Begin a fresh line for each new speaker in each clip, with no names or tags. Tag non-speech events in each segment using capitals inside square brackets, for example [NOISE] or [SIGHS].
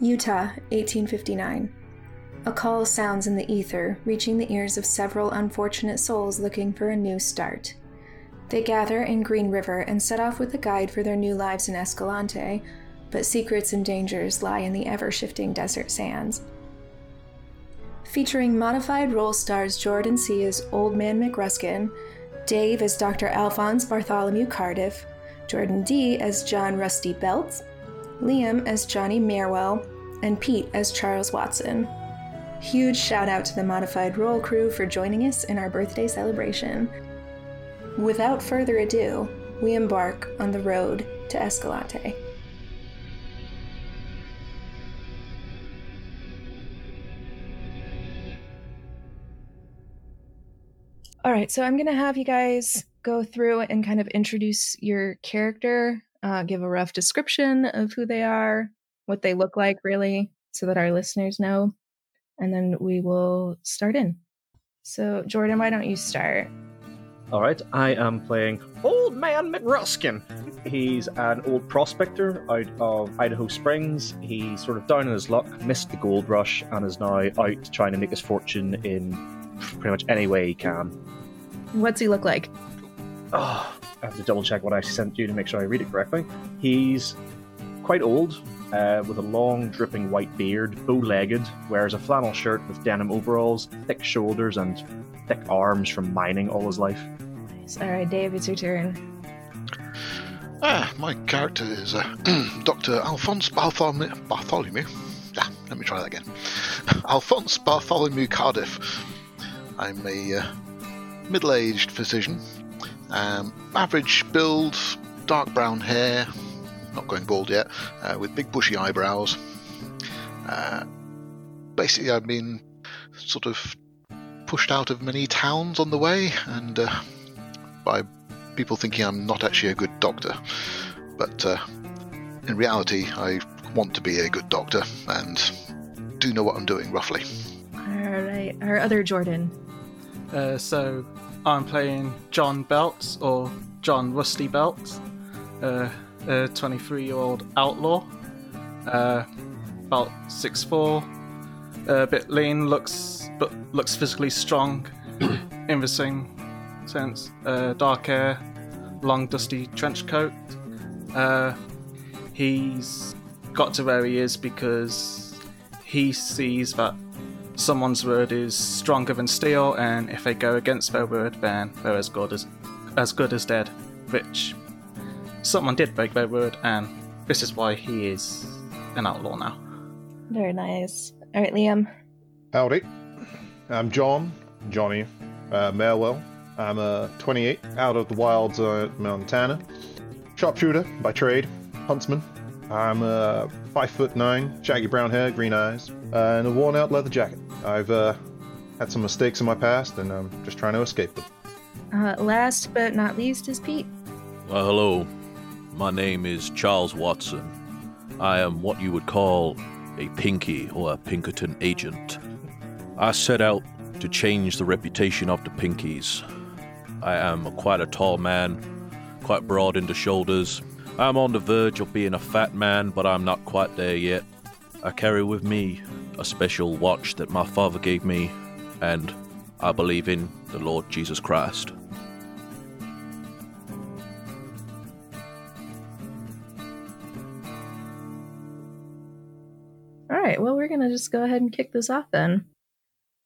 Utah, 1859. A call sounds in the ether, reaching the ears of several unfortunate souls looking for a new start. They gather in Green River and set off with a guide for their new lives in Escalante, but secrets and dangers lie in the ever shifting desert sands. Featuring modified role stars Jordan C. as Old Man McRuskin, Dave as Dr. Alphonse Bartholomew Cardiff, Jordan D. as John Rusty Belt, Liam as Johnny Merwell, and Pete as Charles Watson. Huge shout out to the Modified Roll crew for joining us in our birthday celebration. Without further ado, we embark on the road to Escalante. All right, so I'm going to have you guys go through and kind of introduce your character, uh, give a rough description of who they are, what they look like, really, so that our listeners know. And then we will start in. So, Jordan, why don't you start?
All right, I am playing Old Man McRuskin. He's an old prospector out of Idaho Springs. He's sort of down on his luck, missed the gold rush, and is now out trying to make his fortune in pretty much any way he can.
What's he look like?
Oh, I have to double check what I sent you to make sure I read it correctly. He's quite old, uh, with a long, dripping white beard, bow legged, wears a flannel shirt with denim overalls, thick shoulders, and thick arms from mining all his life. [LAUGHS]
All right, Dave, it's your turn.
Ah, my character is uh, [CLEARS THROAT] Dr. Alphonse Bartholomew. Bartholomew? Ah, let me try that again. [LAUGHS] Alphonse Bartholomew Cardiff. I'm a uh, middle aged physician. Um, average build, dark brown hair, not going bald yet, uh, with big bushy eyebrows. Uh, basically, I've been sort of pushed out of many towns on the way, and uh, by people thinking I'm not actually a good doctor. But uh, in reality, I want to be a good doctor and do know what I'm doing roughly.
All right, our other Jordan.
Uh, so I'm playing John Belts or John Rusty Belts, uh, a 23 year old outlaw, uh, about 6'4, a bit lean, looks but looks physically strong [COUGHS] in the same sense. Uh, dark hair, long dusty trench coat. Uh, he's got to where he is because he sees that someone's word is stronger than steel, and if they go against their word, then they're as good as as good as dead. Which someone did break their word, and this is why he is an outlaw now.
Very nice. All right, Liam.
Howdy. I'm John, Johnny uh, Merwell. I'm uh, 28, out of the wilds of Montana. Sharpshooter by trade, huntsman. I'm uh, 5 foot 9, shaggy brown hair, green eyes, uh, and a worn out leather jacket. I've uh, had some mistakes in my past and I'm just trying to escape them.
Uh, last but not least is Pete.
Well, hello. My name is Charles Watson. I am what you would call a Pinky or a Pinkerton agent. I set out to change the reputation of the Pinkies. I am quite a tall man, quite broad in the shoulders. I'm on the verge of being a fat man, but I'm not quite there yet. I carry with me a special watch that my father gave me, and I believe in the Lord Jesus Christ.
All right, well, we're going to just go ahead and kick this off then.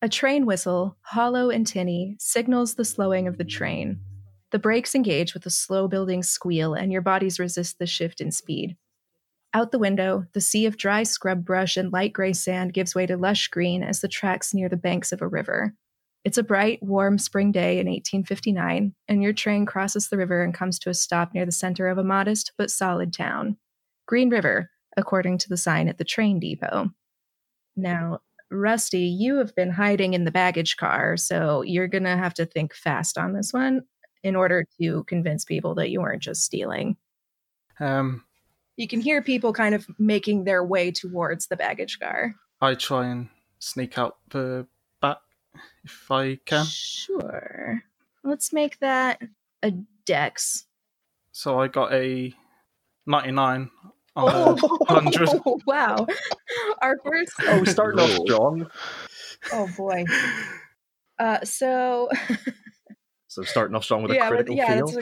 A train whistle, hollow and tinny, signals the slowing of the train. The brakes engage with a slow building squeal, and your bodies resist the shift in speed. Out the window, the sea of dry scrub brush and light gray sand gives way to lush green as the tracks near the banks of a river. It's a bright, warm spring day in 1859, and your train crosses the river and comes to a stop near the center of a modest but solid town Green River, according to the sign at the train depot. Now, Rusty, you have been hiding in the baggage car, so you're going to have to think fast on this one in order to convince people that you weren't just stealing.
Um,
You can hear people kind of making their way towards the baggage car.
I try and sneak out the back if I can.
Sure. Let's make that a dex.
So I got a 99 on a 100.
[LAUGHS] wow. our first.
Oh, starting off strong.
Oh boy. Uh, so
So starting off strong with a
yeah,
critical
yeah,
fail.
that's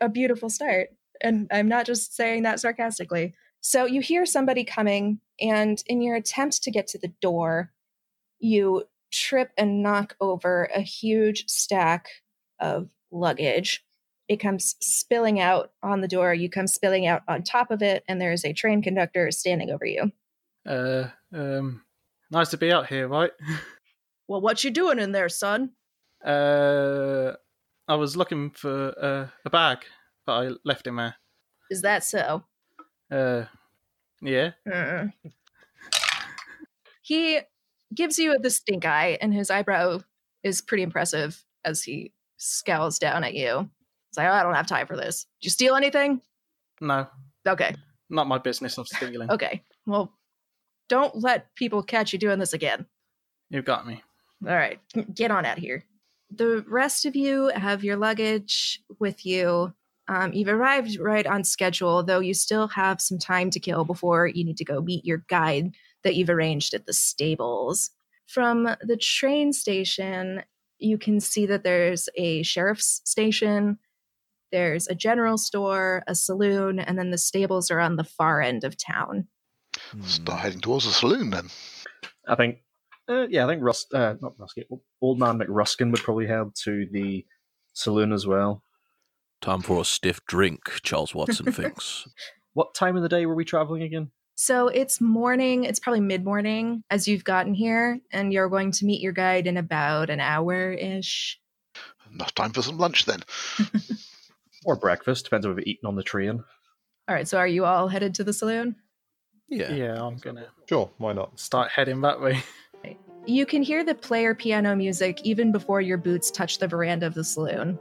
a, a beautiful start, and I'm not just saying that sarcastically. So you hear somebody coming, and in your attempt to get to the door, you trip and knock over a huge stack of luggage. It comes spilling out on the door. You come spilling out on top of it, and there is a train conductor standing over you.
[LAUGHS] Uh, um, nice to be out here, right?
Well, what you doing in there, son?
Uh, I was looking for uh, a bag, but I left it there.
Is that so?
Uh, yeah.
Mm. He gives you the stink eye, and his eyebrow is pretty impressive as he scowls down at you. He's like, "Oh, I don't have time for this. Did you steal anything?
No,
Okay,
not my business of stealing.
okay. Well, don't let people catch you doing this again.
You got me.
All right, get on out here. The rest of you have your luggage with you. Um, you've arrived right on schedule, though you still have some time to kill before you need to go meet your guide that you've arranged at the stables. From the train station, you can see that there's a sheriff's station, there's a general store, a saloon, and then the stables are on the far end of town.
Start heading towards the saloon then.
I think, uh, yeah, I think Rust, uh, not Ruskin, Old Man McRuskin would probably head to the saloon as well.
Time for a stiff drink, Charles Watson thinks.
What time of the day were we traveling again?
So it's morning, it's probably mid morning as you've gotten here, and you're going to meet your guide in about an hour ish.
Enough time for some lunch then.
Or breakfast, depends on if we've eaten on the train.
All right, so are you all headed to the saloon?
Yeah.
Yeah, I'm gonna
Sure, why not?
start heading that way. [LAUGHS]
You can hear the player piano music even before your boots touch the veranda of the saloon.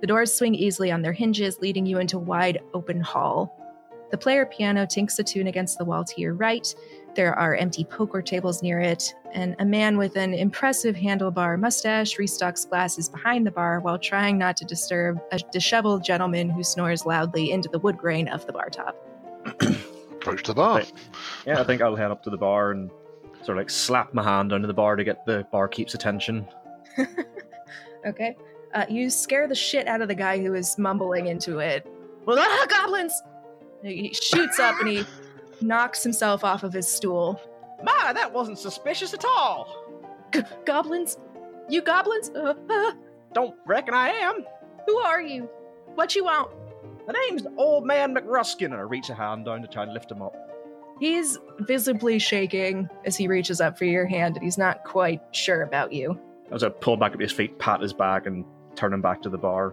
The doors swing easily on their hinges, leading you into a wide open hall. The player piano tinks a tune against the wall to your right. There are empty poker tables near it, and a man with an impressive handlebar mustache restocks glasses behind the bar while trying not to disturb a disheveled gentleman who snores loudly into the wood grain of the bar top.
Approach the bar.
Right. Yeah, I think I'll head up to the bar and sort of like slap my hand under the bar to get the barkeep's attention.
Okay. Uh, you scare the shit out of the guy who is mumbling into it. Well, [LAUGHS] ah, goblins! He shoots up and he knocks himself off of his stool.
Ma, that wasn't suspicious at all.
G- goblins? You goblins? Uh, uh,
Don't reckon I am.
who are you? What you want?
The name's Old Man McRuskin, and I reach a hand down to try and lift him up.
He's visibly shaking as he reaches up for your hand and he's not quite sure about you.
As I pull back up his feet, pat his back, and turn him back to the bar.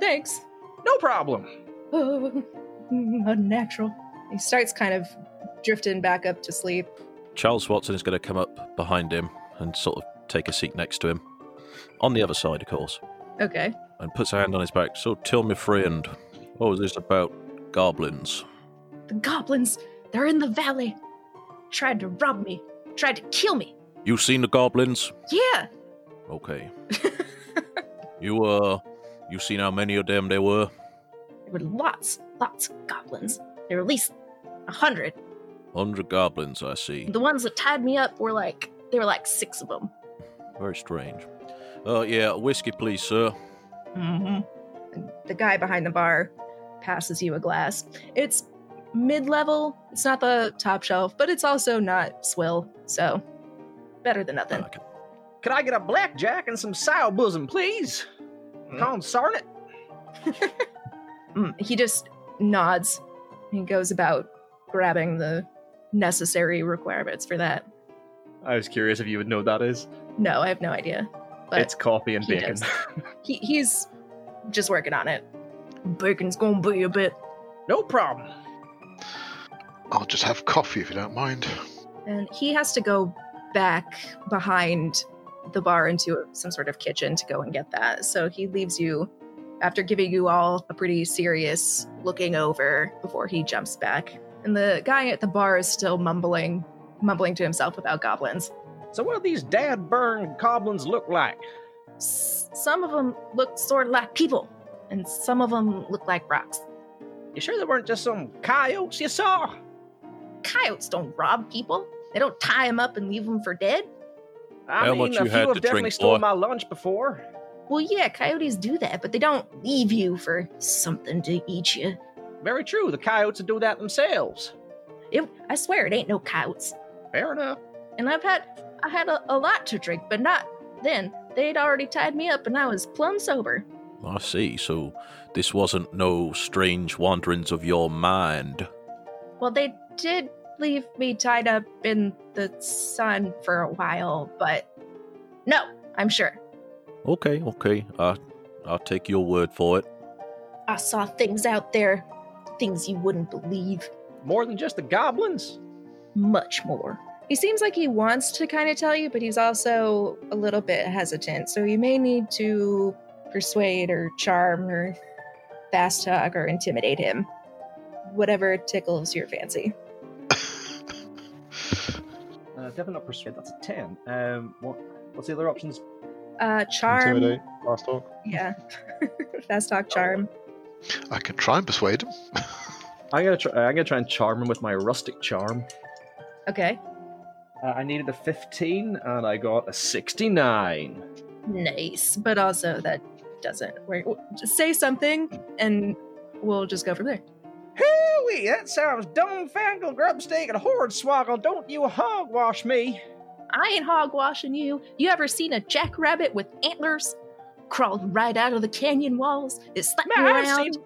Thanks. [LAUGHS]
No problem.
Oh, unnatural. He starts kind of drifting back up to sleep.
Charles Watson is going to come up behind him and sort of take a seat next to him. On the other side, of course,
Okay.
and puts her hand on his back. So tell me, friend, what was this about goblins?
The goblins, they're in the valley. Tried to rob me, tried to kill me.
You seen the goblins?
Yeah.
Okay. you, uh, you seen how many of them there were?
There were lots, lots of goblins. There were at least a hundred.
Hundred goblins, I see.
The ones that tied me up were like, there were like six of them.
Very strange. Uh, yeah, whiskey, please, sir.
Mm-hmm. The guy behind the bar passes you a glass. It's mid level, it's not the top shelf, but it's also not swill, so better than nothing.
Okay.
Could I get a blackjack and some sow bosom, please? Hmm? Consarn it.
Mm, he just nods and goes about grabbing the necessary requirements for that.
I was curious if you would know what that is.
No, I have no idea. But
it's coffee and
he
bacon. [LAUGHS]
does. he, he's just working on it. Bacon's gonna be a bit.
no problem.
I'll just have coffee if you don't mind.
And he has to go back behind the bar into some sort of kitchen to go and get that. So he leaves you after giving you all a pretty serious looking over before he jumps back. And the guy at the bar is still mumbling, mumbling to himself about goblins.
So what do these dad burn goblins look like?
S- some of them look sort of like people, and some of them look like rocks.
You sure they weren't just some coyotes you saw?
Coyotes don't rob people. They don't tie him up and leave him for dead.
I
How
mean,
much
a few
you had
have
to
definitely
drink,
stolen
boy?
my lunch before.
Well, yeah, coyotes do that, but they don't leave you for something to eat you.
Very true. The coyotes do that themselves.
It, I swear, it ain't no coyotes.
Fair enough.
And I've had, I had a, a lot to drink, but not then. They'd already tied me up, and I was plumb sober.
I see. So this wasn't no strange wanderings of your mind.
Well, they did leave me tied up in the sun for a while, but no, I'm sure.
Okay, okay. I, I'll take your word for it.
I saw things out there, things you wouldn't believe.
More than just the goblins.
much more. He seems like he wants to kind of tell you, but he's also a little bit hesitant. So you may need to persuade or charm or fast talk or intimidate him. Whatever tickles your fancy.
Uh, definitely not persuade. That's a ten. Um, what? What's the other options?
Uh, charm.
Intimidate. Last talk.
Yeah. [LAUGHS] fast talk, charm.
I could try and persuade him.
I'm gonna try. I'm gonna try and charm him with my rustic charm.
Okay.
Uh, I needed a 15 and I got a 69.
Nice. But also, that doesn't work. Just say something and we'll just go from there.
Hooey, that sounds dumbfangled, grubstake, and hornswoggle. Don't you hogwash me.
I ain't hogwashing you. You ever seen a jackrabbit with antlers? Crawled right out of the canyon walls. It slapped
Man,
me
I've
around.
seen-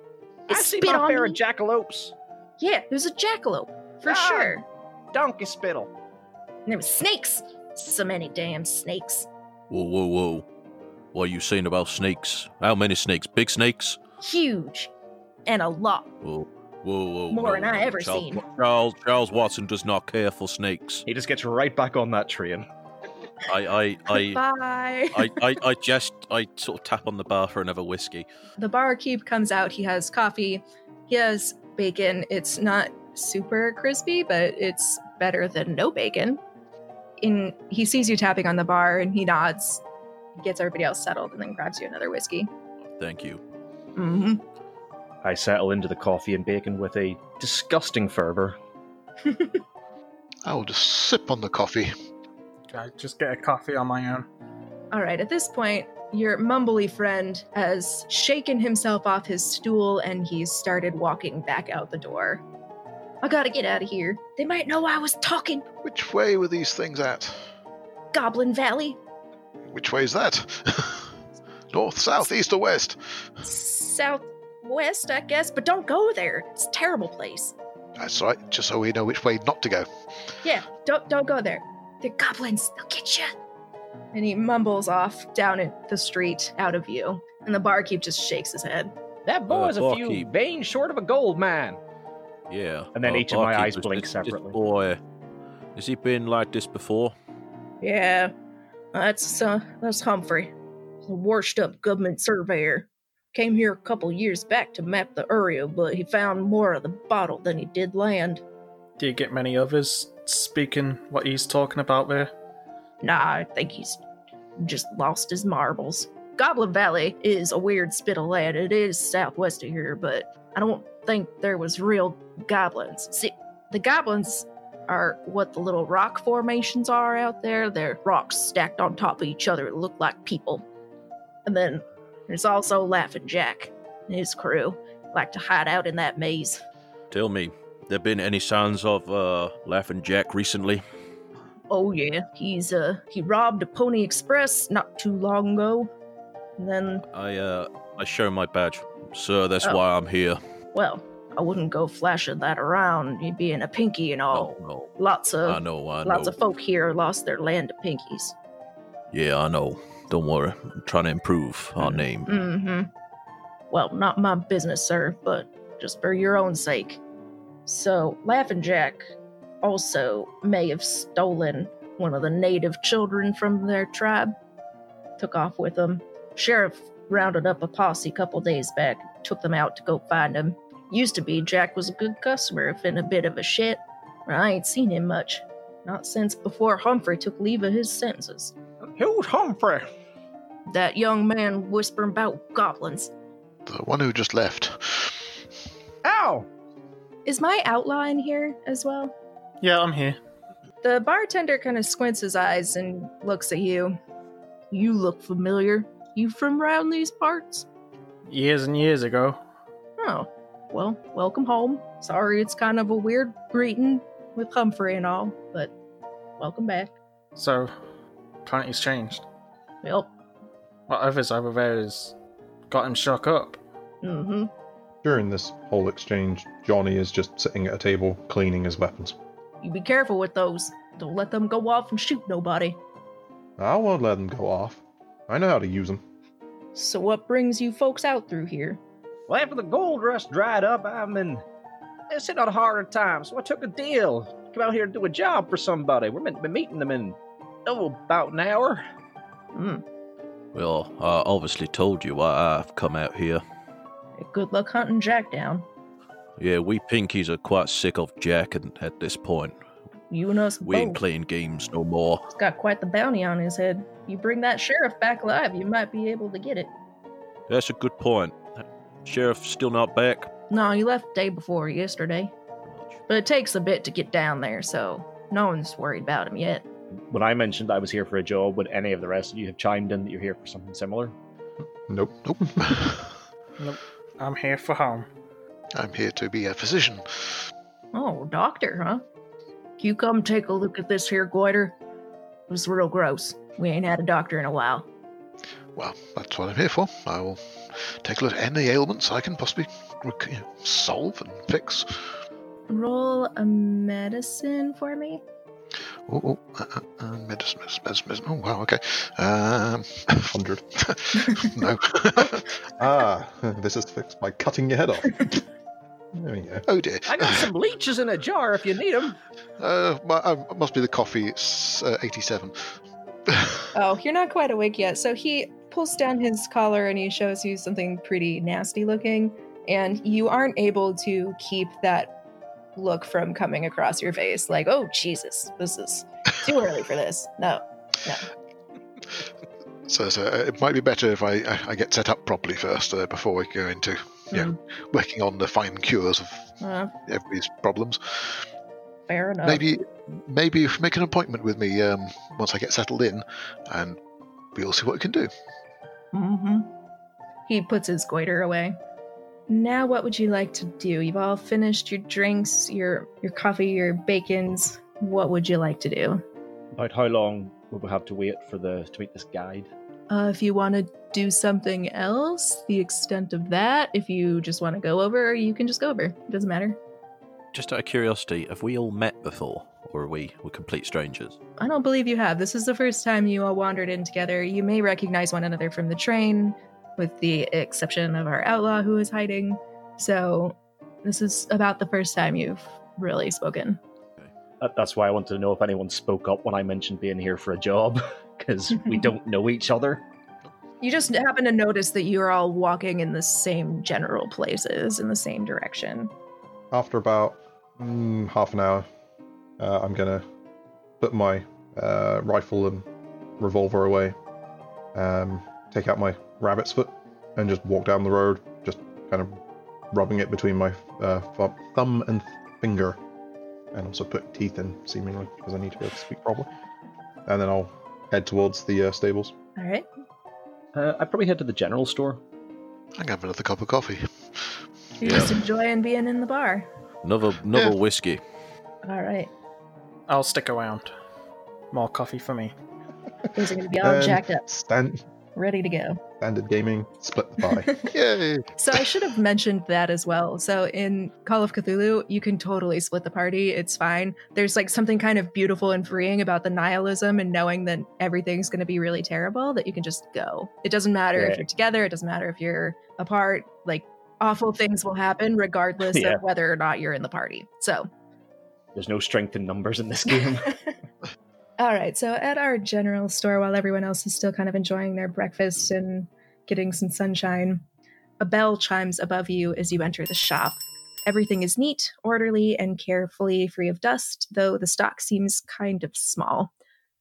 it
I see
spit
my
on
pair
me.
of jackalopes.
yeah, there's a jackalope for
Ah.
sure.
Donkey spittle.
And there was snakes. So many damn snakes.
Whoa, whoa, whoa. What are you saying about snakes? How many snakes? Big snakes?
Huge, and a lot.
Whoa, whoa, whoa.
More
no,
than I
no.
ever
Charles,
seen.
Charles, Charles Watson does not care for snakes.
He just gets right back on that train.
I, I, I,
Goodbye.
I, I, I just I sort of tap on the bar for another whiskey.
[LAUGHS] the barkeep comes out. He has coffee. He has bacon. It's not super crispy, but it's better than no bacon. And he sees you tapping on the bar and he nods, gets everybody else settled, and then grabs you another whiskey.
Thank you.
hmm
I settle into the coffee and bacon with a disgusting fervor.
I will just sip on the coffee.
I just get a coffee on my own.
All right, at this point, your mumbly friend has shaken himself off his stool and he's started walking back out the door. I gotta get out of here. They might know I was talking.
Which way were these things at?
Goblin Valley,
Which way is that? [LAUGHS] North, south, east, or west?
southwest, I guess, but don't go there. It's a terrible place.
That's right, just so we know which way not to go.
Yeah, don't don't go there. They're goblins. They'll get you. And he mumbles off down at the street, out of view. And the barkeep just shakes his head.
That boy's a few
barkeep.
veins short of a gold mine.
Yeah.
And then each of my
barkeep,
eyes
is
blink
this-
separately.
This boy, has he been like this before?
Yeah, that's uh, that's Humphrey, the washed up government surveyor. Came here a couple years back to map the area, but he found more of the bottle than he did land.
Do you get many others speaking what he's talking about there?
Nah, I think he's just lost his marbles. Goblin Valley is a weird spit of land. It is southwest of here, but I don't think there was real goblins. See, the goblins are what the little rock formations are out there. They're rocks stacked on top of each other that look like people. And then there's also Laughing Jack and his crew like to hide out in that maze.
Tell me, there been any signs of uh, Laughing Jack recently?
Oh yeah, he's uh he robbed a Pony Express not too long ago. And then
I uh, I show my badge, sir. That's
Oh.
why I'm here.
Well, I wouldn't go flashing that around. You'd be in a pinky and all.
no, Uh,
Lots
no. I
of
know, I
Oh. lots
know.
of folk here lost their land to pinkies.
yeah, I know. Don't worry. I'm trying to improve our name.
Mm-hmm. Well, not my business, sir, but just for your own sake. So, Laughing Jack also may have stolen one of the native children from their tribe. Took off with them. Sheriff rounded up a posse a couple days back, took them out to go find him. Used to be Jack was a good customer, if in a bit of a shit. I ain't seen him much. Not since before Humphrey took leave of his sentences
Who's Humphrey?
that young man whispering about goblins.
The one who just left.
Ow!
Is my outlaw in here as well?
Yeah, I'm here.
The bartender kind of squints his eyes and looks at you. You look familiar. You from round these parts?
Years and years ago.
Oh, well, welcome home. Sorry it's kind of a weird greeting with Humphrey and all, but welcome back.
So, plenty's changed.
Well,
What others over there has got him shook up.
mm-hmm.
During this whole exchange, Johnny is just sitting at a table cleaning his weapons.
You be careful with those. Don't let them go off and shoot nobody.
I won't let them go off. I know how to use them.
So what brings you folks out through here?
Well, after the gold rush dried up, I'm in. It's hit on harder times, so I took a deal. Come out here and do a job for somebody. We're meant to be meeting them in, oh, about an hour.
Hmm.
Well, I obviously told you why I've come out here.
Good luck hunting Jack down.
Yeah, we Pinkies are quite sick of Jack and at this point.
You and us
We
Oh.
ain't
both.
playing games no more.
He's got quite the bounty on his head. You bring that sheriff back alive, you might be able to get it.
That's a good point. Sheriff's still not back.
No, he left day before yesterday. But it takes a bit to get down there, so no one's worried about him yet.
When I mentioned I was here for a job, would any of the rest of you have chimed in that you're here for something similar?
Nope.
Nope. [LAUGHS]
I'm here for home.
I'm here to be a physician.
Oh, doctor, huh? You come take a look at this here goiter. It was real gross. We ain't had a doctor in a while.
Well, that's what I'm here for. I will take a look at any ailments I can possibly rec- you know, solve and fix.
Roll a medicine for me.
Oh, oh uh, uh, uh, medicine, medicine, medicine, medicine. Oh, wow, okay. Um, [LAUGHS]
100.
no. [LAUGHS]
Ah, [LAUGHS] this is fixed by cutting your head
[LAUGHS]
off. there we go.
oh, dear.
I got some [SIGHS] leeches in a jar if you need them.
Uh, my, uh, it must be the coffee. It's uh, 87.
Oh, you're not quite awake yet. So he pulls down his collar and he shows you something pretty nasty looking, and you aren't able to keep that look from coming across your face. Like, oh Jesus, this is too early for this. No.
[LAUGHS] So, so uh, it might be better if I, I, I get set up properly first uh, before we go into Yeah.
Mm,
Hmm.
working on the fine cures of
uh,
everybody's problems.
fair enough.
Maybe maybe you should make an appointment with me um, once I get settled in, and we'll see what we can do.
hmm He puts his goiter away. Now, what would you like to do? You've all finished your drinks, your your coffee, your bacons. What would you like to do?
About how long would we have to wait for the to meet this guide?
Uh, if you want to do something else, the extent of that. If you just want to go over, you can just go over. It doesn't matter.
Just out of curiosity, have we all met before? Or are we we're complete strangers?
I don't believe you have. This is the first time you all wandered in together. You may recognize one another from the train, with the exception of our outlaw who is hiding. So, this is about the first time you've really spoken.
That- That's why I wanted to know if anyone spoke up when I mentioned being here for a job, [LAUGHS] because we don't know each other.
You just happen to notice that you're all walking in the same general places in the same direction.
After about mm, half an hour, uh, I'm gonna put my uh, rifle and revolver away, um, take out my rabbit's foot, and just walk down the road, just kind of rubbing it between my uh, fu- thumb and finger, and also put teeth in, seemingly, because I need to be able to speak properly. And then I'll head towards the uh, stables.
All right.
Uh, I'd probably head to the general store.
I can have another cup of coffee.
You're
Yeah.
just enjoying being in the bar.
Another another
Yeah.
whiskey.
All right.
I'll stick around. More coffee for me.
Those are going to be all
And
jacked up,
Stan-
ready to go.
standard gaming, split the pie.
[LAUGHS]
Yay!
So I should have mentioned that as well. So in Call of Cthulhu, you can totally split the party. It's fine. There's like something kind of beautiful and freeing about the nihilism and knowing that everything's going to be really terrible that you can just go. It doesn't matter
Yeah.
if you're together, it doesn't matter if you're apart. Like awful things will happen regardless
Yeah.
of whether or not you're in the party. So
There's no strength in numbers in this game.
All right. So at our general store, while everyone else is still kind of enjoying their breakfast and getting some sunshine, a bell chimes above you as you enter the shop. Everything is neat, orderly, and carefully free of dust, though the stock seems kind of small.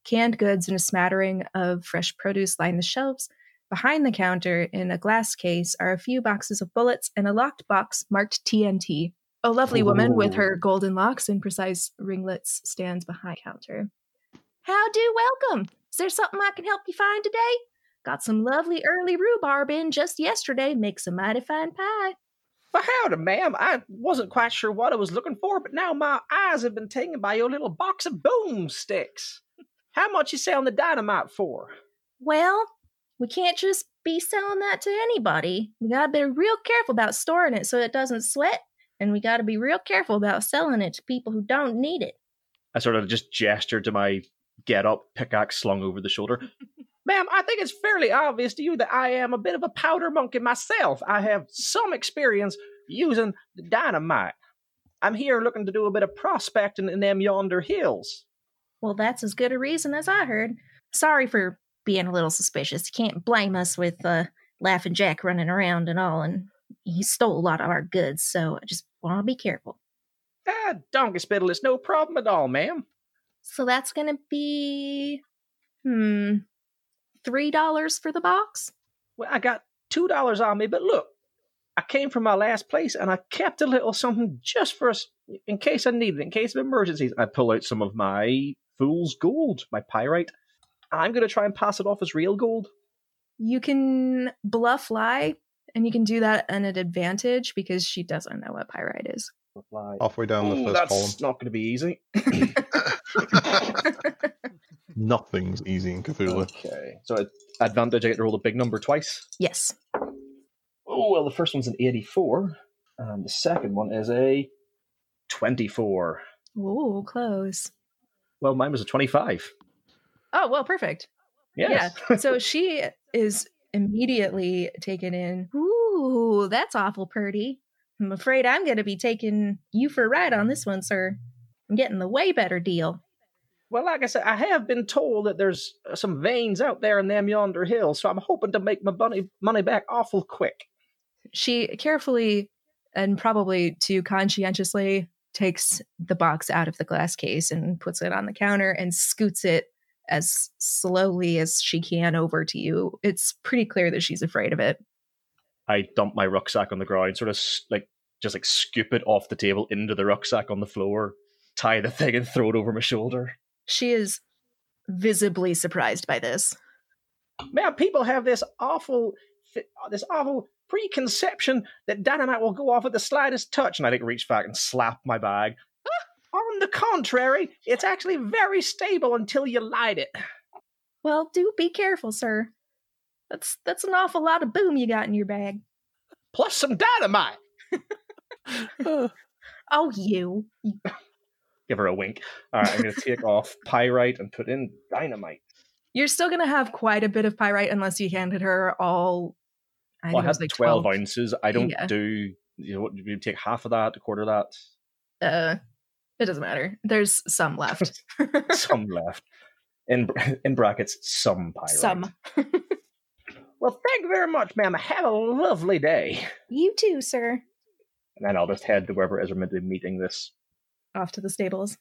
Canned goods and a smattering of fresh produce line the shelves. Behind the counter, in a glass case, are a few boxes of bullets and a locked box marked TNT.
A lovely woman with
Ooh.
her golden locks and precise ringlets stands behind the counter. How do welcome? Is there something I can help you find today? Got some lovely early rhubarb in just yesterday. Makes a mighty fine pie.
For howdy, ma'am. I wasn't quite sure what I was looking for, but now my eyes have been taken by your little box of boom sticks. How much you selling the dynamite for?
Well, we can't just be selling that to anybody. We gotta be real careful about storing it so it doesn't sweat, and we gotta be real careful about selling it to people who don't need it.
I sort of just gestured to my get up pickaxe slung over the shoulder.
[LAUGHS] Ma'am, I think it's fairly obvious to you that I am a bit of a powder monkey myself. I have some experience using the dynamite. I'm here looking to do a bit of prospecting in them yonder hills.
Well, that's as good a reason as I heard. Sorry for being a little suspicious. You can't blame us with uh, Laughing Jack running around and all, and he stole a lot of our goods, so I just wanna be careful.
Ah, donkey spittle, it's no problem at all, ma'am.
So that's gonna be. hmm. $3 for the box?
Well, I got two dollars on me, but look, I came from my last place and I kept a little something just for us in case I needed it, in case of emergencies.
I pull out some of my fool's gold, my pyrite.
I'm gonna try and pass it off as real gold.
You can bluff lie, and you can do that at an advantage because she doesn't know what pyrite is.
Reply.
Halfway down
"Ooh,
Oh, the first
that's
column.
not going to be easy.
Nothing's easy in Cthulhu.
Okay. So I- advantage, I get to roll a big number twice.
Yes.
Oh, well, the first one's an 84, and the second one is a 24.
Oh, close.
Well, mine was a 25.
Oh, well, perfect.
Yes.
Yeah. [LAUGHS] So she is immediately taken in. Ooh, that's awful purty. I'm afraid I'm going to be taking you for a ride on this one, sir. I'm getting the way better deal.
Well, like I said, I have been told that there's uh, some veins out there in them yonder hills, so I'm hoping to make my bunny, money back awful quick.
She carefully and probably too conscientiously takes the box out of the glass case and puts it on the counter and scoots it as slowly as she can over to you. It's pretty clear that she's afraid of it.
I dump my rucksack on the ground, sort of s- like just like scoop it off the table into the rucksack on the floor, tie the thing and throw it over my shoulder.
She is visibly surprised by this.
Man, people have this awful, th- this awful preconception that dynamite will go off at the slightest touch, and I like reach back and slap my bag. On the contrary, it's actually very stable until you light it.
Well, do be careful, sir. That's that's an awful lot of boom you got in your bag.
Plus some dynamite.
Oh, you. You-
Give her a wink. All right, I'm going to take off pyrite and put in dynamite.
You're still gonna have quite a bit of pyrite unless you handed her all. I,
Well, I
think it was
have 12, ounces. I don't
Yeah.
do, you know, what, you take half of that, a quarter of that,
Uh, it doesn't matter. There's some left.
some left. In, in brackets, some [LAUGHS] pyrite.
some.
Well, thank you very much, ma'am. Have a lovely day.
You too, sir.
And then I'll just head to wherever it is we're meant to be meeting this.
off to the stables.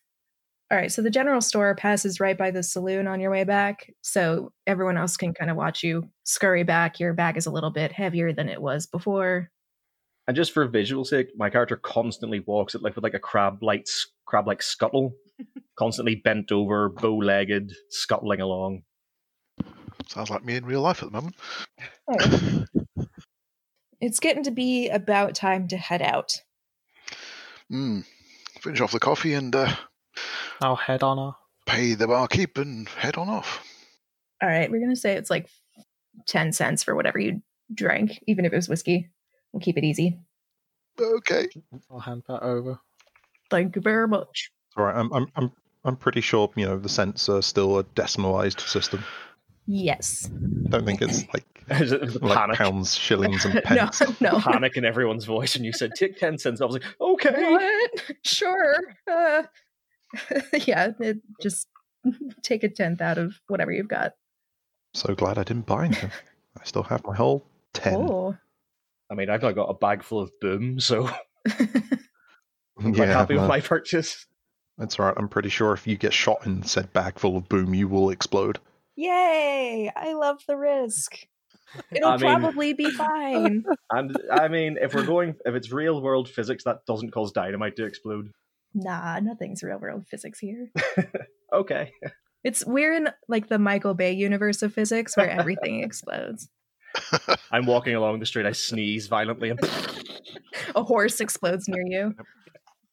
All right, so the general store passes right by the saloon on your way back, so everyone else can kind of watch you scurry back. Your bag is a little bit heavier than it was before.
And just for visual sake, my character constantly walks it like with like a crab like crab like scuttle, constantly bent over, bow legged, scuttling along.
Sounds like me in real life at the moment.
It's getting to be about time to head out.
Mm. Finish off the coffee and uh,
I'll head on off.
pay the barkeep and head on off.
All right, we're gonna say it's like ten cents for whatever you drank, even if it was whiskey. We'll keep it easy.
Okay.
I'll hand that over.
Thank you very much.
All right, I'm, I'm, I'm, I'm pretty sure you know the cents are still a decimalized system.
Yes.
Don't think it's like
[LAUGHS]
Is it [LAUGHS] the
like
panic?
pounds, shillings,
[LAUGHS]
and [LAUGHS]
No.
pence.
No.
Panic in everyone's voice, and you said take ten cents. I was like, okay.
What? [LAUGHS] Sure. Uh, [LAUGHS] yeah. It, just [LAUGHS] take a tenth out of whatever you've got.
So glad I didn't buy anything. I still have my whole ten. [LAUGHS]
Oh.
I mean, I've now got a bag full of
[LAUGHS]
boom, so I'm quite happy with
no,
my purchase.
That's all right. I'm pretty sure if you get shot in said bag full of boom, you will explode.
Yay! I love the risk. It'll
I mean-
probably be fine.
And I mean, if we're going, if it's real world physics, that doesn't cause dynamite to explode.
[LAUGHS] nah, nothing's real world physics here.
Okay.
It's we're in like the Michael Bay universe of physics where everything explodes.
I'm walking along the street. I sneeze violently and [LAUGHS]
A horse explodes near you.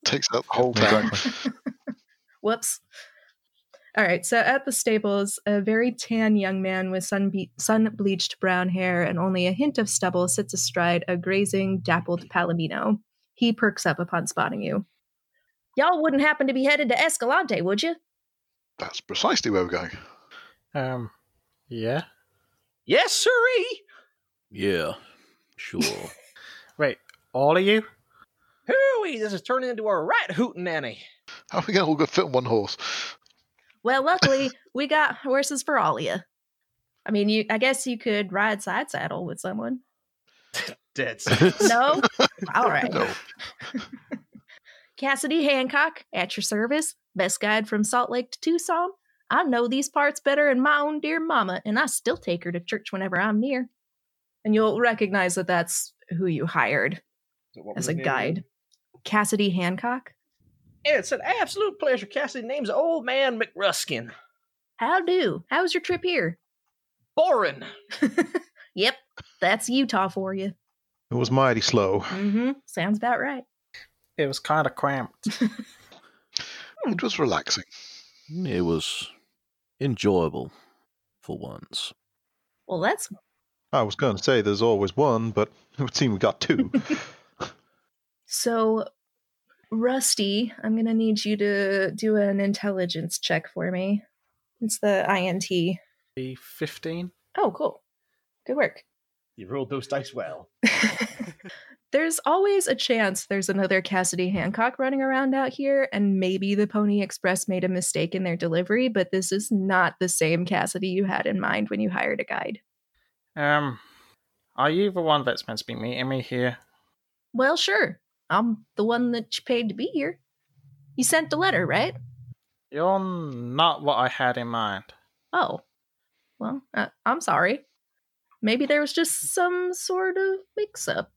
Takes out the whole town.
Whoops. All right, so at the stables, a very tan young man with sun be- sun bleached brown hair and only a hint of stubble sits astride a grazing dappled palomino. He perks up upon spotting you. Y'all wouldn't happen to be headed to Escalante, would you?
That's precisely where we're going.
Um, yeah.
Yes, sirree.
Yeah, sure.
Wait, all of you?
Hooey, this is turning into a rat hootin' nanny.
How are we going to all go fit on one horse?
Well, luckily we got horses for all of you. I mean, you. I guess you could ride side saddle with someone.
dead.
No, all right.
No.
Cassidy Hancock, at your service, best guide from Salt Lake to Tucson. I know these parts better than my own dear mama, and I still take her to church whenever I'm near. And you'll recognize that that's who you hired
What was
as a
his name
guide.
again?
Cassidy Hancock.
It's an absolute pleasure, Cassidy. Name's Old Man McRuskin.
How do? How was your trip here? [LAUGHS]
Boring.
yep, that's Utah for you.
[LAUGHS] It was mighty slow.
Mm-hmm. Sounds about right.
It was kind of cramped.
It was relaxing.
it was enjoyable for once.
Well, that's
I was going to say there's always one, but it would seem we got
[LAUGHS]
two.
so. Rusty, I'm gonna need you to do an intelligence check for me. It's the INT.
The 15?
Oh, cool. Good work.
You rolled those dice well.
there's always a chance there's another Cassidy Hancock running around out here, and maybe the Pony Express made a mistake in their delivery, but this is not the same Cassidy you had in mind when you hired a guide.
Um, are you the one that's meant to be meeting me here?
Well, sure. I'm the one that you paid to be here. You sent the letter, right?
You're not what I had in mind.
Oh. Well, uh, I'm sorry. Maybe there was just some sort of mix up.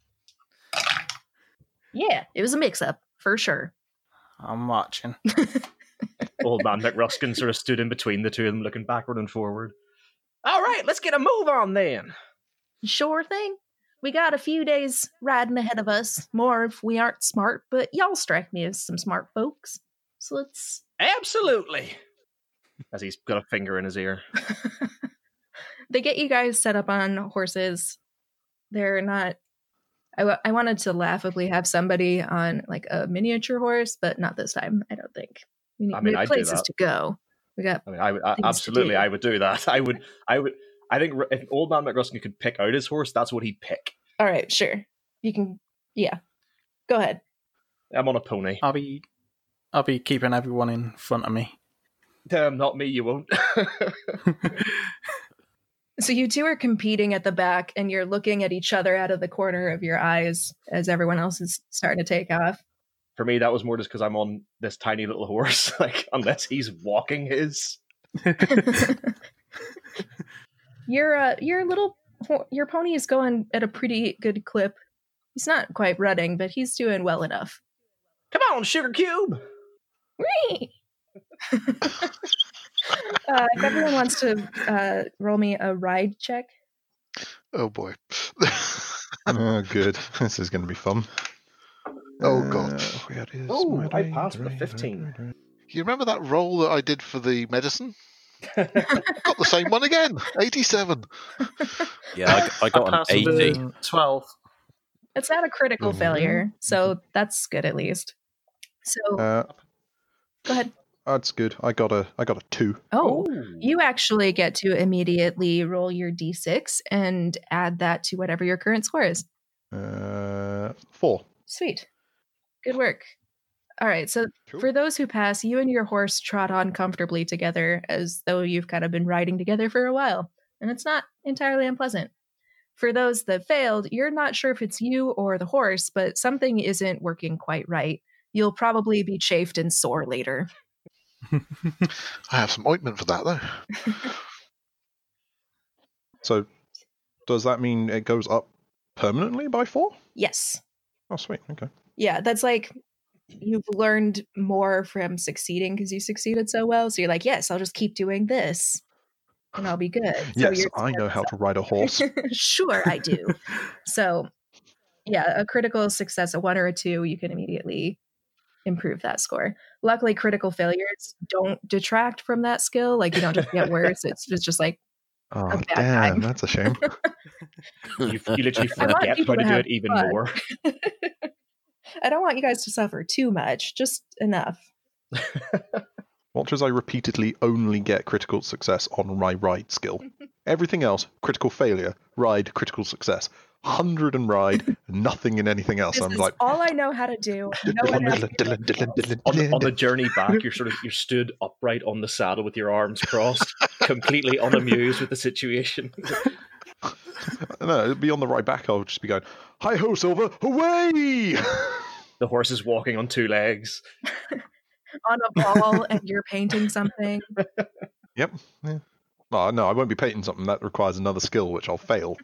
Yeah, it was a mix up, for sure.
[LAUGHS]
I'm watching.
Old man McRuskin sort of stood in between the two of them, looking backward and forward.
All right, let's get a move on then.
Sure thing. We got a few days riding ahead of us, more if we aren't smart, but y'all strike me as some smart folks. So let's
Absolutely.
As he's got a finger in his ear.
they get you guys set up on horses. They're not I, w- I wanted to laughably have somebody on like a miniature horse, but not this time, I don't think. We need
I
we
mean,
have
I'd do
places
that.
to go. We got
I mean, I would I,
Things to
absolutely,
do.
I would do that. I would, I would, I think r- if old man McRuskin could pick out his horse, that's what he'd pick.
All right, sure. You can yeah. Go ahead.
I'm on a pony.
Uh,
I'll be, I'll be keeping everyone in front of me.
Damn, not me.
[LAUGHS]
You won't. [LAUGHS]
So you two are competing at the back and you're looking at each other out of the corner of your eyes as everyone else is starting to take off.
For me, that was more just because I'm on this tiny little horse. [LAUGHS] Like, unless he's walking his.
your uh, your little ho- your pony is going at a pretty good clip. He's not quite running, but he's doing well enough.
Come on, Sugar Cube.
[LAUGHS] uh, if everyone wants to uh, roll me a ride check,
Oh boy. [LAUGHS]
oh, good. [LAUGHS] This is going to be fun. Uh,
Oh, God.
where it is,
Ooh,
my
Oh, I
ride,
passed with a
ride,
15.
ride, ride.
you remember that roll that I did for the
[LAUGHS]
medicine? Got the same one again. 87.
Yeah, I, I got an
passed with
80.
a 12.
it's not a critical
Mm-hmm.
Mhm.
failure, so that's good at least. So
Uh,
go ahead.
that's good. I got a I got a two.
Oh, you actually get to immediately roll your d6 and add that to whatever your current score is.
Uh, four.
Sweet. Good work. All right. So, for those who pass, you and your horse trot on comfortably together as though you've kind of been riding together for a while, and it's not entirely unpleasant. For those that failed, you're not sure if it's you or the horse, but something isn't working quite right. You'll probably be chafed and sore later. [LAUGHS]
I have some ointment for that though.
So Does that mean it goes up permanently by four?
Yes.
Oh, sweet. Okay.
Yeah, that's like you've learned more from succeeding because you succeeded so well. So you're like, yes, I'll just keep doing this and I'll be good. So
yes,
your
I know how
success
to ride
[LAUGHS]
a horse.
sure, I
[LAUGHS]
do. so, yeah, a critical success, a one or a two, you can immediately improve that score. Luckily, critical failures don't detract from that skill. Like, you don't just get
[LAUGHS]
worse. It's just, just like,
oh,
bad
damn,
time.
that's a shame.
You, you
[LAUGHS]
literally
[LAUGHS] I want
forget how
people
to
to
do
have
it even
fun.
more.
I don't want you guys to suffer too much, just enough.
Watch as I repeatedly only get critical success on my ride skill.
[LAUGHS]
Everything else, critical failure, ride, critical success. 100 and ride, nothing in anything else.
This
I'm
is
like,
all I know how to do. No one else can do it.
On the, on the [LAUGHS] journey back, you're sort of you're stood upright on the saddle with your arms crossed, completely unamused with the situation. [LAUGHS]
no, it'd be on the right back. I'll just be going, hi ho, Silver, away! [LAUGHS]
The horse is walking on two legs.
on a ball and you're painting something.
oh, no, I won't be painting something. That requires another skill, which I'll fail.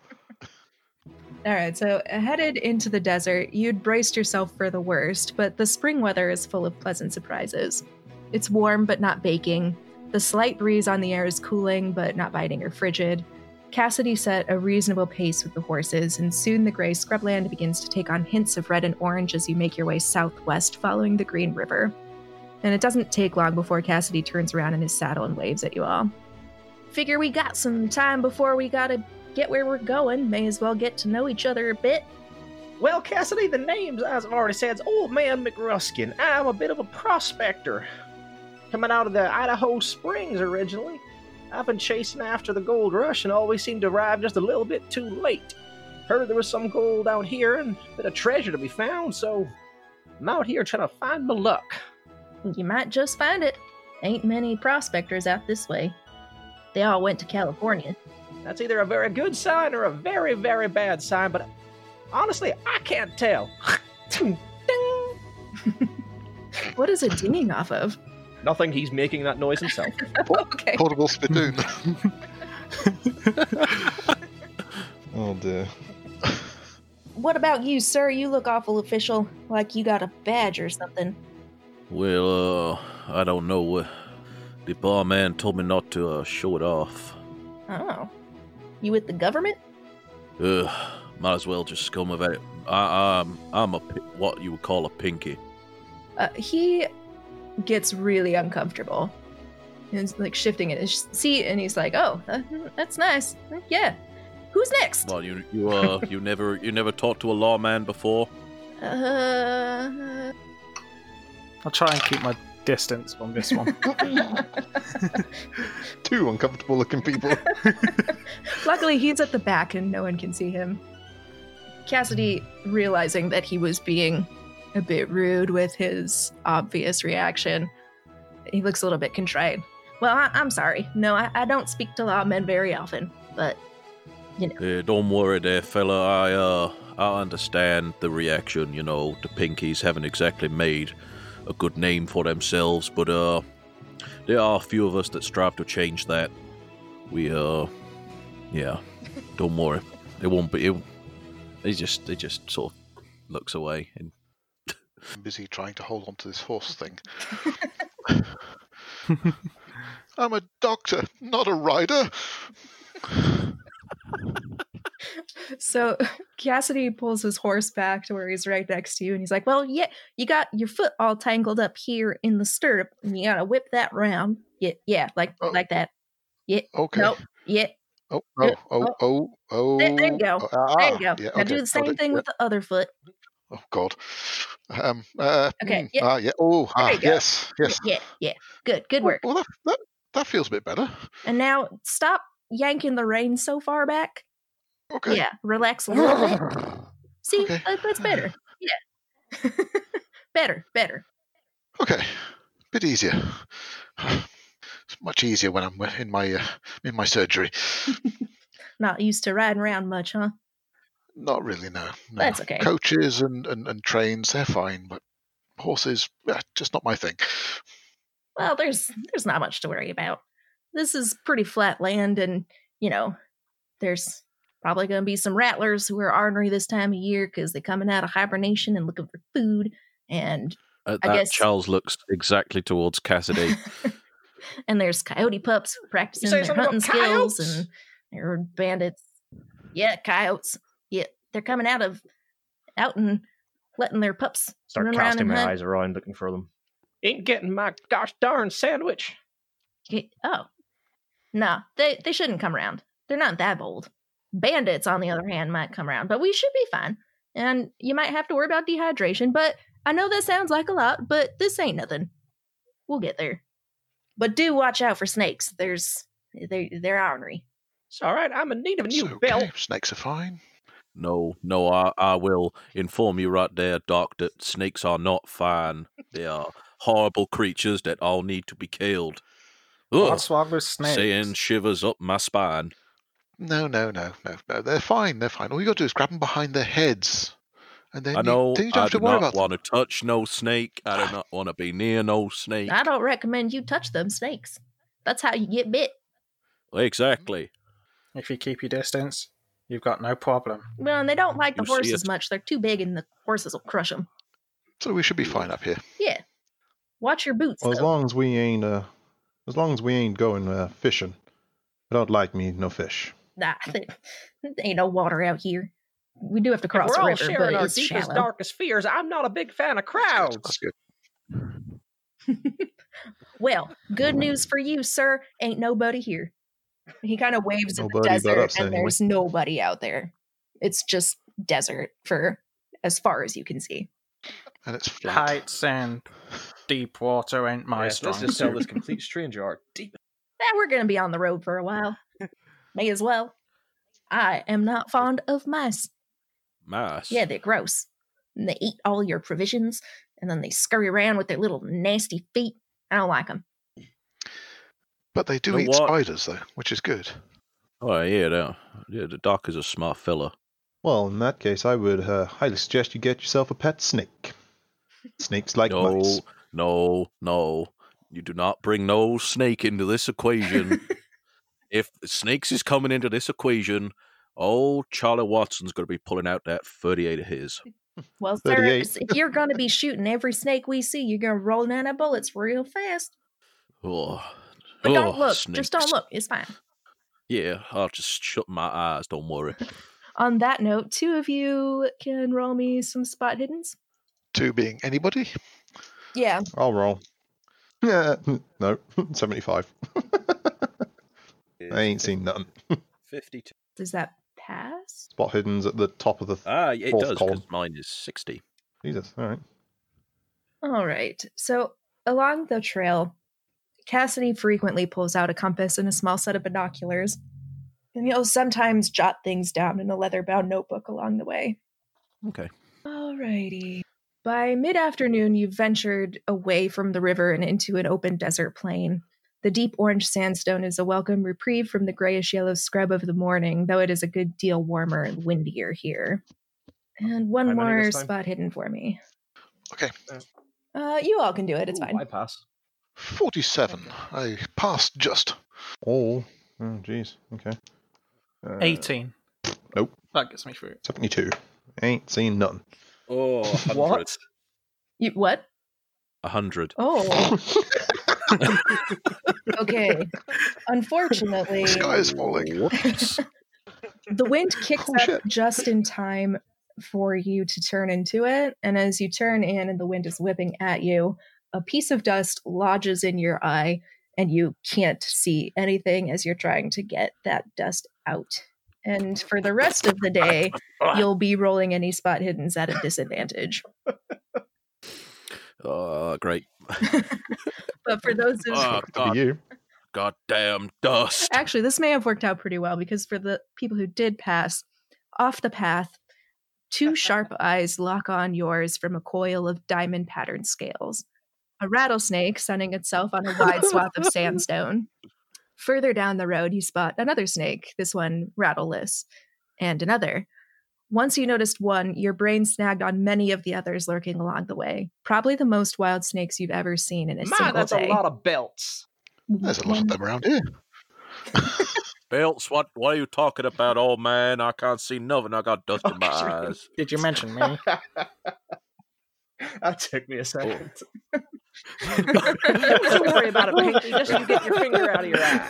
All right, so headed into the desert, you'd braced yourself for the worst, but the spring weather is full of pleasant surprises. It's warm but not baking. The slight breeze on the air is cooling but not biting or frigid. Cassidy set a reasonable pace with the horses, and soon the gray scrubland begins to take on hints of red and orange as you make your way southwest following the Green River. And it doesn't take long before Cassidy turns around in his saddle and waves at you all. Figure we got some time before we gotta get where we're going, may as well get to know each other a bit.
Well, Cassidy, the names, as I've already said, is Old Man McRuskin. I'm a bit of a prospector. Coming out of the Idaho Springs originally. I've been chasing after the gold rush and always seem to arrive just a little bit too late. Heard there was some gold out here and a bit of treasure to be found, so I'm out here trying to find my luck.
You might just find it. Ain't many prospectors out this way. They all went to California.
That's either a very good sign or a very, very bad sign, but honestly, I can't tell. [LAUGHS] Ding.
What is it dinging off of?
Nothing. He's making that noise
[LAUGHS]
himself.
Okay. [LAUGHS]
Portable spittoon.
Oh, dear.
[LAUGHS]
[LAUGHS]
What about you, sir? You look awful official, like you got a badge or something.
Well, uh, I don't know. The barman told me not to uh, show it off.
Oh. You with the government?
Ugh, might as well just scum of it. I, I'm, I'm a pi- what you would call a pinky.
Uh, he gets really uncomfortable. He's like shifting in his seat, and he's like, "Oh, uh, that's nice. Yeah, who's next?"
Well, you, you, uh, you never, you never talked to a lawman before.
Uh,
I'll try and keep my distance on this one.
Two uncomfortable
[LAUGHS]
looking people.
Luckily, he's at the back and no one can see him. Cassidy, realizing that he was being a bit rude with his obvious reaction, he looks a little bit contrite. Well, I- I'm sorry. No, I-, I don't speak to lawmen very often, but [LAUGHS]
Eh, don't worry, there, fella. I, uh, I understand the reaction. You know, the pinkies haven't exactly made a good name for themselves, but uh, there are a few of us that strive to change that. We, uh, yeah, don't worry. It won't be. It, they just, they just sort of looks away and
I'm busy trying to hold on to this
[LAUGHS]
horse thing. [LAUGHS] I'm a doctor, not a rider.
So [LAUGHS] Cassidy pulls his horse back to where he's right next to you, and he's like, "Well, yeah, you got your foot all tangled up here in the stirrup, and you gotta whip that round. Yeah, yeah, like
Oh.
like that. Yeah,
Okay.
nope, yeah,
Oh,
Yeah,
oh, oh, oh, oh.
There- there you go.
Oh,
there you
ah,
go.
yeah,
now
okay,
do the same
got it.
thing with the other foot.
Oh God. Um. Uh,
Okay,
hmm,
yeah.
Ah, yeah. Oh. Ah,
you go.
yes. Yes.
Yeah, yeah, good, good
Oh, [SIGHS]
work.
Well, that, that that feels a bit better.
And now stop yanking the rein so far back.
Okay.
Yeah, relax a little
[SIGHS]
bit. See,
Okay.
that, that's
[SIGHS]
better. Yeah, [LAUGHS] better, better.
Okay, bit easier. It's much easier when I'm in my uh, in my surgery.
Not used to riding around much, huh?
Not really, no. no.
That's okay.
Coaches and, and, and trains, they're fine, but horses, eh, just not my thing.
well there's there's not much to worry about this is pretty flat land and you know there's
Probably going to be some rattlers who are ornery this time of year because they're coming out of hibernation and looking for food. And
At
I
uh, that,
guess-
Charles looks exactly towards Cassidy.
and there's coyote pups who are practicing
say
their
something
hunting
about
skills,
coyotes?
and there are bandits. Yeah, coyotes. Yeah, they're coming out of out and letting their pups
Start
Run around
casting
and
my
hunt.
eyes around looking for them.
Ain't getting my gosh darn sandwich.
Okay, Oh, no, they they shouldn't come around. They're not that bold. Bandits, on the other hand, might come around, but we should be fine. And you might have to worry about dehydration. But I know that sounds like a lot, but this ain't nothing. We'll get there. But do watch out for snakes. There's they they're ornery.
It's all right. I'm in need of a
It's
new
okay.
belt.
Snakes are fine.
no, no, I, I will inform you right there, Doc, that snakes are not fine. They are horrible creatures that all need to be killed. [LAUGHS] Ugh,
What's wrong with snakes?
saying shivers up my spine.
No, no, no, no, no. They're fine. They're fine. All you got to do is grab them behind their heads, and then
I know
you, then you don't
I
have to
do
worry
not
about them.
want to touch no snake. I do not want to be near no snake.
I don't recommend you touch them snakes. That's how you get bit.
Exactly.
If you keep your distance, you've got no problem.
Well, and they don't like the
You see
horses
it.
much. They're too big, and the horses will crush them.
So we should be fine up here.
Watch your boots.
Well, as
though.
long as we ain't uh, as long as we ain't going uh, fishing. I don't like me no fish.
nah, [LAUGHS] there ain't no water out here. We do have to
If
cross
We're
a
all
river,
sharing
but
our
it's
deepest,
shallow.
darkest fears. I'm not a big fan of
That's good.
crowds.
That's good.
Well, good news for you, sir. Ain't nobody here. He kind of waves in the
Nobody but
desert,
us,
and
anyway.
there's nobody out there. It's just desert for as far as you can see.
And it's flat.
Heights and deep water ain't my
Yes,
strong
let's just sell
suit.
this complete stranger art deep.
Eh, we're gonna be on the road for a while. May as well. I am not fond of mice.
Mice.
Yeah, they're gross. And they eat all your provisions, and then they scurry around with their little nasty feet. I don't like them.
But they do
You know
eat
what?
spiders, though, which is good.
Oh yeah, no. yeah. The doc is a smart fella.
Well, in that case, I would uh, highly suggest you get yourself a pet snake. Snakes like
no,
mice.
no, no. You do not bring no snake into this equation. if snakes is coming into this equation, old Charlie Watson's going to be pulling out that thirty-eight of his.
Well, sir,
38.
if if you're going to be shooting every snake we see, you're going to roll nine of bullets real fast.
Oh,
But
oh,
don't look. Just
snakes.
don't look. It's fine.
Yeah, I'll just shut my eyes. Don't worry.
On that note, two of you can roll me some spot hiddens.
Two being anybody.
Yeah.
I'll roll. [LAUGHS] Yeah, no, [LAUGHS] seventy-five. I ain't seen nothing.
Fifty-two.
Does that pass?
Spot hidden's at the top of the. Th-
[LAUGHS] Ah, yeah, it
Fourth
does.
column.
Because mine is sixty.
Jesus, all right.
All right. So along the trail, Cassidy frequently pulls out a compass and a small set of binoculars, and he'll sometimes jot things down in a leather bound notebook along the way.
Okay.
All righty. By mid afternoon, you've ventured away from the river and into an open desert plain. The deep orange sandstone is a welcome reprieve from the grayish yellow scrub of the morning, though it is a good deal warmer and windier here. And one
How many
more
this time?
spot hidden for me.
Okay,
Uh, you all can do it. It's
Ooh,
fine.
I pass.
forty-seven. I passed just.
Oh, oh, jeez. Okay. Uh,
18.
Nope.
That gets me through.
Seventy-two. Ain't seen nothing.
Oh, a hundred.
What?
You, what?
A hundred.
[LAUGHS] Oh. [LAUGHS] okay. Unfortunately,
The sky is falling.
Whoops.
[LAUGHS]
the wind kicks
Oh,
up
shit.
just in time for you to turn into it. And as you turn in and the wind is whipping at you, a piece of dust lodges in your eye and you can't see anything as you're trying to get that dust out. And for the rest of
[LAUGHS]
the day, you'll be rolling any spot hiddens at a disadvantage.
oh, great.
But for those of
Oh,
For
God,
you.
goddamn dust.
Actually, this may have worked out pretty well because for the people who did pass off the path, two sharp eyes lock on yours from a coil of diamond patterned scales. A rattlesnake sunning itself on a wide swath
[LAUGHS]
of sandstone. Further down the road, you spot another snake, this one rattleless, and another. Once you noticed one, your brain snagged on many of the others lurking along the way. Probably the most wild snakes you've ever seen in a
Man,
single
that's
day.
a lot of belts.
There's a lot of them around here.
Belts, what what are you talking about, old man? I can't see nothing. I got dust in my eyes.
Did you mention me?
[LAUGHS] that took me a second.
[LAUGHS] Don't worry about it, Pinky.
[LAUGHS]
Just you get your finger out of your eye.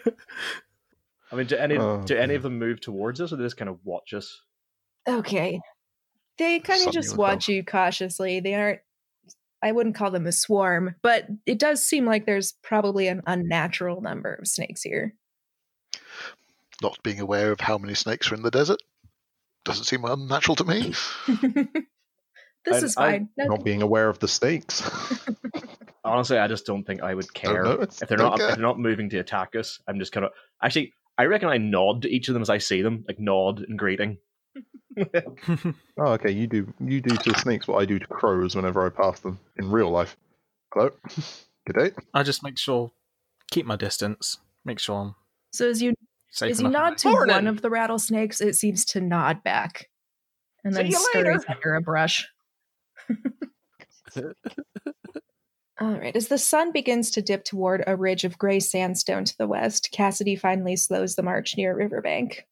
[LAUGHS]
I mean, do any
Oh,
do any
dear.
of them move towards us, or they just kind of watch us?
Okay. They kind
Something
of just
with them.
watch you cautiously. They aren't, I wouldn't call them a swarm, but it does seem like there's probably an unnatural number of snakes here. [LAUGHS]
Not being aware of how many snakes are in the desert doesn't seem unnatural to me.
this
And
is
I-
fine. No,
Not being aware of the stakes. [LAUGHS]
Honestly, I just don't think I would care
notice,
if they're
don't
not
care.
if they're not moving to attack us. I'm just kind of actually. I reckon I nod to each of them as I see them, like nod and greeting.
oh, okay. You do you do to snakes what I do to crows whenever I pass them in real life. Hello. [LAUGHS] Good day.
I just make sure, keep my distance. Make sure I'm
so as you
safe
as you
enough.
nod to
Morning.
one of the rattlesnakes, it seems to nod back, and
See
then
you
scurries
later.
under a brush. [LAUGHS] All right. As the sun begins to dip toward a ridge of gray sandstone to the west, Cassidy finally slows the march near a riverbank.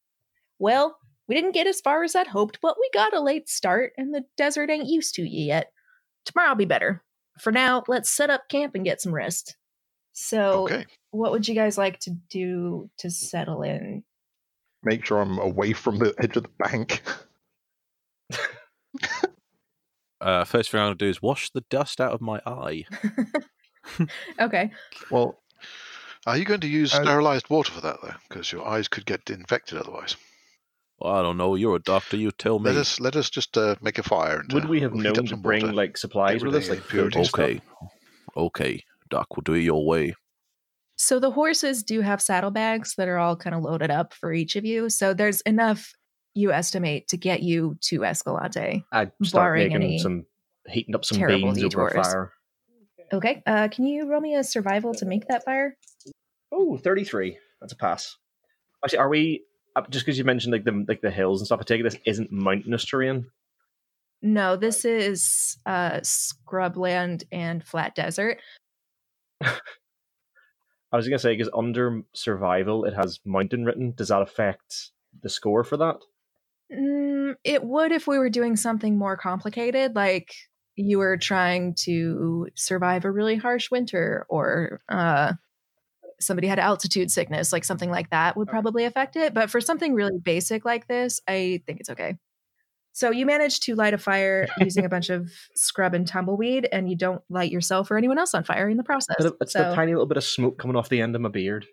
Well, we didn't get as far as I'd hoped, but we got a late start, and the desert ain't used to you yet. Tomorrow'll be better. For now, let's set up camp and get some rest. So,
Okay.
what would you guys like to do to settle in?
Make sure I'm away from the edge of the bank. [LAUGHS]
Uh, first thing I'm gonna do is wash the dust out of my eye.
okay.
Well,
Are you going to use
Uh,
sterilized water for that though? Because your eyes could get infected otherwise.
Well, I don't know. You're a doctor. You tell me.
Let us let us just uh, make a fire. And,
Would
uh,
we have
heat up
known to
some
bring
water.
like supplies
Get rid
with
of
us,
the
like food? and
impurities.
stuff?
Okay, okay, Doc. We'll do it your way.
So the horses do have saddlebags that are all kind of loaded up for each of you. So there's enough you estimate to get you to Escalante.
I'd start
Barring
making
any
some heating up some
terrible
beans over a
detours.
fire.
Okay. Uh, can you roll me a survival to make that fire?
Oh, 33. That's a pass. Actually, are we uh, just because you mentioned like the like the hills and stuff? I take it this isn't mountainous terrain.
No, this is uh, scrubland and flat desert.
I was gonna say because under survival it has mountain written. Does that affect the score for that?
Mm, it would if we were doing something more complicated, like you were trying to survive a really harsh winter or uh, somebody had altitude sickness, like something like that would probably affect it. But for something really basic like this, I think it's okay. So you manage to light a fire using a bunch of scrub and tumbleweed, and you don't light yourself or anyone else on fire in the process.
But it's
so,
the tiny little bit of smoke coming off the end of my beard.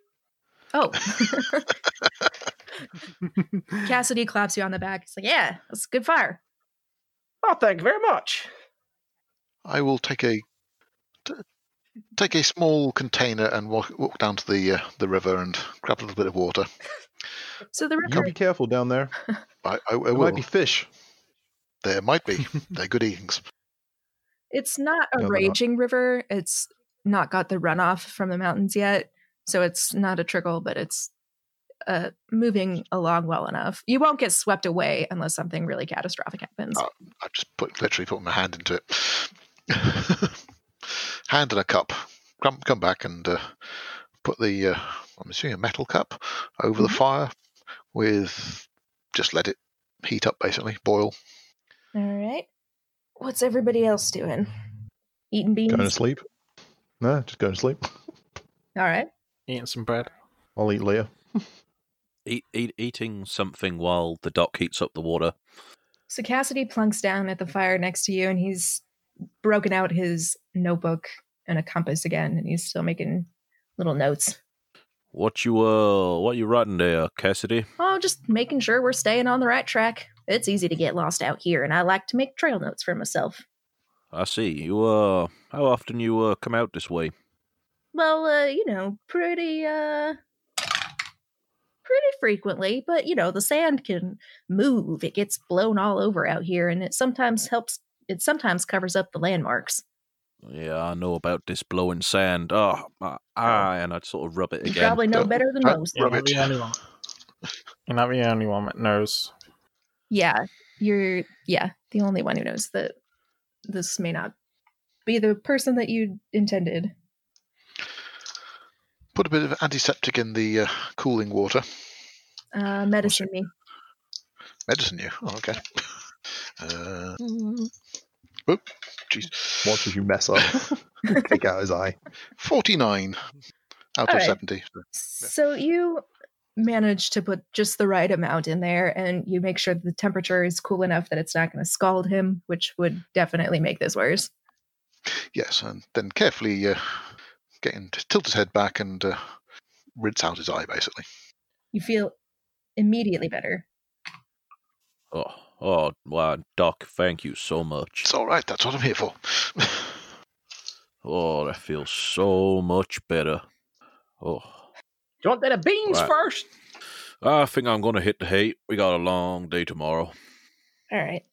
oh, [LAUGHS] Cassidy claps you on the back. It's like, yeah, that's a good fire.
Oh, thank you very much.
I will take a t- take a small container and walk, walk down to the uh, the river and grab a little bit of water.
So the
you
river
be careful down there.
I, I, I
There
will.
might be fish.
There
[LAUGHS]
might be. They're good eatings.
It's not a
No, they're not.
raging river. It's not got the runoff from the mountains yet. So it's not a trickle, but it's uh, moving along well enough. You won't get swept away unless something really catastrophic happens.
Oh. I just put literally put my hand into it. [LAUGHS] hand in a cup. Come come back and uh, put the uh, I'm assuming a metal cup over the
Mhm.
fire with just let it heat up basically boil.
All right. What's everybody else doing? Eating beans.
Going to sleep. No, just going to sleep.
All right.
Eating some bread.
I'll eat later.
Eat, eat, E, eating something while the doc heats up the water.
So Cassidy plunks down at the fire next to you and he's broken out his notebook and a compass again and he's still making little notes.
What you uh, what you writing there, Cassidy?
Oh, just making sure we're staying on the right track. It's easy to get lost out here, and I like to make trail notes for myself.
I see you uh, how often you uh come out this way?
Well, uh, you know, pretty, uh, pretty frequently, but you know, the sand can move. It gets blown all over out here, and it sometimes helps, it sometimes covers up the landmarks.
Yeah, I know about this blowing sand. Oh, my eye, and I'd sort of rub it
You
again.
probably know
don't-
better than
don't-
most.
You're not
Rubbish.
the only one. You're not the only one that knows.
Yeah, you're, yeah, the only one who knows that this may not be the person that you intended.
Put a bit of antiseptic in the uh, cooling water.
Oh,
Uh, medicine me.
Medicine you. Oh, okay. [LAUGHS] Uh, oh, jeez.
Watch if you mess up. Take out his eye.
49 out of
Alright.
70. so-
So you manage to put just the right amount in there, and you make sure that the temperature is cool enough that it's not going to scald him, which would definitely make this worse.
Yes, and then carefully uh, getting to tilt his head back and uh, rinse out his eye, basically.
You feel immediately better.
Oh, oh, wow, Doc, thank you so much.
It's all right. That's what I'm here for. [LAUGHS]
Oh, I feel so much better. Oh,
you want that of beans
Right.
first?
I think I'm gonna hit the hay. We got a long day tomorrow.
All right.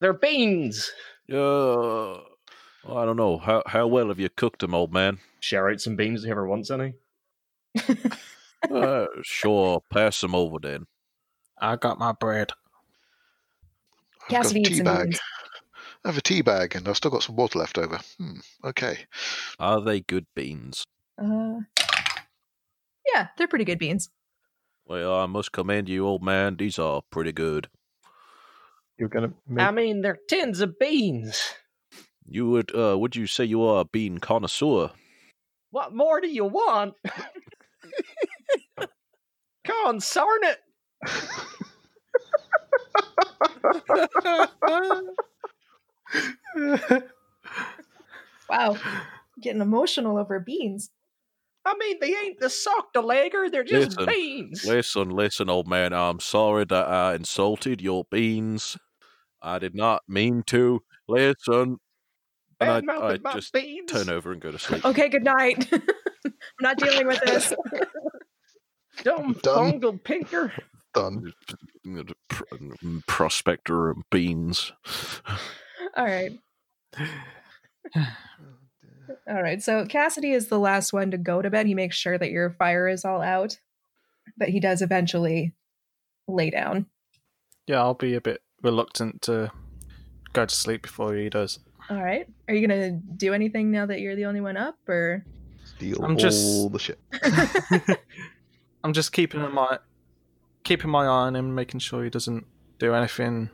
They're beans.
Uh, I don't know how how well have you cooked them, old man?
Share out some beans if whoever wants any.
Uh, sure, pass them over then.
I got my bread.
I've got a
Cassidy eats
tea
some
bag.
beans.
I have a tea bag, and I've still got some water left over. Hmm, okay.
Are they good beans?
Uh, yeah, they're pretty good beans.
Well, I must commend you, old man. These are pretty good.
You're gonna make
I mean, they're tins of beans.
You would uh, would you say you are a bean connoisseur?
What more do you want? Concern it.
Wow. Getting emotional over beans.
I mean, they ain't the sock to legger. They're just
Listen,
beans.
Listen, listen, old man. I'm sorry that I insulted your beans. I did not mean to. Listen, and I, I
Bad-mouthing my
just
beans. Oh.
turn over and go to sleep.
Okay, good night. [LAUGHS] I'm not dealing with this.
Dumb
Done.
bungle pinker.
Done.
Pr- [LAUGHS] Prospector of beans.
[LAUGHS] All right. All right. So Cassidy is the last one to go to bed. He makes sure that your fire is all out, but he does eventually lay down.
Yeah, I'll be a bit reluctant to go to sleep before he does.
All right. Are you going to do anything now that you're the only one up or
steal
I'm
all
just-
the shit.
[LAUGHS] I'm just keeping an eye, keeping my eye on him, making sure he doesn't do anything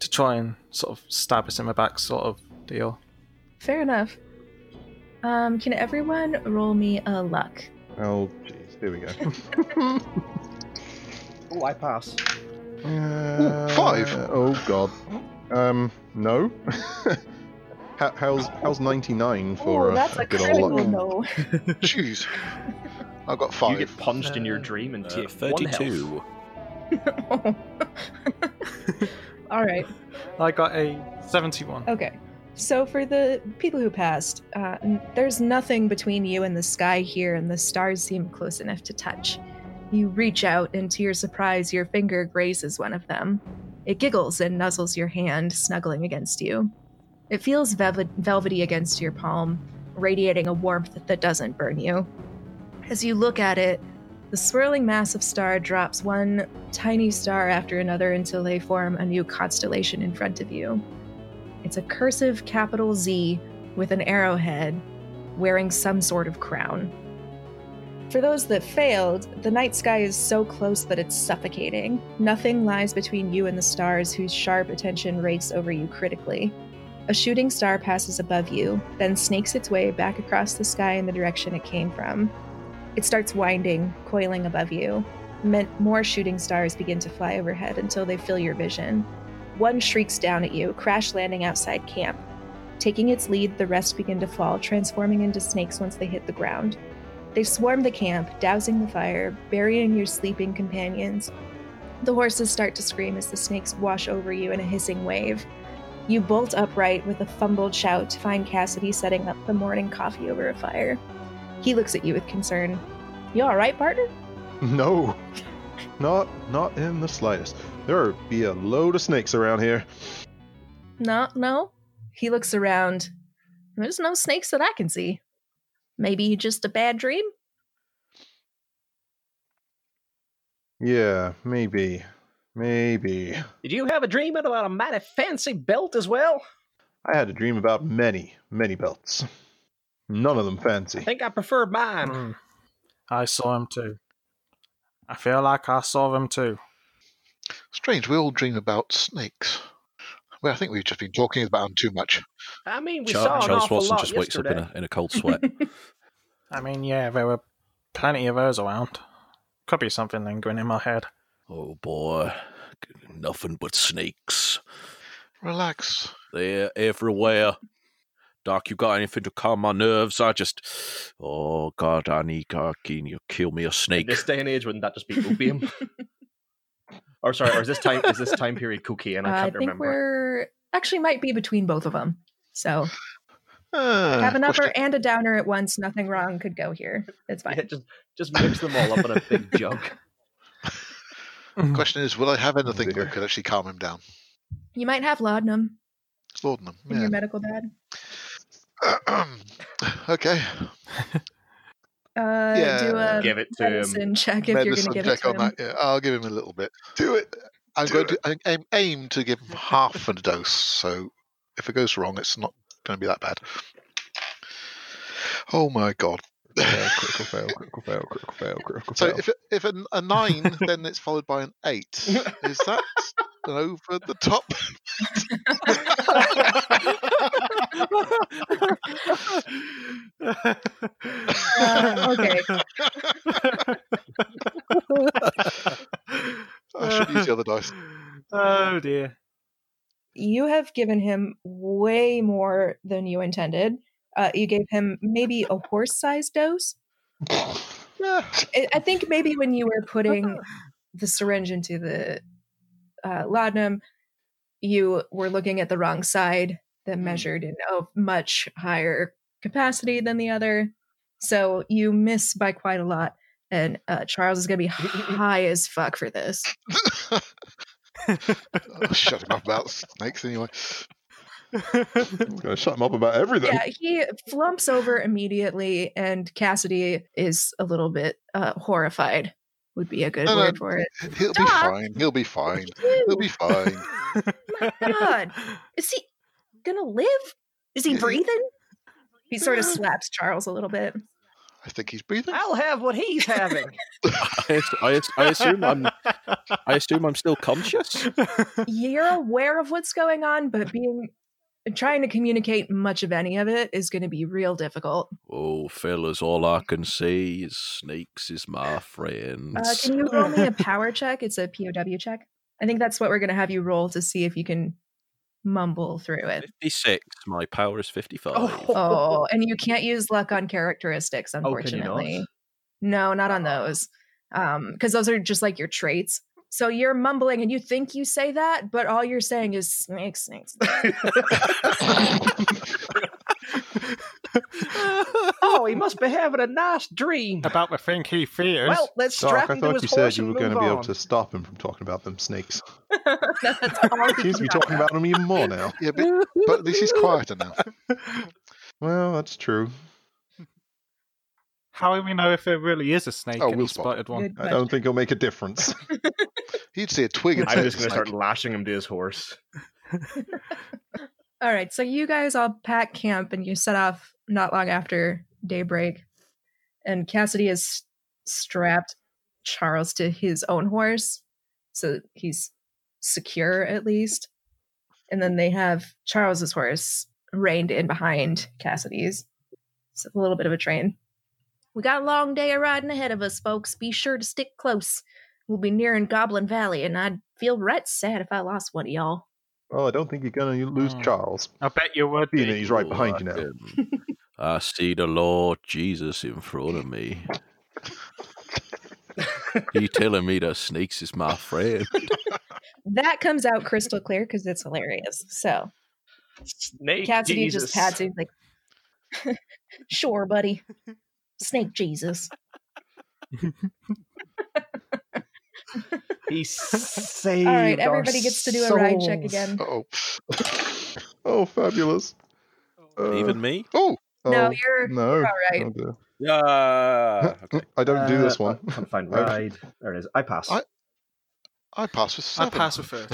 to try and sort of stab us in the back, sort of deal.
Fair enough. Um can everyone roll me a luck?
Oh, jeez. There we go.
Oh, I pass.
Uh,
five.
Oh god. Um, no. [LAUGHS] How, how's how's ninety nine for
oh,
a-
that's
a,
a
good old
critical
luck?
no.
Choose. I've got
You
five.
get punched in your dream and
Uh,
take one health.
Thirty-two.
[LAUGHS] all right.
I got a 71.
Okay. So for the people who passed, uh, n- there's nothing between you and the sky here, and the stars seem close enough to touch. You reach out, and to your surprise, your finger grazes one of them. It giggles and nuzzles your hand, snuggling against you. It feels velvet- velvety against your palm, radiating a warmth that doesn't burn you. As you look at it, the swirling mass of star drops one tiny star after another until they form a new constellation in front of you. It's a cursive capital Z with an arrowhead wearing some sort of crown. For those that failed, the night sky is so close that it's suffocating. Nothing lies between you and the stars, whose sharp attention rates over you critically. A shooting star passes above you, then snakes its way back across the sky in the direction it came from. It starts winding, coiling above you. Men- More shooting stars begin to fly overhead until they fill your vision. One shrieks down at you, crash landing outside camp. Taking its lead, the rest begin to fall, transforming into snakes once they hit the ground. They swarm the camp, dousing the fire, burying your sleeping companions. The horses start to scream as the snakes wash over you in a hissing wave. You bolt upright with a fumbled shout to find Cassidy setting up the morning coffee over a fire. He looks at you with concern. You alright, partner?
[LAUGHS] No, not not in the slightest. There be a load of snakes around here.
No, no. He looks around. There's no snakes that I can see. Maybe just a bad dream?
Yeah, maybe, maybe.
Did you have a dream about a mighty fancy belt as well?
I had a dream about many, many belts. None of them
I
fancy.
think I prefer mine.
Mm. I saw him too. I feel like I saw him too.
Strange, we all dream about snakes. Well, I think we've just been talking about them too much.
I mean, we
Char-
saw an
Charles
awful
Watson
lot
just wakes up
yesterday.
in a, in a cold sweat.
I mean, yeah, there were plenty of those around. Could be something lingering in my head.
oh boy, nothing but snakes.
Relax.
They're everywhere. Doc, you got anything to calm my nerves? I just, oh God, I need Arkin. You kill me a
In
snake.
this day and age, wouldn't that just be opium? or sorry, or is this time is this time period cocaine? I
I,
can't
think
remember.
we're actually might be between both of them.
[LAUGHS]
So
Ah,
have an
of course
upper and a downer at once. Nothing wrong could go here.
[LAUGHS]
It's fine.
Yeah, just just mix them all up in a [LAUGHS] big jug.
the question is, will I have anything
dear.
that could actually calm him down?
You might have laudanum
It's laudanum.
in your medical bag.
Yeah. [CLEARS THROAT] okay.
Uh, Do
Yeah.
a
Give it to him.
medicine check if you're going to
Medicine
give it
check
to
on
him.
that. Yeah, I'll give him a little bit. Do it. I'm going to I aim, aim to give him half a dose. So if it goes wrong, it's not going to be that bad. Oh my god.
fail, critical fail, critical fail, critical fail, critical
[LAUGHS] So
fail.
if it- if an, a nine, then it's followed by an eight. Is that an over the top?
Uh, okay. [LAUGHS]
I should use the other dice.
Oh dear.
You have given him way more than you intended. Uh, you gave him maybe a horse sized dose.
Yeah.
I I think maybe when you were putting the syringe into the uh, laudanum, you were looking at the wrong side that measured in a much higher capacity than the other. So you miss by quite a lot. And uh, Charles is going to be high as fuck for this.
Oh, shut him up about snakes anyway.
I'm going to shut him up about everything.
Yeah, he flumps over immediately, and Cassidy is a little bit uh, horrified, would be a good
No, no.
word for it.
He'll be
Doc.
fine. He'll be fine. He'll be
[LAUGHS]
fine.
Oh, God, is he gonna live? Is he breathing? He sort of slaps Charles a
[LAUGHS]
little bit.
I think he's
[LAUGHS]
breathing.
I'll have what he's
[LAUGHS]
having.
[LAUGHS] I, I, I assume I'm. I assume I'm
[LAUGHS]
still conscious.
You're aware of what's going on, but being trying to communicate much of any of it is going to be real difficult.
Oh, fellas, all I can say is snakes is my friends.
Uh, can you roll
[LAUGHS]
me a power check? It's a POW check. I think that's what we're going to have you roll to see if you can mumble through it.
Fifty-six. My power is fifty-five.
Oh, and you can't use luck on characteristics,
Oh, can you not?
unfortunately. No, not on those. Um, because those are just like your traits. So you're mumbling and you think you say that, but all you're saying is snake,
[LAUGHS]
snake, snake.
[LAUGHS]
[LAUGHS]
oh, he must be having a nice dream.
About the thing he fears.
Well, let's
Doc,
strap
Oh, I
him to
thought
his
you
horse
said you were
and
going to
move
be able
on.
[LAUGHS]
to stop him from talking about them
[LAUGHS]
snakes.
That's all you
Seems to be talking about them even more
[LAUGHS]
now.
Yeah, but, but at least he's quieter now.
Well, that's true.
How do we know if it really is a snake
Oh,
and
we'll
he
spot
spotted one?
Good
I
question.
don't think it'll make a
[LAUGHS]
difference.
He'd see a
[LAUGHS]
twig and
I'm
say,
just gonna
"Snake."
start lashing him to his horse.
All right, so you guys all pack camp and you set off not long after daybreak. And Cassidy has strapped Charles to his own horse, so he's secure at least. And then they have Charles's horse reined in behind Cassidy's. It's a little bit of a train. We got a long day of riding ahead of us, folks. Be sure to stick close. We'll be nearing Goblin Valley, and I'd feel right sad if I lost one of y'all.
Well, Oh, I don't think you're going to lose
Hmm.
Charles, [LAUGHS]
I bet you would.
being that he's right
Oh,
behind you
I
now. [LAUGHS]
can- I see the Lord Jesus in front
[LAUGHS]
of me. he telling me that snakes is my friend.
that comes out crystal clear because it's hilarious. So
[LAUGHS] Snake
Cassidy
Jesus.
just had to like, [LAUGHS] sure, buddy, Snake Jesus.
He saved.
[LAUGHS]
All right,
our
everybody gets to do a ride check
souls.
again.
Uh-oh.
Oh, fabulous. Uh,
Even me?
Oh,
no,
oh,
you're
no.
all right.
Oh, dear.
[LAUGHS] Yeah.
I don't do this one. [LAUGHS]
Uh, can't find
Okay.
ride. There it is. I pass.
I- I pass with
I
seven.
pass with her.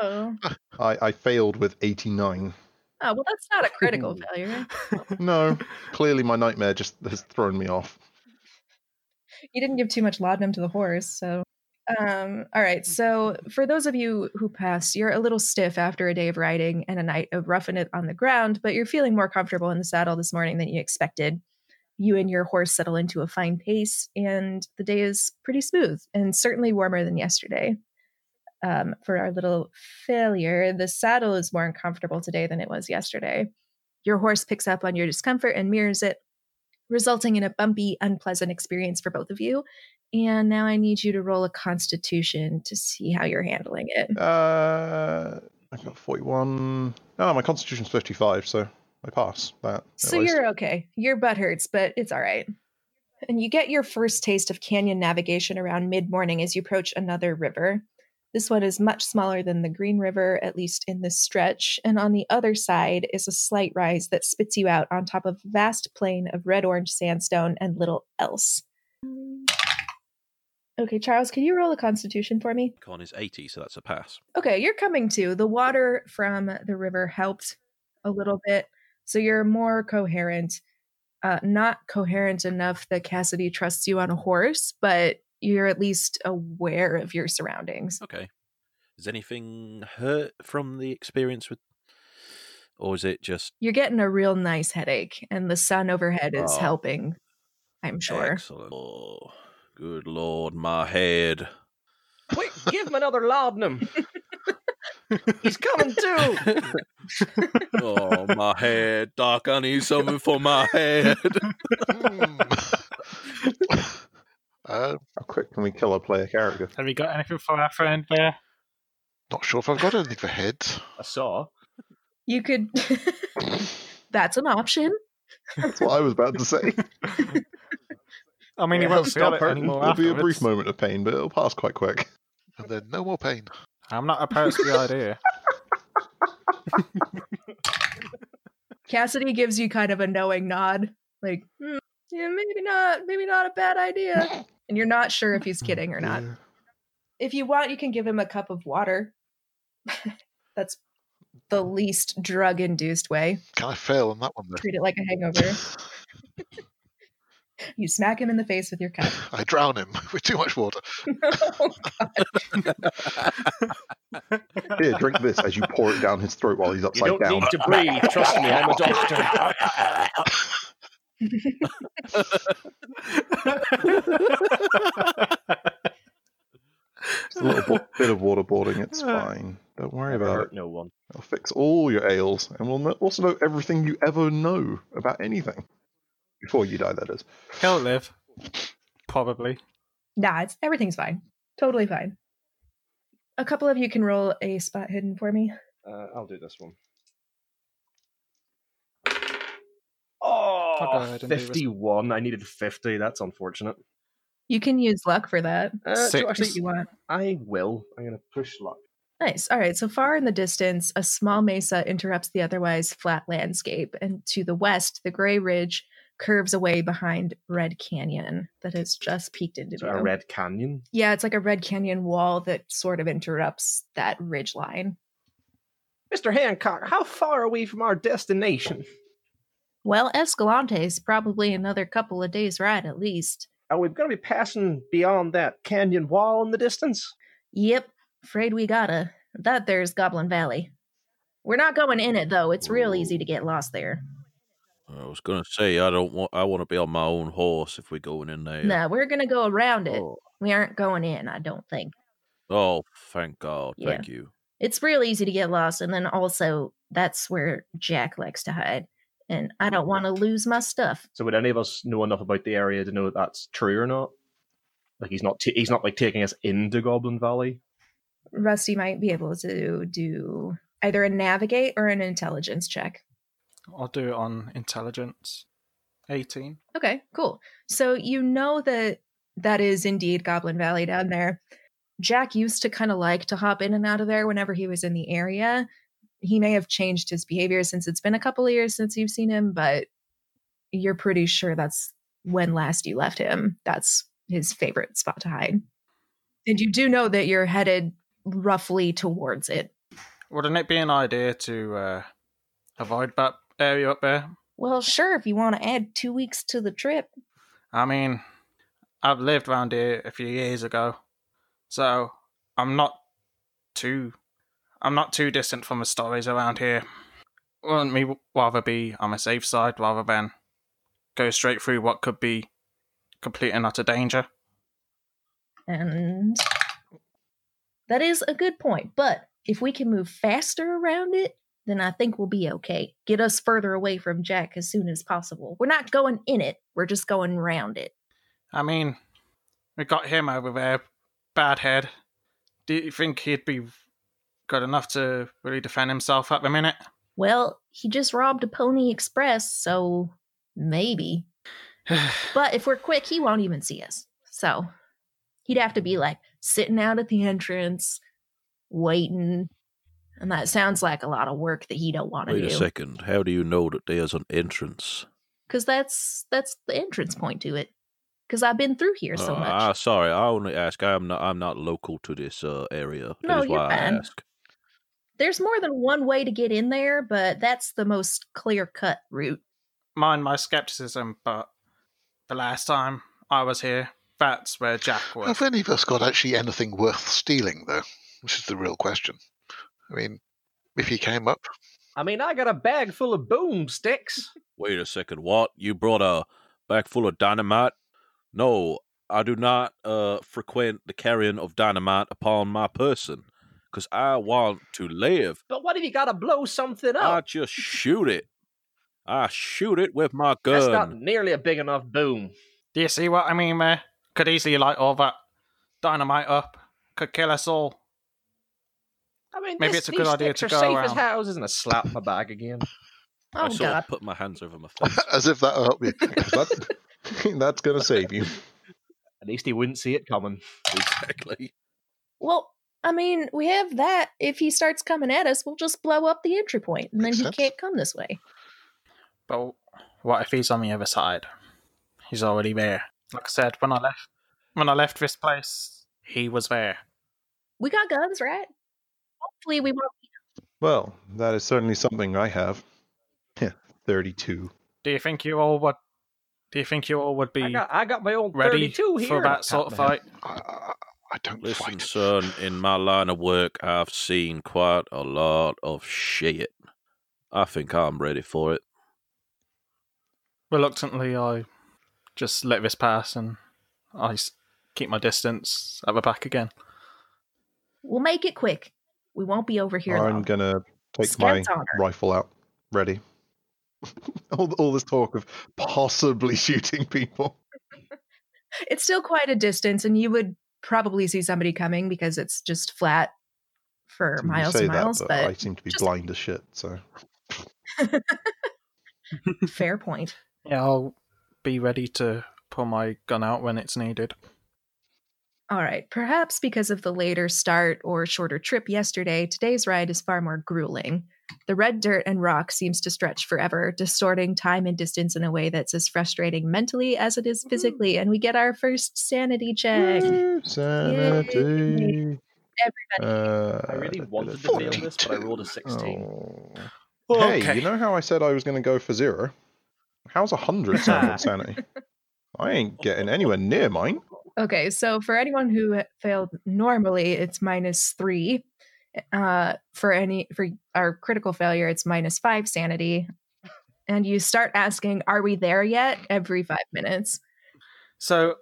Oh.
I, I failed with 89.
oh, well, that's
[LAUGHS]
not a critical failure.
No, clearly my nightmare just has thrown me off.
you didn't give too much laudanum to the horse, so. Um, all right. So, for those of you who passed, you're a little stiff after a day of riding and a night of roughing it on the ground, but you're feeling more comfortable in the saddle this morning than you expected. You and your horse settle into a fine pace, and the day is pretty smooth and certainly warmer than yesterday. Um, for our little failure, the saddle is more uncomfortable today than it was yesterday. Your horse picks up on your discomfort and mirrors it, resulting in a bumpy, unpleasant experience for both of you. And now I need you to roll a constitution to see how you're handling it.
Uh, I got 41. No, my constitution's 55, so I pass that. at
So
least.
you're okay. Your butt hurts, but it's all right. And you get your first taste of canyon navigation around mid morning as you approach another river. This one is much smaller than the Green River, at least in this stretch, and on the other side is a slight rise that spits you out on top of a vast plain of red orange sandstone and little else. Okay, Charles, can you roll a constitution for me?
Con is 80, so that's a pass.
Okay, you're coming to. The water from the river helped a little bit. So you're more coherent. Uh, not coherent enough that Cassidy trusts you on a horse, but you're at least aware of your surroundings.
Okay. Does anything hurt from the experience with. Or is it just
You're getting a real nice headache, and the sun overhead is
Oh.
helping, I'm sure.
excellent? Oh, good lord, my head.
Quick, give him another laudanum. He's coming too.
Oh, my head. Doc, I need something for my
[LAUGHS]
head. [LAUGHS]
Hmm. [LAUGHS] uh,
How quick can we kill a player character?
[LAUGHS] Have we got anything for our friend there?
not sure if I've got anything for heads.
A saw.
[LAUGHS] You could. [LAUGHS] That's an option.
That's what I was about to say.
I mean, he won't
It hasn't
feel
stopped
it
hurting.
anymore.
It'll be a brief
afterwards.
moment of pain, but it'll pass quite quick.
And then no more pain.
I'm not opposed to the idea.
Cassidy gives you kind of a knowing nod, like, "Hmm, yeah, maybe not, maybe not a bad idea. And you're not sure if he's kidding or not.
Yeah.
if you want, you can give him a cup of water. [LAUGHS] That's the least drug induced way.
Can I fail on that one then?
Treat it like a
[LAUGHS]
hangover. you smack him in the face with your cup.
[LAUGHS] I drown him [LAUGHS] with too much water.
Here, drink this as you pour it down his throat while he's
You
upside
don't
down.
need to breathe. Trust me, I'm a doctor.
Just a little bo- bit of waterboarding, it's fine. Don't worry about it.
Hurt no one.
I'll fix all your ails, and we'll know, also know everything you ever know about anything. Before you die, that is.
He'll live. Probably.
nah, it's everything's fine. Totally fine. A couple of you can roll a spot hidden for me.
Uh, I'll do this one.
Fuck, I
Oh,
didn't do this.
51. I needed 50. That's unfortunate.
You can use luck for that
Uh, do you
Six.
actually,
if you want.
I will. I'm going to push luck.
Nice. All right. So far in the distance, a small mesa interrupts the otherwise flat landscape. And to the west, the gray ridge curves away behind Red Canyon that has just peeked into
So
view.
a red canyon.
yeah, it's like a Red Canyon wall that sort of interrupts that ridge line.
Mr. Hancock, how far are we from our destination?
Well, Escalante's probably another couple of days' ride at least.
Are we going to be passing beyond that canyon wall in the distance?
Yep. Afraid we gotta. That there's Goblin Valley. We're not going in it though. It's real easy to get lost there.
I was going to say, I don't want. I want to be on my own horse if we're going in there.
No, we're gonna go around it.
Oh,
We aren't going in, I don't think.
oh, thank God.
Yeah.
Thank you.
it's real easy to get lost and then also that's where jack likes to hide and i don't want to lose my stuff
So would any of us know enough about the area to know that that's true or not? Like he's not. T- he's not like taking us into Goblin Valley.
rusty might be able to do either a navigate or an intelligence check
I'll do it on intelligence. 18.
okay cool so you know that that is indeed goblin valley down there jack used to kind of like to hop in and out of there whenever he was in the area he may have changed his behavior since it's been a couple of years since you've seen him but you're pretty sure that's when last you left him that's his favorite spot to hide and you do know that you're headed roughly towards it
Wouldn't it be an idea to uh, avoid that area up there?
well sure if you want to add two weeks to the trip
I mean,
I've lived round here a few years ago, so I'm not too I'm not too distant from the stories around here. Wouldn't me rather be on the safe side rather than go straight through what could be complete and utter danger?
And that is a good point. But if we can move faster around it, then I think we'll be okay. Get us further away from Jack as soon as possible. We're not going in it, we're just going round it.
I mean, we got him over there, bad head. Do you think he'd be good enough to really defend himself at the minute?
Well, he just robbed a Pony Express, so
[SIGHS]
maybe. but if we're quick, he won't even see us. So he'd have to be like sitting out at the entrance, waiting. And that sounds like a lot of work that he don't want to
Wait a
do.
second. How do you know that there's an entrance?
Because that's that's the entrance point to it. Because I've been through here so
Uh,
much.
I, sorry, I only ask. I'm not. I'm not local to this uh, area.
No,
that is
you're
why
fine.
I ask.
There's more than one way to get in there, but that's the most clear cut route.
Mind my skepticism, but the last time I was here, that's where Jack was.
Have any of us got actually anything worth stealing, though? Which is the real question. I mean, if he came up,
I mean, I got a bag full of boomsticks.
Wait a second. What? You brought a bag full of dynamite? No, I do not uh, frequent the carrying of dynamite upon my person, because I want to live.
But what if you got to blow something
I
oh.
up?
just shoot it. I shoot it with my gun.
That's not nearly a big enough boom.
Do you see what I mean there? Could easily light all that dynamite up, could kill us all.
I mean,
Maybe
this,
it's a
these
good idea
sticks
to
are
go
safe as
around.
houses, and I slap my bag again.
I
Oh
sort
god.
of put my hands over my face.
as if uh, that'll
[LAUGHS]
help you.
That, [LAUGHS] that's going to save you.
At least he wouldn't see it coming.
exactly.
Well, I mean, we have that. If he starts coming at us, we'll just blow up the entry point, and then
Makes
he
sense.
can't come this way.
But what if he's on the other side? He's already there. Like I said, when I left, when I left this place, he was there.
We got guns, right? Hopefully, we won't.
Well, that is certainly something I have. Heh, 32.
Do you think you all would? Do you think you all
I
would be
got, I got my own
ready
thirty-two here.
for that sort [LAUGHS] of fight?
I, I, I don't
Listen,
fight.
son, in my line of work, I've seen quite a lot of shit. I think I'm ready for it.
Reluctantly, I just let this pass and I s- keep my distance at the back again.
We'll make it quick. We won't be over here.
I'm
Long.
going to take
Scout's
my
honor.
rifle out. Ready. [LAUGHS] all, all this talk of possibly [LAUGHS] shooting people.
It's still quite a distance, and you would probably see somebody coming because it's just flat for
You
miles
say
and miles.
that, but, I
but
seem to be
just-
blind as shit, so.
fair point.
Yeah, I'll be ready to pull my gun out when it's needed.
All right. Perhaps because of the later start or shorter trip yesterday, today's ride is far more grueling. The red dirt and rock seems to stretch forever, distorting time and distance in a way that's as frustrating mentally as it is physically. And we get our first sanity check.
Woo, Sanity. Uh,
I really wanted to fail
da-da-da-da.
this, but I rolled a sixteen.
Oh.
Okay.
Hey, you know how I said I was going to go for zero? How's a hundred
[LAUGHS]
sound on sanity? I ain't getting anywhere near mine.
Okay, so for anyone who failed normally, it's minus three. Uh, for any for our critical failure, it's minus five sanity. And you start asking, "Are we there yet?" Every five minutes.
So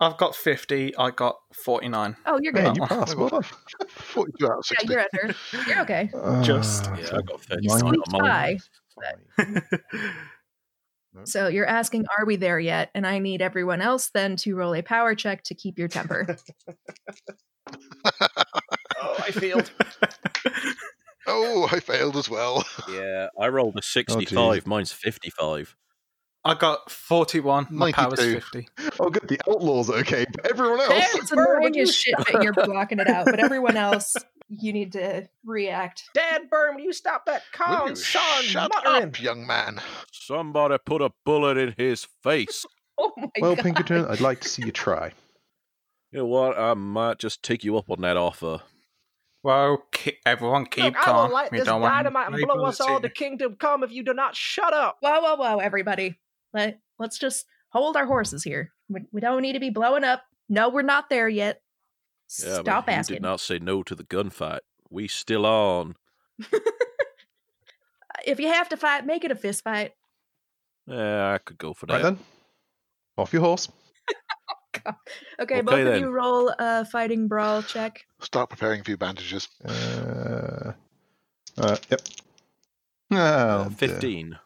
I've got 50, I got 49.
Oh, you're good.
Yeah, you passed. Well done.
[LAUGHS]
42 out of 60.
yeah, you're under. You're okay.
Just-
Ah,
Yeah,
so
I got
You
Mine-
39
squeaked
on mine.
by. So you're asking, are we there yet? And I need everyone else then to roll a power check to keep your temper.
Oh, I failed.
Oh, I failed as well. [LAUGHS]
Yeah, I rolled
Oh,
a 65. Mine's 55.
I got 41, my power's
92.
50.
Oh, good. The outlaw's okay, but everyone else.
That's annoying as shit that you're blocking it out, but everyone else, you need to react.
[LAUGHS]
[LAUGHS]
Dad, Burn, will you stop that
Oh,
Will you
con son
shut
muttering?
up, young man.
Somebody put a bullet in his face.
Oh my
Well,
god. [LAUGHS]
Pinkerton, I'd like to see you
[LAUGHS]
try.
You know what? I might just take you up on that offer.
Well, ki- everyone keep
Look, I
calm.
will light
We
this
don't want
dynamite and
any
blow us all to
bullets
kingdom come if you do not shut up.
Whoa, whoa, whoa, everybody. Let, let's just hold our horses here. We, we don't need to be blowing up. No, we're not there yet.
Yeah, but
Stop
you
asking.
did not say no to the gunfight. We still on.
If you have to fight, make it a fist fight.
Yeah, I could go for that.
Right then. Off your horse.
Okay,
Okay,
both of
then.
you roll a fighting brawl check.
Start preparing a few bandages.
Uh, uh, yep.
Uh,
Oh, dear.
Fifteen.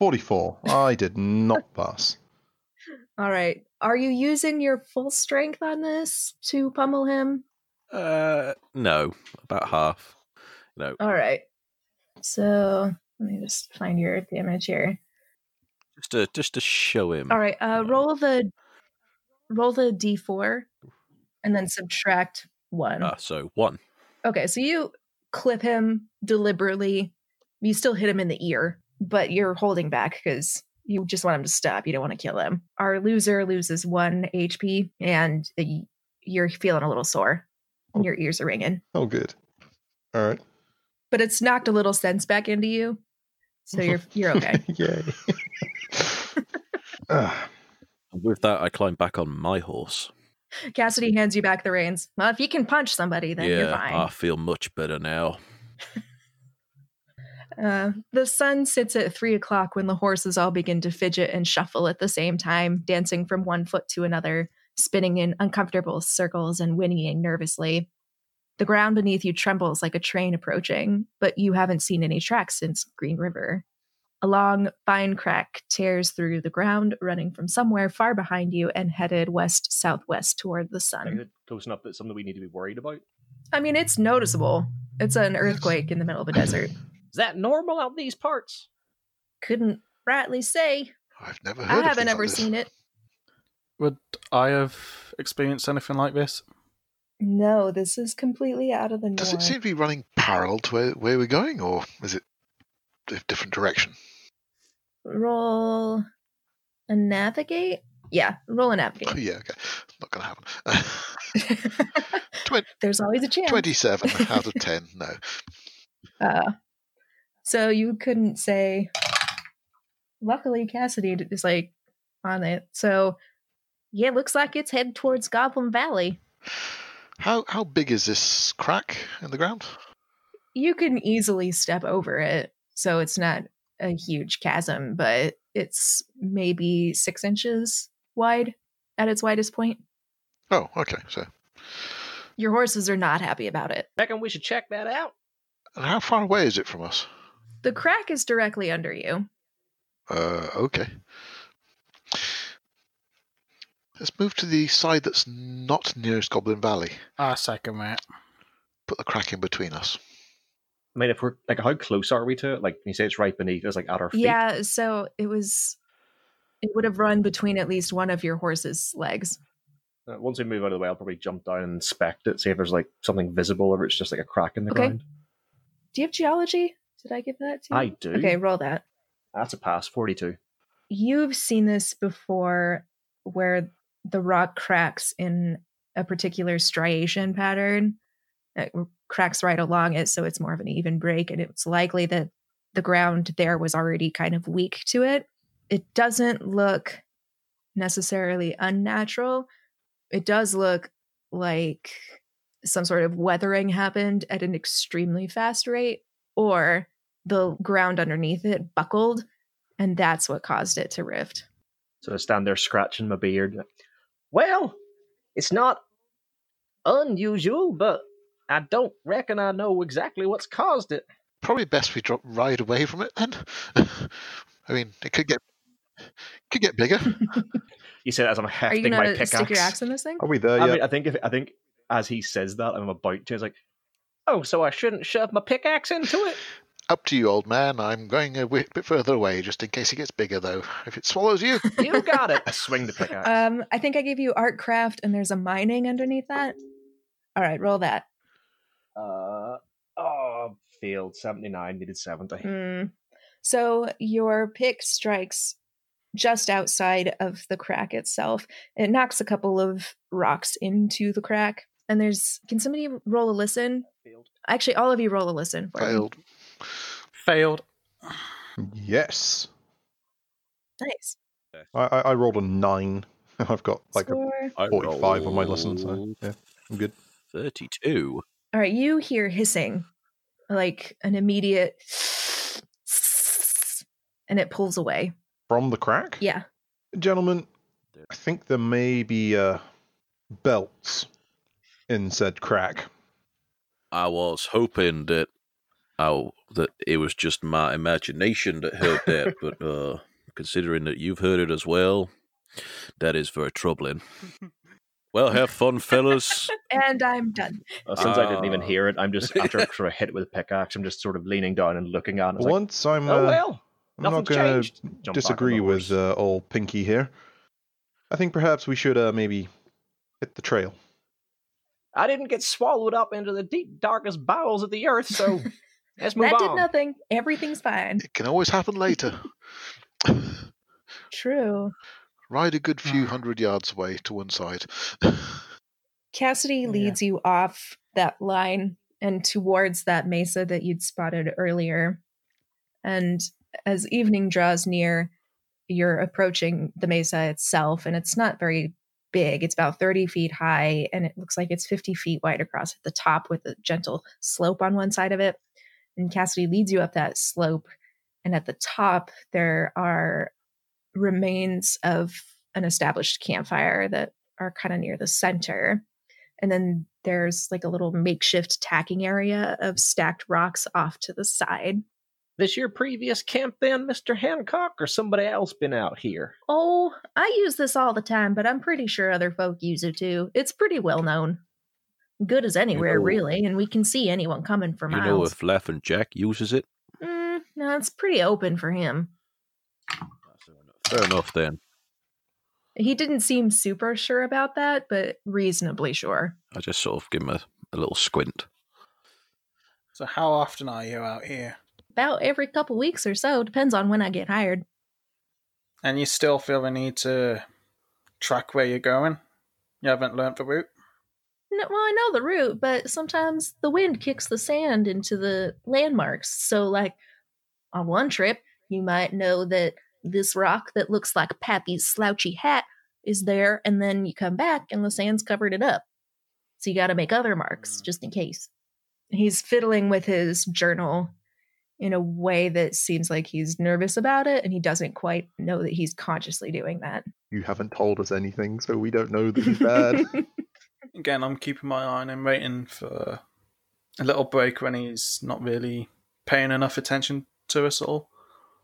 44. I did not pass.
All right. Are you using your full strength on this to pummel him?
Uh, no, about half. No,
All right. So let me just find your damage here.
just to just to show him.
All right.
No.
Uh, roll the roll the d4 and then subtract one.
Ah, so one.
Okay, so you clip him deliberately. You still hit him in the ear, but you're holding back because you just want him to stop. You don't want to kill him. Our loser loses one HP, and y- you're feeling a little sore. And your ears are ringing,
Oh, good. All right.
but it's knocked a little sense back into you,
[LAUGHS]
so you're you're okay.
Yay. [LAUGHS] Ah,
And with that, I climb back on my horse.
Cassidy hands you back the reins. Well, if you can punch somebody, then
yeah,
you're fine.
uh.
I feel much better now.
Uh, the sun sits at three o'clock when the horses all begin to fidget and shuffle at the same time, dancing from one foot to another, spinning in uncomfortable circles and whinnying nervously. The ground beneath you trembles like a train approaching, but you haven't seen any tracks since Green River. A long, fine crack tears through the ground, running from somewhere far behind you and headed west southwest toward the
Is
sun.
it close enough that it's something we need to be worried about?
I mean, it's noticeable. It's an earthquake in the middle of
[CLEARS THROAT]
a desert.
Is that normal out these parts?
Couldn't rightly say.
I've never heard
I
of
haven't
things
ever
like this.
seen it.
Would I have experienced anything like this?
No, this is completely out of the norm.
Does it seem to be running parallel to where, where we're going, or is it a different direction?
roll and navigate? Yeah, roll and
Oh, [LAUGHS]
navigate.
yeah, okay. Not going to happen. [LAUGHS]
[LAUGHS]
Twen-
There's always a chance.
27 out of 10, no.
Uh, so you couldn't say. Luckily, Cassidy d- is like on it. So yeah, it looks like it's headed towards Goblin Valley.
How how big is this crack in the ground?
You can easily step over it, so it's not a huge chasm, but it's maybe six inches wide at its widest point.
Oh, okay. So,
Your horses are not happy about it.
Reckon we should check that out.
and how far away is it from us?
The crack is directly under you.
Uh, okay. Let's move to the side that's not nearest Goblin Valley.
Ah,
I second that.
Put the crack in between us.
I mean, if we're like, how close are we to it? Like, when you say it's right beneath us, like at our feet.
Yeah, so it was it would have run between at least one of your horse's legs.
Uh, once we move out of the way, I'll probably jump down and inspect it, see if there's like something visible or if it's just like a crack in the
Okay.
ground.
Do you have geology? Did I give that to you?
I do.
Okay, roll that.
That's a pass. Forty-two.
You've seen this before where the rock cracks in a particular striation pattern. It cracks right along it, so it's more of an even break, and it's likely that the ground there was already kind of weak to it. It doesn't look necessarily unnatural. It does look like some sort of weathering happened at an extremely fast rate, or the ground underneath it buckled, and that's what caused it to rift.
So I stand there scratching my beard.
Well, it's not unusual, but I don't reckon I know exactly what's caused it.
Probably best we drop ride away from it then. [LAUGHS] I mean, it could get could get bigger.
You said as I'm
Are you
hefting my
gonna
pickaxe. Oh,
stick your axe in this thing?
Are we there
I
yet?
mean, I think if I think as he says that, I'm about to. It's like
Oh, so I shouldn't shove my pickaxe into it?
Up to you, old man. I'm going a wee- bit further away just in case it gets bigger, though. If it swallows you,
[LAUGHS]
You got it.
I swing the pickaxe.
Um, I think I gave you art craft, and there's a mining underneath that. All right, roll that.
Uh, oh, failed. 79, needed 70.
Mm. So your pick strikes just outside of the crack itself. It knocks a couple of rocks into the crack, and there's. Can somebody roll a listen?
Failed.
Actually, all of you roll a listen. For me.
failed.
Failed.
Yes.
Nice.
I, I, I rolled a nine. [LAUGHS] I've got like a
Score.
I
45 on my listen, so
rolled
yeah, I'm good.
32.
All right, you hear hissing, like an immediate, and it pulls away.
From the crack?
Yeah.
Gentlemen, I think there may be uh, belts in said crack.
I was hoping that I, that it was just my imagination that heard
[LAUGHS]
that, but uh, considering that you've heard it as well, that is very
[LAUGHS]
troubling. Well, have fun, fellas.
And I'm done.
Uh, since I didn't even
Ah.
hear it, I'm just after [LAUGHS] I sort of hit it with a pickaxe. I'm just sort of leaning down and looking at it. It's like,
Once I'm, uh,
oh well,
I'm not
nothing's
going to
changed. Jump back on the
disagree with
horse.
uh, old Pinky here. I think perhaps we should uh, maybe hit the trail.
uh,
I didn't get swallowed up into the deep, darkest bowels of the
[LAUGHS]
earth, so let's move
that did
on.
nothing. Everything's fine.
It can always happen later. [SIGHS]
True.
Ride a good few hundred yards away to one side. [SIGHS]
Cassidy leads you off that line and towards that mesa that you'd spotted earlier. And as evening draws near, you're approaching the mesa itself, and it's not very big. It's about 30 feet high, and it looks like it's 50 feet wide across at the top with a gentle slope on one side of it. And Cassidy leads you up that slope, and at the top, there are remains of an established campfire that are kind of near the center. And then there's like a little makeshift tacking area of stacked rocks off to the side.
This your previous camp, then, Mister Hancock, or somebody else been out here?
Oh, I use this all the time, but I'm pretty sure other folk use it too. It's pretty well known. Good as anywhere,
know-
really, and we can see anyone coming for
you know,
miles.
if Laughing Jack uses it,
Mm, no, it's pretty open for him.
fair enough then.
He didn't seem super sure about that, but reasonably sure.
I just sort of give him a, a little squint.
So how often are you out here?
About every couple weeks or so, depends on when I get hired.
And you still feel the need to track where you're going? You haven't learnt the route?
No, well, I know the route, but sometimes the wind kicks the sand into the landmarks. So, like, on one trip, you might know that this rock that looks like Pappy's slouchy hat is there, and then you come back and the sand's covered it up. So, you got to make other marks just in case. He's fiddling with his journal in a way that seems like he's nervous about it, and he doesn't quite know that he's consciously doing that.
You haven't told us anything, so we don't know that it's bad.
Again, I'm keeping my eye on him, waiting for a little break when he's not really paying enough attention to us all.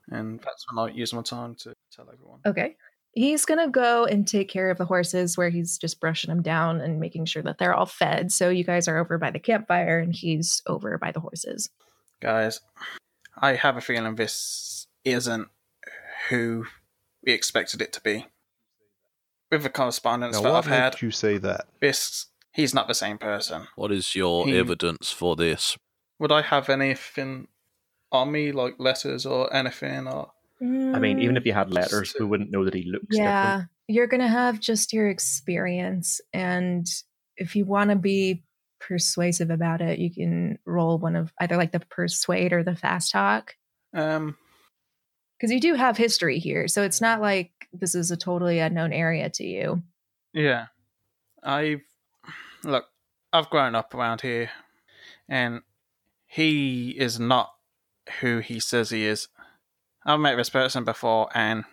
And that's when I use my time to tell everyone.
[LAUGHS] Okay. He's going to go and take care of the horses where he's just brushing them down and making sure that they're all fed. So you guys are over by the campfire and he's over by the horses.
Guys, I have a feeling this isn't who we expected it to be. With the correspondence
now,
that
why
I've had,
did you say that?
this he's not the same person.
What is your
Hmm.
evidence for this?
Would I have anything on me, like letters or anything, or
I mean, even if you
Mm,
had
Just
letters,
to-
we wouldn't know that he looks
Yeah, you're going to have just your experience. And if you want to be persuasive about it, you can roll one of either like the persuade or the fast talk.
um,
Because you do have history here. So it's not like this is a totally unknown area to you.
yeah. I've look, I've grown up around here, and he is not who he says he is. I've met this person before, and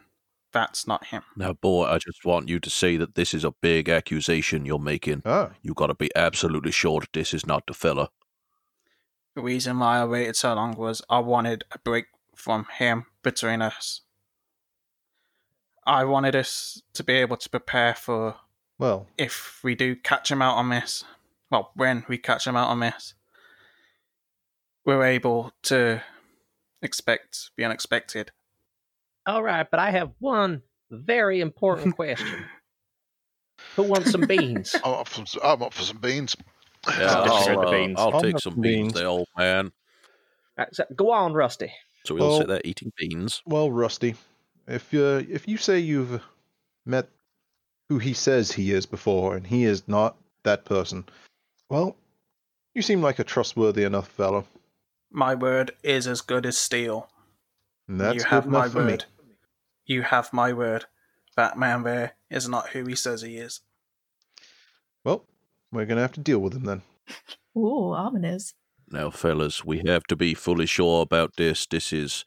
that's not him.
Now, boy, I just want you to say that this is a big accusation you're making.
Oh,
You gotta be absolutely sure that this is not
[SIGHS]
the fella.
The reason why I waited so long was I wanted a break from him between us. I wanted us to be able to prepare for
well,
if we do catch him out on this, well, when we catch him out on this, we're able to expect the unexpected.
All right, but I have one very important question. Who wants some
[LAUGHS]
beans?
I'm up for some, I'm up for some beans.
Yeah,
I'll just
I'll,
grab the
uh,
beans.
I'll
I'll
take
have
some
some
beans,
beans.
there, old man.
All right, so go on, Rusty.
So we all
Well-
sit there eating beans.
well, Rusty, if uh, if you say you've met who he says he is before, and he is not that person, well, you seem like a trustworthy enough fellow.
My word is as good as steel.
And that's
you
good
have
enough
my
for me.
word. You have my word. That man there is not who he says he is.
Well, we're going to have to deal with him then.
Ooh, ominous.
Now, fellas, we
Mm-hmm.
have to be fully sure about this. This is,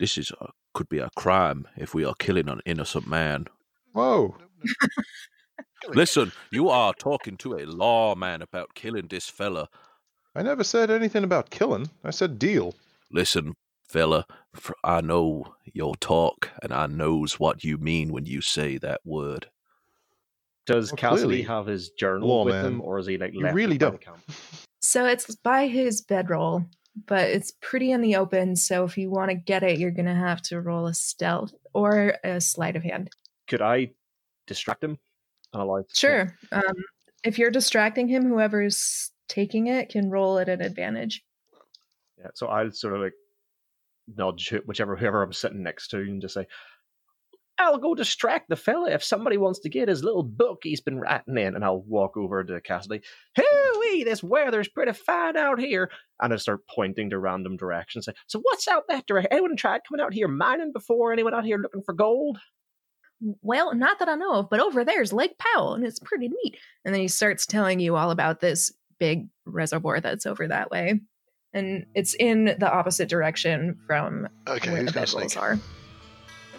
this is a, could be a crime if we are killing an innocent man.
Whoa.
Listen, you are talking to a lawman about killing this fella.
I never said anything about killing. I said deal.
Listen, fella, fr- I know your talk, and I knows what you mean when you say that word.
Does
Well,
Cassidy
clearly.
have his journal
Law
with
man.
him, or is he like
You
left
really
it by the
don't.
camp?
So it's by his bedroll, but it's pretty in the open. So if you want to get it, you're going to have to roll a stealth or a sleight of hand.
Could I distract him? And allow
Sure. Um, if you're distracting him, whoever's taking it can roll at an advantage.
Yeah, so I'll sort of like nudge who- whichever whoever I'm sitting next to and just say, "I'll go distract the fella if somebody wants to get his little book he's been writing in." And I'll walk over to Cassidy. Hooey, this weather's pretty fine out here. And I start pointing to random directions. Say, so what's out that direction? Anyone tried coming out here mining before? Anyone out here looking for gold?
Well, not that I know of, but over there's Lake Powell, and it's pretty neat. And then he starts telling you all about this big reservoir that's over that way. And it's in the opposite direction from
Okay,
where
who's
the
going to
bedrolls
sneak?
are.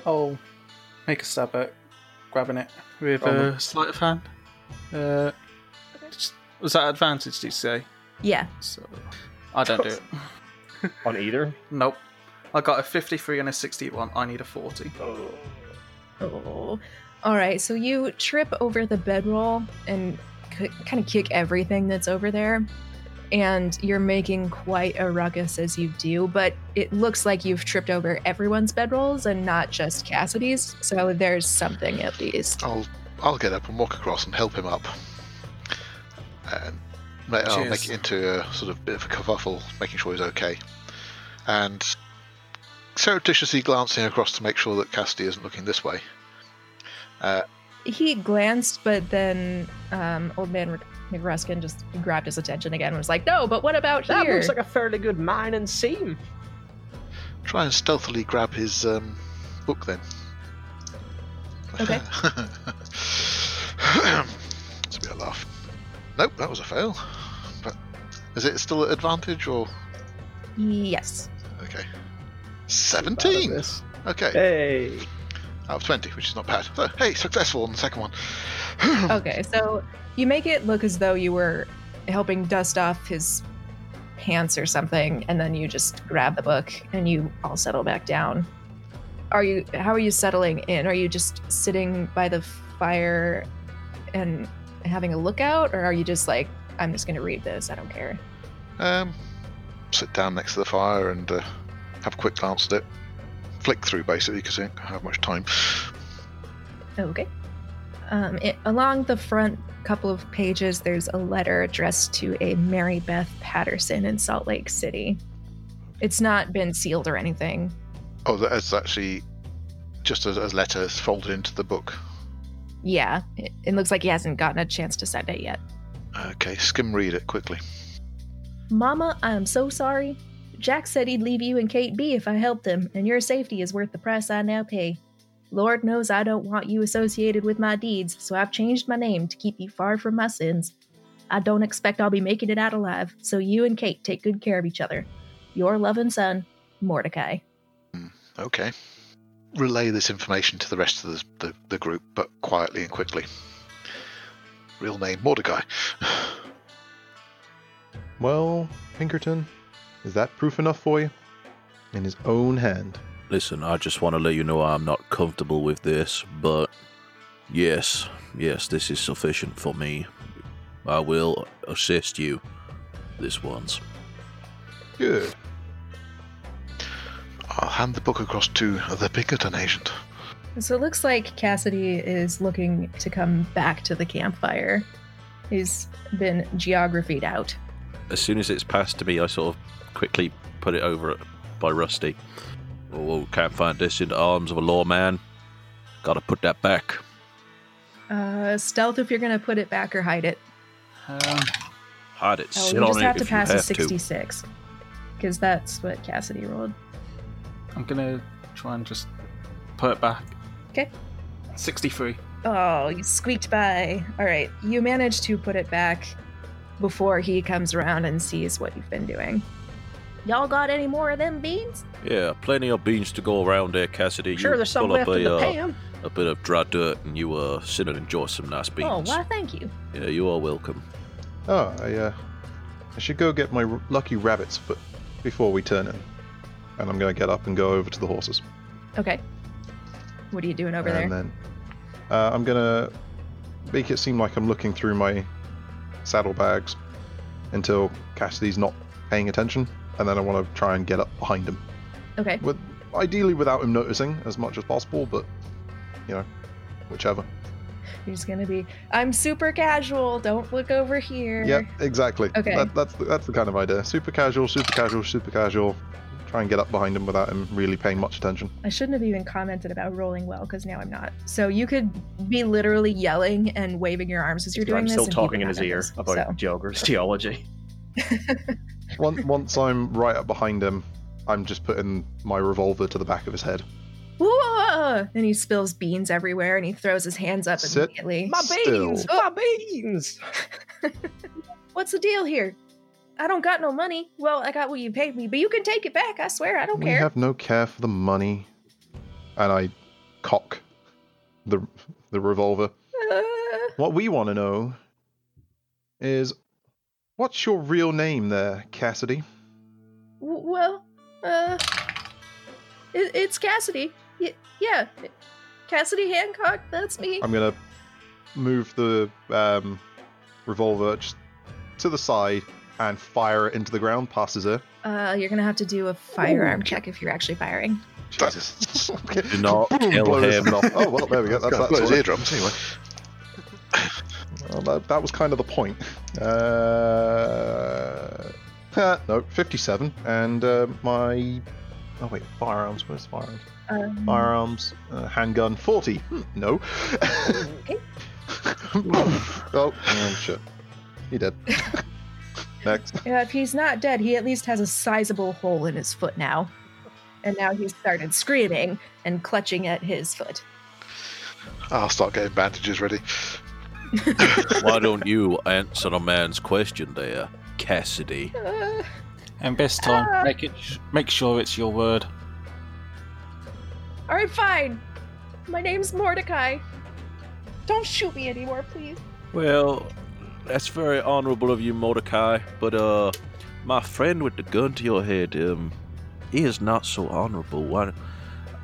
I'll Oh, make a stab at grabbing it with
Go on
a sleight of hand. Uh, just- was that advantage? Did you say?
Yeah.
So I [LAUGHS] don't do it.
On either?
Nope. I got a 53 and a 61. I need a 40.
Oh. All right. So you trip over the bedroll and c- kind of kick everything that's over there. And you're making quite a ruckus as you do, but it looks like you've tripped over everyone's bedrolls and not just Cassidy's. So there's something at least.
I'll I'll get up and walk across and help him up. And ma- I'll make
Cheers.
it into a sort of bit of a kerfuffle, making sure he's okay. And surreptitiously glancing across to make sure that Cassidy isn't looking this way.
He glanced, but then um, Old Man McRuskin just grabbed his attention again and was like, No, but what about
That
here?
looks like a fairly good mine and seam.
Try and stealthily grab his um, book then.
Okay.
[LAUGHS] it's a bit of a laugh. Nope, that was a fail. But is it still at advantage or
yes.
okay?
Bad at
Seventeen.
this.
Okay.
Hey.
out of 20, which is not bad. So, hey, successful on the second one. [LAUGHS]
Okay, so you make it look as though you were helping dust off his pants or something, and then you just grab the book and you all settle back down. Are you? How are you settling in? Are you just sitting by the fire and having a lookout, or are you just like, I'm just going to read this. I don't care.
[CLEARS THROAT] Um, sit down next to the fire and uh, have a quick glance at it. Flick through, basically, because I don't have much time.
Oh, Okay. Um, it, along the front couple of pages, there's a letter addressed to a Mary Beth Patterson in Salt Lake City. It's not been sealed or anything.
Oh, that's actually just as, as letters folded into the book.
Yeah, it, it looks like he hasn't gotten a chance to send it yet.
Okay, skim read it quickly.
Mama, I am so sorry. Jack said he'd leave you and Kate B if I helped him, and your safety is worth the price I now pay. Lord knows I don't want you associated with my deeds, so I've changed my name to keep you far from my sins. I don't expect I'll be making it out alive, so you and Kate take good care of each other. Your loving son, Mordecai.
Okay. Relay this information to the rest of the, the, the group, but quietly and quickly. Real name Mordecai.
Well, Pinkerton, is that proof enough for you? In his own hand.
Listen, I just want to let you know I'm not comfortable with this, but yes, yes, this is sufficient for me. I will assist you this once.
Good.
I'll hand the book across to the Pinkerton agent.
So it looks like Cassidy is looking to come back to the campfire. He's been geographied out.
As soon as it's passed to me, I sort of quickly put it over it by Rusty. Oh, can't find this in the arms of a lawman. Gotta put that back.
Uh, stealth if you're going to put it back or hide it.
Um,
Hide it.
Oh,
sit
you
on
just
it
have
if
to
you
pass a
have to.
66 because that's what Cassidy rolled.
I'm gonna try and just put it back.
63.
Oh, you squeaked by. All right, you manage to put it back before he comes around and sees what you've been doing. Y'all got any more of them beans?
Yeah, plenty of beans to go around there, Cassidy.
Sure,
you
there's some
pull
left
up a,
in the
uh,
pan.
a bit of dry dirt and you uh, sit and enjoy some nice beans.
Oh, why, thank you.
Yeah, you are welcome.
Oh, I, uh, I should go get my r- lucky rabbit's foot before we turn in. And I'm going to get up and go over to the horses.
Okay. What are you doing over
and
there?
then uh, I'm going to make it seem like I'm looking through my saddlebags until Cassidy's not paying attention. And then I want to try and get up behind him.
Okay.
With, ideally without him noticing as much as possible, but, you know, whichever.
You're just gonna be. I'm super casual. Don't look over here.
Yeah, exactly.
Okay.
That, that's the, that's the kind of idea. Super casual, super casual, super casual. Try and get up behind him without him really paying much attention.
I shouldn't have even commented about rolling well because now I'm not. So you could be literally yelling and waving your arms as you're doing
I'm
this.
still
and he
talking
would
in
not
his ear
notice,
about
so.
Jogger's theology.
[LAUGHS]
Once, once I'm right up behind him, I'm just putting my revolver to the back of his head.
Whoa! And he spills beans everywhere and he throws his hands up
Sit.
immediately.
My
Still.
beans! My beans!
What's the deal here? I don't got no money. Well, I got what you paid me, but you can take it back. I swear, I don't
We
care.
have no care for the money. And I cock the the revolver.
Uh,
What we want to know is what's your real name there, Cassidy?
w- well, uh, it, it's Cassidy. Y- yeah, Cassidy Hancock. That's me.
I'm gonna move the um, revolver just to the side and fire it into the ground. Passes her.
Uh, you're gonna have to do a firearm check if you're actually firing.
[LAUGHS] Jesus.
Do not
Boom,
kill
blow this
him.
thing off. Oh well, there we go. That's
Gonna
that
blow his
sorted.
eardrums anyway.
Well, that, that was kind of the point. [LAUGHS] Uh, ha, no, 57, and uh, my. Oh wait, firearms. Where's firearms?
Um,
Firearms, uh, handgun, 40. Hmm, no. [LAUGHS] oh, oh, shit. He did. [LAUGHS] Next.
Yeah, if he's not dead, he at least has a sizable hole in his foot now. And now he's started screaming and clutching at his foot.
I'll start getting bandages ready.
Why don't you answer a man's question there, Cassidy?
Uh,
And this time,
Ah.
make it make sure it's your word.
all right, fine. My name's Mordecai. Don't shoot me anymore, please.
Well, that's very honorable of you, Mordecai, but uh, my friend with the gun to your head, um, he is not so honorable. Why?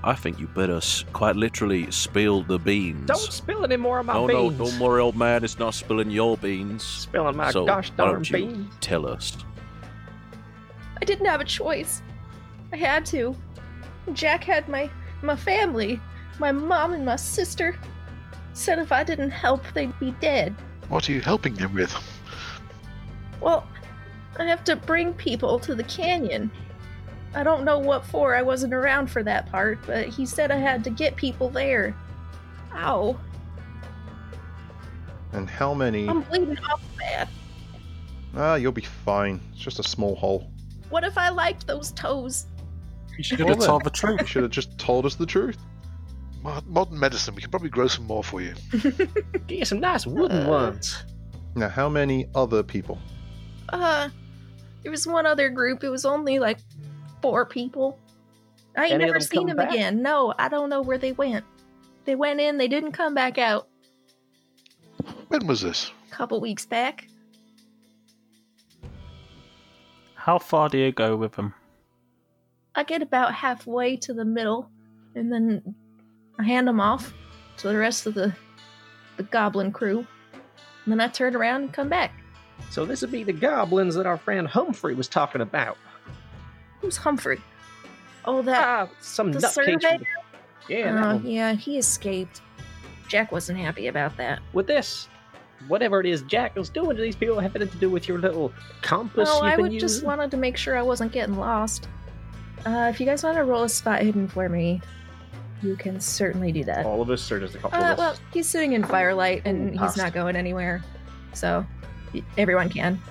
I think you better s- quite literally spill the beans.
Don't spill any more of my
Oh, no,
beans.
no, don't worry, old man. It's not spilling your beans.
Spilling my
so
gosh
why
darn
don't you
beans. [LAUGHS]
tell us?
I didn't have a choice. I had to. Jack had my my family, my mom and my sister. Said if I didn't help, they'd be dead.
What are you helping him with?
Well, I have to bring people to the canyon. I don't know what for. I wasn't around for that part, but he said I had to get people there. Ow.
And how many?
I'm bleeding off bad.
Ah, you'll be fine. It's just a small hole.
What if I liked those toes?
You should
Well
have
then.
told the truth.
You should have just told us the truth.
Mo- Modern medicine. We can probably grow some more for you.
Get you some nice wooden
Uh.
ones.
Now, how many other people?
Uh, there was one other group. It was only like four people. I
Any
ain't
of
never
them
seen
come
them
back?
again. No, I don't know where they went. They went in, they didn't come back out
When was this?
a couple weeks back.
[LAUGHS] How far do you go with them?
I get about halfway to the middle, and then I hand them off to the rest of the the goblin crew. And then I turn around and come back.
So this would be the goblins that our friend Humphrey was talking about.
Who's Humphrey? Oh, that.
Ah, some
The
nutcase.
survey?
with- Yeah, that
oh,
one.
yeah, he escaped. Jack wasn't happy about that.
With this, whatever it is Jack was doing to these people had nothing to do with your little compass you've
Oh, I
been
would just
using.
wanted to make sure I wasn't getting lost. Uh, if you guys want to roll a spot hidden for me, you can certainly do that.
All of us, or just a couple
Uh,
of
well,
us?
he's sitting in firelight and he's
Passed.
not going anywhere, so y- everyone can.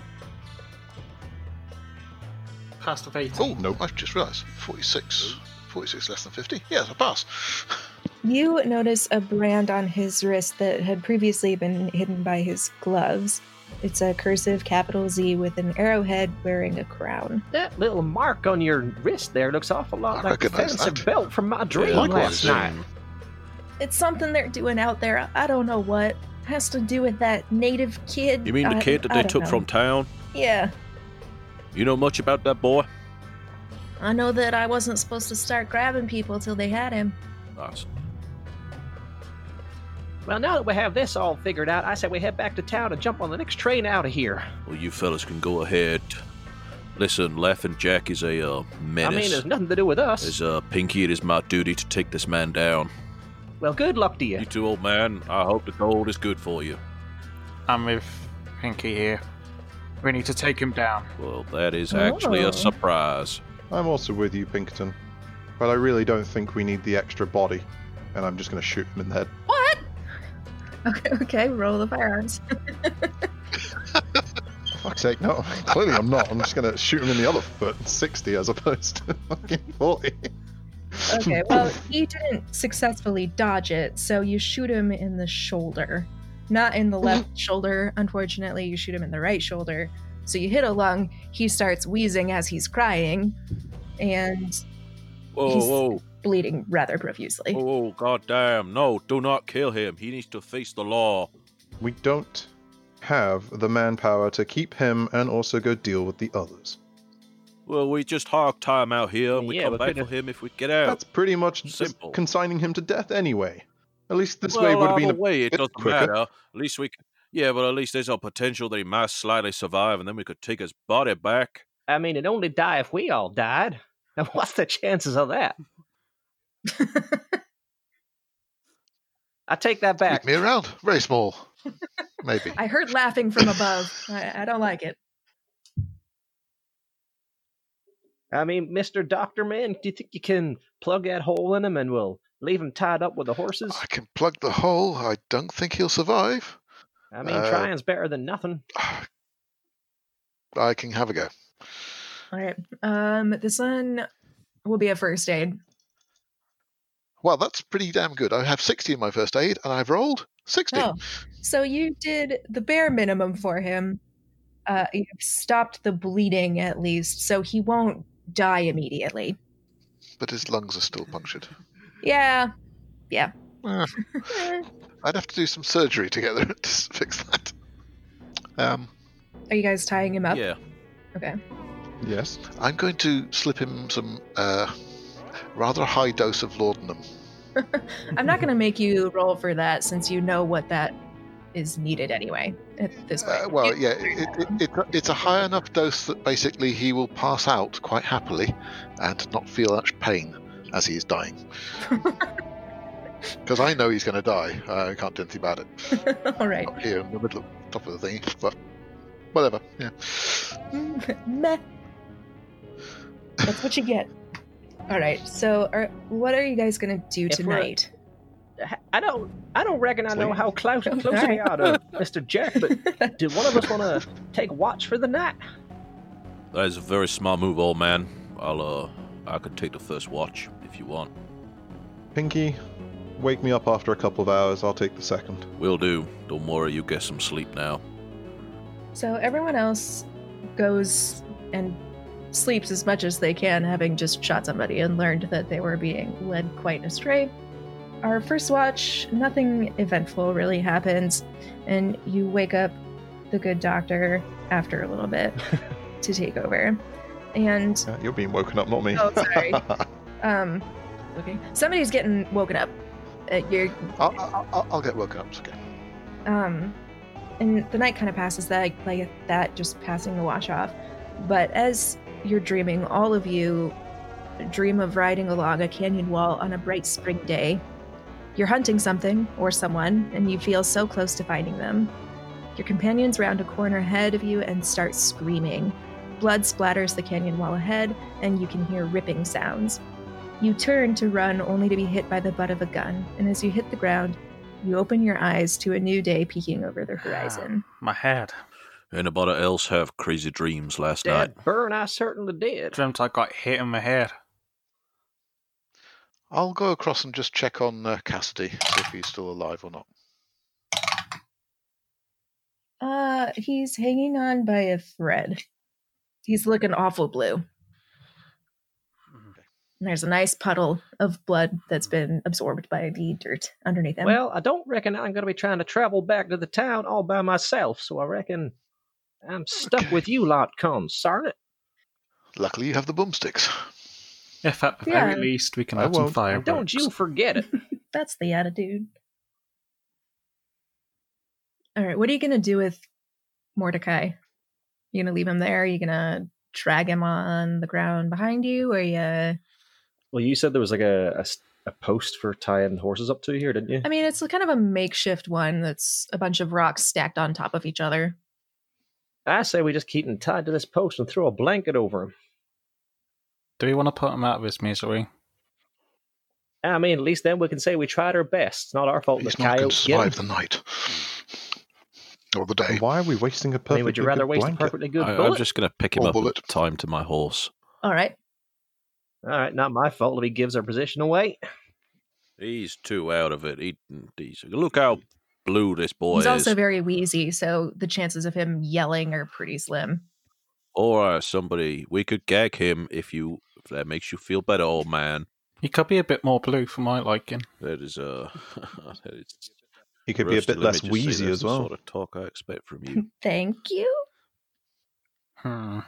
Past of 80.
Oh, no. I've just realised. 46. 46 less than 50. Yes, I pass.
You notice a brand on his wrist that had previously been hidden by his gloves. It's a cursive capital Z with an arrowhead wearing a crown.
That little mark on your wrist there looks awful lot
I
like the
recognize
fancy
that.
belt from my dream
likewise,
last
yeah.
night.
It's something they're doing out there. I don't know what. Has to do with that native kid.
You mean the
I-
kid that
I
they
don't
took
know.
from town?
Yeah.
You know much about that boy?
I know that I wasn't supposed to start grabbing people till they had him. [LAUGHS]
Nice.
Well, now that we have this all figured out, I say we head back to town and jump on the next train out of here.
Well, you fellas can go ahead. Listen, Laughing Jack is a uh,
I
menace.
mean, there's nothing to do with us.
As uh, Pinky, it is my duty to take this man down.
Well, good luck to you.
You two, old man, I hope the gold is good for you.
I'm with Pinky here. We need to take him down.
Well, that is actually
Oh.
a surprise.
I'm also with you, Pinkerton. But I really don't think we need the extra body. And I'm just going to shoot him in the head.
What? Okay, okay, roll the firearms.
Fuck's sake, no. [LAUGHS] Clearly I'm not. I'm just going to shoot him in the other foot. 60 as opposed to [LAUGHS] fucking 40. [LAUGHS]
Okay, well, he didn't successfully dodge it, so you shoot him in the shoulder. Not in the left shoulder, unfortunately, you shoot him in the right shoulder. So you hit a lung, he starts wheezing as he's crying and
Whoa,
He's-
whoa,
bleeding rather profusely.
whoa, whoa, goddamn. No, do not kill him. He needs to face the law.
We don't have the manpower to keep him and also go deal with the others.
Well, we just hog time out here and we
Yeah,
come
we
back
could've-
for him if we get out.
That's pretty much just
Simple.
consigning him to death anyway. At least this
well,
way would have
either
been a
way, it
bit
doesn't
quicker.
matter. At least we, c- yeah, but at least there's a potential that he might slightly survive, and then we could take his body back.
I mean, it'd only die if we all died. [LAUGHS] Now, what's the chances of that?
[LAUGHS]
I take that
Leave
back.
me around. Very small. [LAUGHS] Maybe.
I heard laughing from above. I, I don't like it.
I mean, Mister Doctor Man, do you think you can plug that hole in him and we'll leave him tied up with the horses?
I can plug the hole. I don't think he'll survive. [SIGHS]
I mean,
uh,
trying's better than nothing.
I can have a go.
All right. Um, this one will be a first aid.
Well, that's pretty damn good. I have 60 in my first aid, and I've rolled 60. [LAUGHS]
Oh, so you did the bare minimum for him. Uh, you've stopped the bleeding at least, so he won't die immediately.
But his lungs are still punctured.
Yeah.
Eh,
[LAUGHS] Eh.
I'd have to do some surgery together [LAUGHS] to s- fix that. Um,
Are you guys tying him up?
Yeah,
Yes.
I'm going to slip him some uh, rather high dose of laudanum.
I'm not going to make you roll for that since you know what that is needed anyway at this point.
Uh, well, yeah, it, it, it, it's a high enough dose that basically he will pass out quite happily and not feel much pain as he is dying.
[LAUGHS]
Because I know he's going to die. I can't do anything about it.
[LAUGHS] All
[LAUGHS]
right.
Not here in the middle of top of the thing, but whatever. Yeah.
Meh. That's what you get. All right. So, are, what are you guys going to do
If we're-
tonight?
I don't, I don't reckon I know
Sleep.
how
[LAUGHS]
close, close we
Alright.
are to Mister Jack, but
[LAUGHS]
do one of [LAUGHS] us want to take watch for the night?
that is a very smart move, old man. I'll, uh, I could take the first watch if you want.
Pinky, wake me up after a couple of hours. I'll take the second.
Will do. Don't worry, you get some sleep now.
So everyone else goes and sleeps as much as they can, having just shot somebody and learned that they were being led quite astray. Our first watch, nothing eventful really happens, and you wake up the good doctor after a little bit to take over. And
Yeah, Uh, you're being woken up, not me.
Oh,
[LAUGHS]
sorry. um, okay, somebody's getting woken up. Uh, you're
I'll, I'll, I'll- I'll get woken up. It's okay.
um and the night kind of passes that like that just passing the wash off but as you're dreaming all of you dream of riding along a canyon wall on a bright spring day you're hunting something or someone and you feel so close to finding them your companions round a corner ahead of you and start screaming blood splatters the canyon wall ahead and you can hear ripping sounds you turn to run only to be hit by the butt of a gun and as you hit the ground you open your eyes to a new day peeking over the horizon.
My head.
Anybody else have crazy dreams last night?
Dad, burn, I certainly did.
Dreamt I got hit in my head.
I'll go across and just check on uh, Cassidy, see if he's still alive or not.
Uh, he's hanging on by a thread. He's looking awful blue. There's a nice puddle of blood that's been absorbed by the dirt underneath him.
Well, I don't reckon I'm going to be trying to travel back to the town all by myself, so I reckon I'm stuck
Okay.
with you lot, cons, darn it.
Luckily, you have the boomsticks.
If at the
Yeah.
very least we can
I
have some
won't.
fireworks.
Don't you
[LAUGHS]
forget it.
that's the attitude. All right, what are you gonna do with Mordecai? You gonna leave him there? you gonna drag him on the ground behind you? Or you?
Well, you said there was like a, a s- a post for tying horses up to here, didn't you?
I mean, it's kind of a makeshift one that's a bunch of rocks stacked on top of each other.
I say we just keep him tied to this post and throw a blanket over him.
Do we want to put him out of his misery?
I mean, at least then we can say we tried our best. It's not our fault the
He's not going to
coyote Hmm. killed him.
survive the night. Or the day.
Why are we wasting a
I
perfectly
mean, would you rather
good
waste
blanket?
a perfectly good
I,
bullet?
I'm just going to pick him
Or
up
bullet.
and tie him to my horse.
All right.
All right, not my fault that he gives our position away.
He's too out of it. He, he's, look how blue this boy
He's
is.
also very wheezy, so the chances of him yelling are pretty slim.
or somebody, we could gag him if you if that makes you feel better, old man.
He could be a bit more blue for my liking.
That is uh, [LAUGHS] that is
He could be a
roasted.
bit
Let me
less
just say
wheezy
that's
as
the
well.
Sort of talk I expect from you.
Thank you.
Hmm.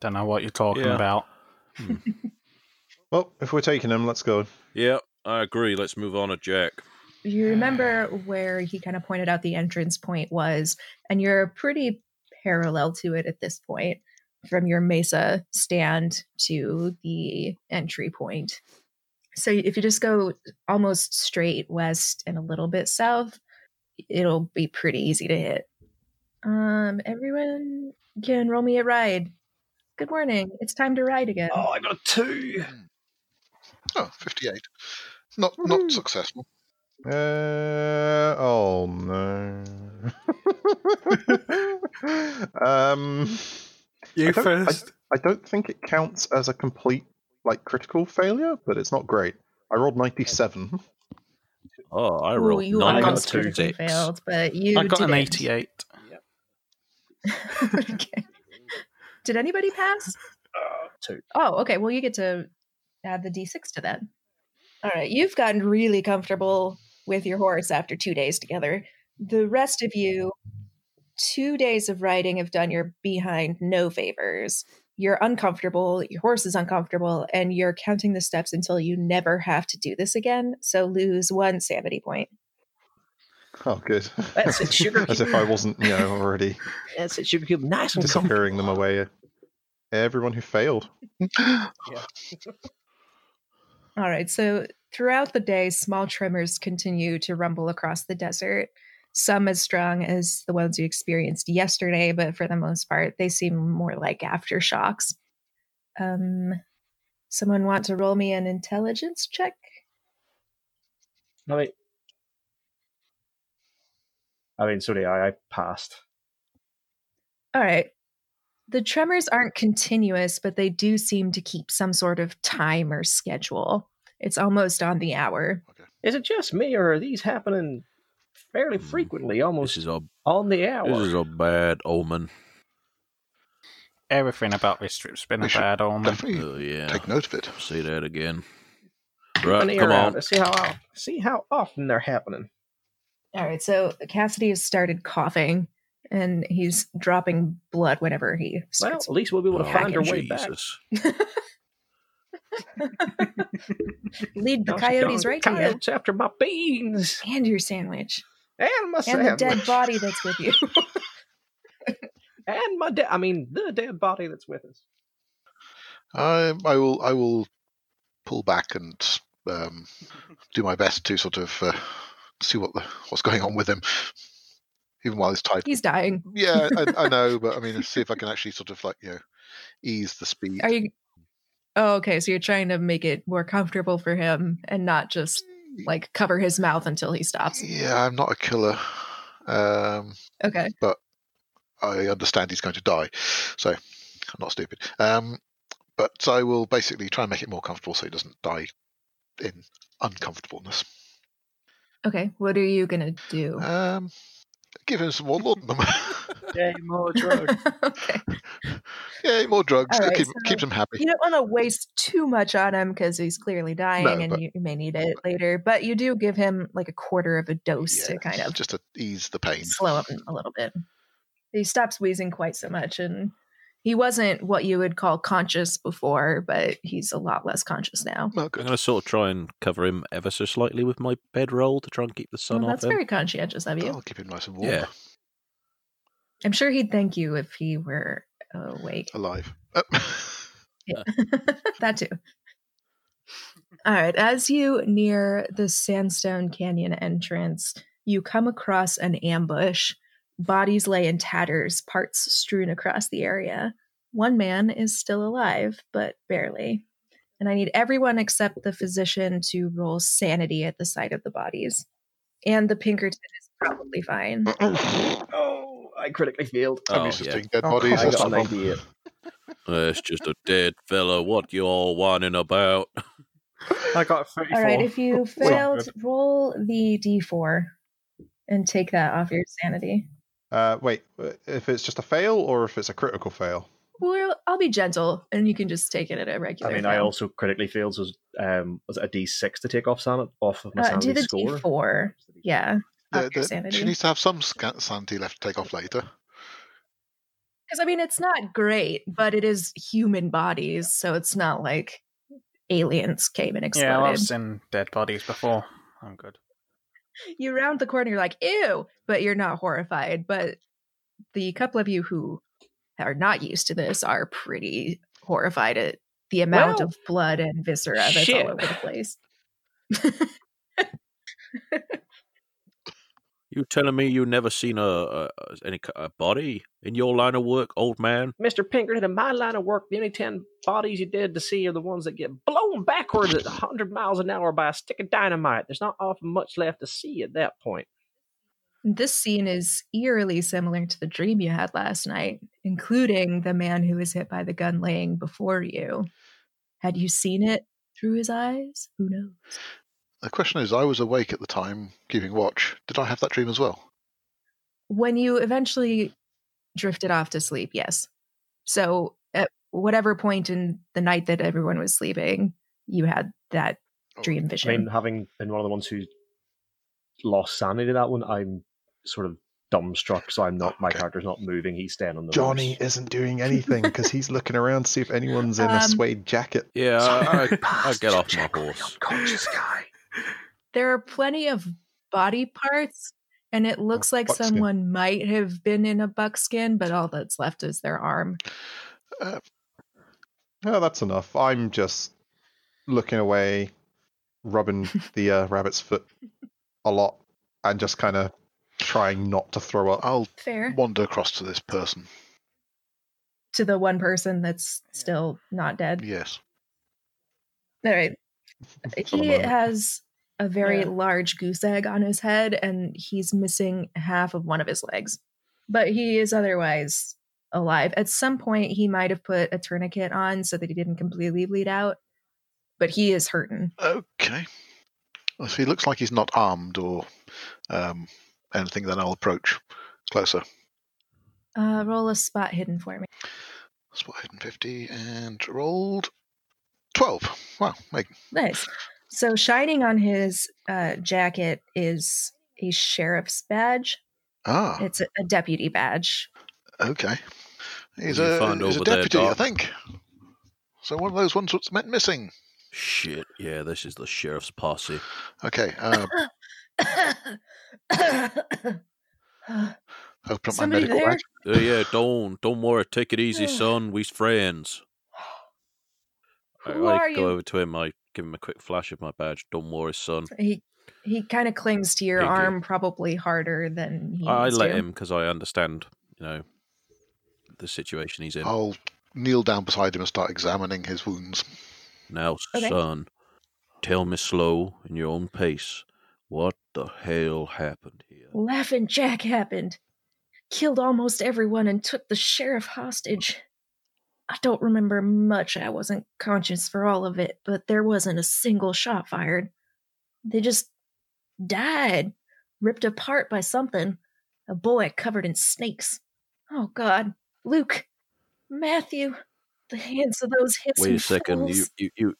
Don't know what you're talking
Yeah.
about.
Well, if we're taking him, let's go.
yeah, I agree. Let's move on to Jack.
You remember where he kind of pointed out the entrance point was, and you're pretty parallel to it at this point from your mesa stand to the entry point. So if you just go almost straight west and a little bit south, it'll be pretty easy to hit. Um, everyone can roll me a ride. Good morning. It's time to ride again.
I got a two.
Oh, 58. Not, not successful.
Uh, oh no. [LAUGHS] um,
You
I don't- I-
first.
I don't think it counts as a complete like critical failure, but it's not great. I rolled ninety-seven. [LAUGHS]
Oh, I
Ooh,
rolled
you
nine
almost
out of two
critically
six.
failed, but you
I, got an
didn't.
88.
[LAUGHS] okay. Did anybody pass?
two.
Oh, okay. Well, you get to add the d6 to that. All right. You've gotten really comfortable with your horse after two days together. The rest of you, two days of riding have done your behind no favors. You're uncomfortable, your horse is uncomfortable, and you're counting the steps until you never have to do this again. So lose one sanity point.
Oh, good.
That's it, sugar
[LAUGHS] as if I wasn't, you know, already
That's it, [LAUGHS] Sugar Cube. Nice and comfy.
disappearing them away. Everyone who
[LAUGHS]
failed.
All right. So throughout the day, small tremors continue to rumble across the desert. Some as strong as the ones you experienced yesterday, but for the most part, they seem more like aftershocks. Um, someone want to roll me an intelligence check?
I mean, I mean, sorry, I, I passed.
All right. The tremors aren't continuous, but they do seem to keep some sort of time or schedule. It's almost on the hour.
Is it just me, or are these happening fairly
Hmm.
frequently,
This
almost
is a
on the hour?
this is a bad omen.
Everything about this trip's been
We
a
should
bad omen.
Hmm.
Definitely
Oh yeah,
take note of it.
say that again.
An
Right,
ear
come
out
on.
to see how out- see how often they're happening.
All right, so Cassidy has started coughing and he's dropping blood whenever he
Well,
starts.
at least we'll be able to
Oh,
find our way back.
Jesus.
Lead the
Gosh
coyotes
darn
right to
coyotes after my beans
you. And your sandwich.
and my
And the
sandwich.
dead body that's with you. [LAUGHS]
and my dead. I mean, the dead body that's with us.
I, I will I will pull back and um, do my best to sort of uh, see what the, what's going on with him, even while he's tied.
He's dying.
Yeah, I, I know, but I mean, see if I can actually sort of like you know ease the speed.
Are you Oh, okay, so you're trying to make it more comfortable for him and not just like cover his mouth until he stops.
Yeah, I'm not a killer. Um,
Okay.
I understand he's going to die, so I'm not stupid. Um, but I will basically try and make it more comfortable so he doesn't die in uncomfortableness.
Okay, what are you gonna do?
Um, give him
[LAUGHS]
some more laudanum.
Yay, more
[LAUGHS]
drugs.
okay.
[LAUGHS] yeah, more drugs.
All right,
keep,
so-
keeps him happy.
You don't want to waste too much on him because he's clearly dying
No,
and
but-
you, you may need it later, but you do give him like a quarter of a dose
Yeah,
to kind of
just to ease the pain.
slow him a little bit. He stops wheezing quite so much and he wasn't what you would call conscious before, but he's a lot less conscious now.
Well,
I'm
Oh, good.
going to sort of try and cover him ever so slightly with my bedroll to try and keep the sun
Well,
off
Oh, that's
him.
very conscientious of you.
I'll keep him nice and warm.
yeah,
I'm sure he'd thank you if he were awake.
Alive. Uh,
[LAUGHS] that too. All right. As you near the Sandstone Canyon entrance, you come across an ambush. Bodies lay in tatters, parts strewn across the area. One man is still alive, but barely. And I need everyone except the physician to roll sanity at the sight of the bodies. And the Pinkerton is probably fine.
Uh,
Oh, I critically failed.
[LAUGHS] I'm
Oh,
used to
yeah.
seeing dead
Oh,
bodies.
I
That's
got an
not a problem.
idea.
Uh, it's just a dead fella. What you all whining about? [LAUGHS]
I got 34.
All right, if you
Well,
failed, roll the d4 and take that off your sanity.
Uh, wait, if it's just a fail or if it's a critical fail?
Well, I'll be gentle, and you can just take it at a regular.
I mean, I
fail.
also critically failed, so it was, um, was it a d6 to take off Sam off of my
uh, do
sanity
the
score?
d4. Yeah,
The-
Up your
the-
sanity.
she needs to have some scan- sanity left to take off later.
because I mean, it's not great, but it is human bodies, so it's not like aliens came and exploded.
Yeah, well, I've seen dead bodies before. I'm good.
you round the corner, you're like, ew, but you're not horrified. But the couple of you who are not used to this are pretty horrified at the amount
Well,
of blood and viscera that's
shit.
all over the place.
You telling me you never seen a, a a- any ki- a body in your line of work, old man?
Mr. Pinkerton, in my line of work, the only 10 bodies you did to see are the ones that get blown backwards at 100 miles an hour by a stick of dynamite. There's not often much left to see at that point.
This scene is eerily similar to the dream you had last night, including the man who was hit by the gun laying before you. Had you seen it through his eyes? Who knows?
The question is, I was awake at the time, keeping watch. Did I have that dream as well?
When you eventually drifted off to sleep, yes. So, at whatever point in the night that everyone was sleeping, you had that
Oh,
dream
I mean,
vision.
having been one of the ones who lost sanity to that one, I'm sort of dumbstruck, so I'm not, my
Okay.
character's not moving, he's staying on the
Johnny
ropes.
isn't doing anything because he's looking around to see if anyone's in
Um,
a suede jacket.
Yeah, I,
[LAUGHS]
I, I get off my
Check on the
horse.
Unconscious guy.
there are plenty of body parts, and it looks like
buckskin.
someone might have been in a buckskin, but all that's left is their arm.
No, that's enough. I'm just looking away, rubbing the uh, rabbit's foot a lot, and just kind of trying not to throw up.
I'll
Fair.
wander across to this person.
To the one person that's still not dead.
Yes.
All right.
for the
He
moment.
has a very
Yeah.
large goose egg on his head and he's missing half of one of his legs. But he is otherwise alive. At some point, he might have put a tourniquet on so that he didn't completely bleed out, but he is hurting.
Okay. Well, if he looks like he's not armed or um, anything, then I'll approach closer.
Uh, roll a spot hidden for me.
Spot hidden 50 and rolled 12. Wow. Make,
Nice. So, shining on his uh, jacket is a sheriff's badge.
ah,
It's a- a deputy badge,
okay. He's
You
a,
find
he's a
over there,
deputy, I
Doc.
think. So one of those ones that's meant missing.
Shit, yeah, this is the sheriff's posse.
Okay.
[LAUGHS]
Uh, open up my
Somebody
medical
there?
bag.
Uh, yeah, don't don't worry, take it
[SIGHS]
easy, son. We's friends. I,
Who
I
are
go
you?
over to him. I give him a quick flash of my badge. Don't worry, son.
[COUGHS] he he kind of clings to your
Thank you.
arm probably harder than he
I
needs
let
to.
him because I understand, you know, the situation he's in.
Oh.
I'll kneel down beside him and start examining his wounds.
Now,
Okay.
son, tell me slow in your own pace. What the hell happened here?
Laughing Jack happened. Killed almost everyone and took the sheriff hostage. I don't remember much. I wasn't conscious for all of it, but there wasn't a single shot fired. They just died, ripped apart by something. A boy covered in snakes. Oh, God. Luke, Matthew, the hands of those hips.
Wait
and
a second. You,
frills.
you, you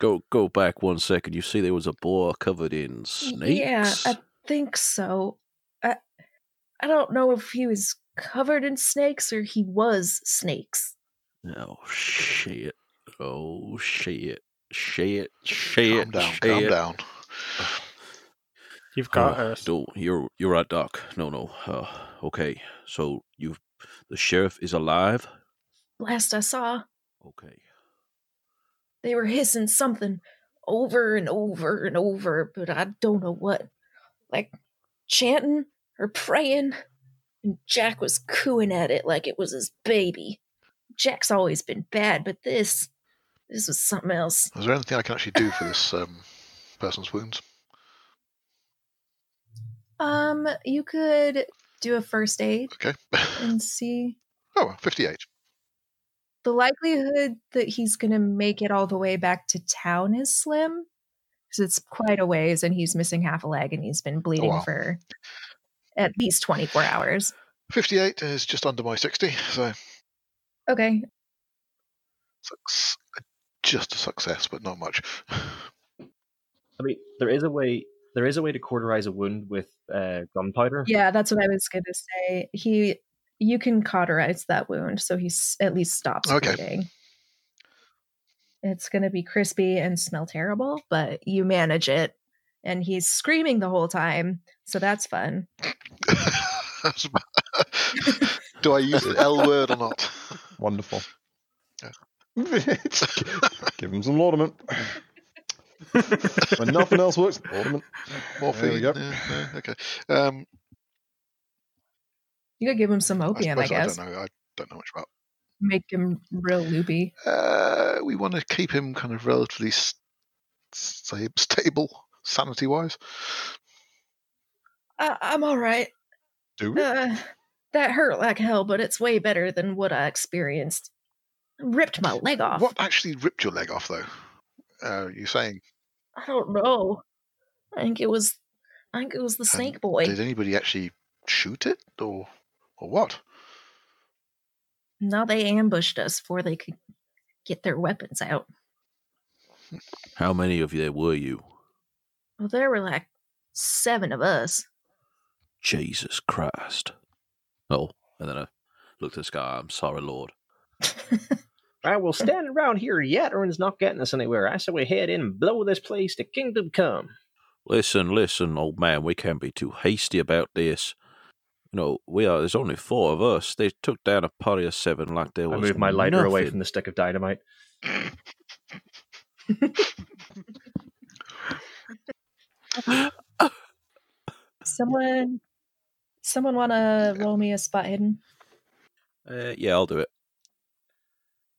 go go back one second. You see, there was a boar covered in snakes.
Yeah, I think so. I, I don't know if he was covered in snakes or he was snakes.
Oh shit! Oh shit! Shit!
calm
Shit!
down,
shit.
calm down.
You've
Oh,
got us.
no, you're you're right, Doc. No, no. Uh, okay, so you, have the sheriff is alive.
Last I saw,
Okay.
They were hissing something over and over and over, but I don't know what. Like chanting or praying. And Jack was cooing at it like it was his baby. Jack's always been bad, but this this was something else.
Is there anything I can actually do for this um, person's wounds?
Um, you could do a first aid
Okay. [LAUGHS]
and see
oh, 58.
the likelihood that he's going to make it all the way back to town is slim because it's quite a ways and he's missing half a leg and he's been bleeding
wow.
for at least 24 hours
58 is just under my 60, so
okay
sucks. just a success, but not much. [LAUGHS]
I mean, there is a way. There is a way to cauterize a wound with uh, gunpowder.
yeah that's what i was going to say he you can cauterize that wound so he's at least stops
Okay.
bleeding it's going to be crispy and smell terrible but you manage it and he's screaming the whole time so that's fun
Do I use the L word or not?
Wonderful. [LAUGHS] Give him some laudament. when nothing else works, laudament. [LAUGHS] There we
Morphine.
go.
yeah, no, okay. Um,
you could give him some
I,
opium i,
suppose I
guess
don't know. I don't know much about.
make him real loopy
Uh, we want to keep him kind of relatively st- stable, sanity wise.
I- i'm all right
Do we?
Uh, that hurt like hell, but it's way better than what I experienced. Ripped my leg off.
What actually ripped your leg off, though? Uh, you're saying,
I don't know. I think it was. I think it was the snake boy.
did anybody actually shoot it, or or what?
Now they ambushed us before they could get their weapons out.
How many of you there were you?
Well, there were like seven of us. [LAUGHS]
Jesus Christ! Oh, and then I looked at this guy. I'm sorry, Lord.
Right, well, standing around here yattering is not getting us anywhere. I say we head in and blow this place to kingdom come.
Listen, listen, old man. We can't be too hasty about this. You know, we are. There's only four of us. They took down a party of seven like there
I
was.
move my lighter away
nothing.
from the stick of dynamite.
Someone, someone want to roll me a spot hidden?
Uh, yeah, I'll do it.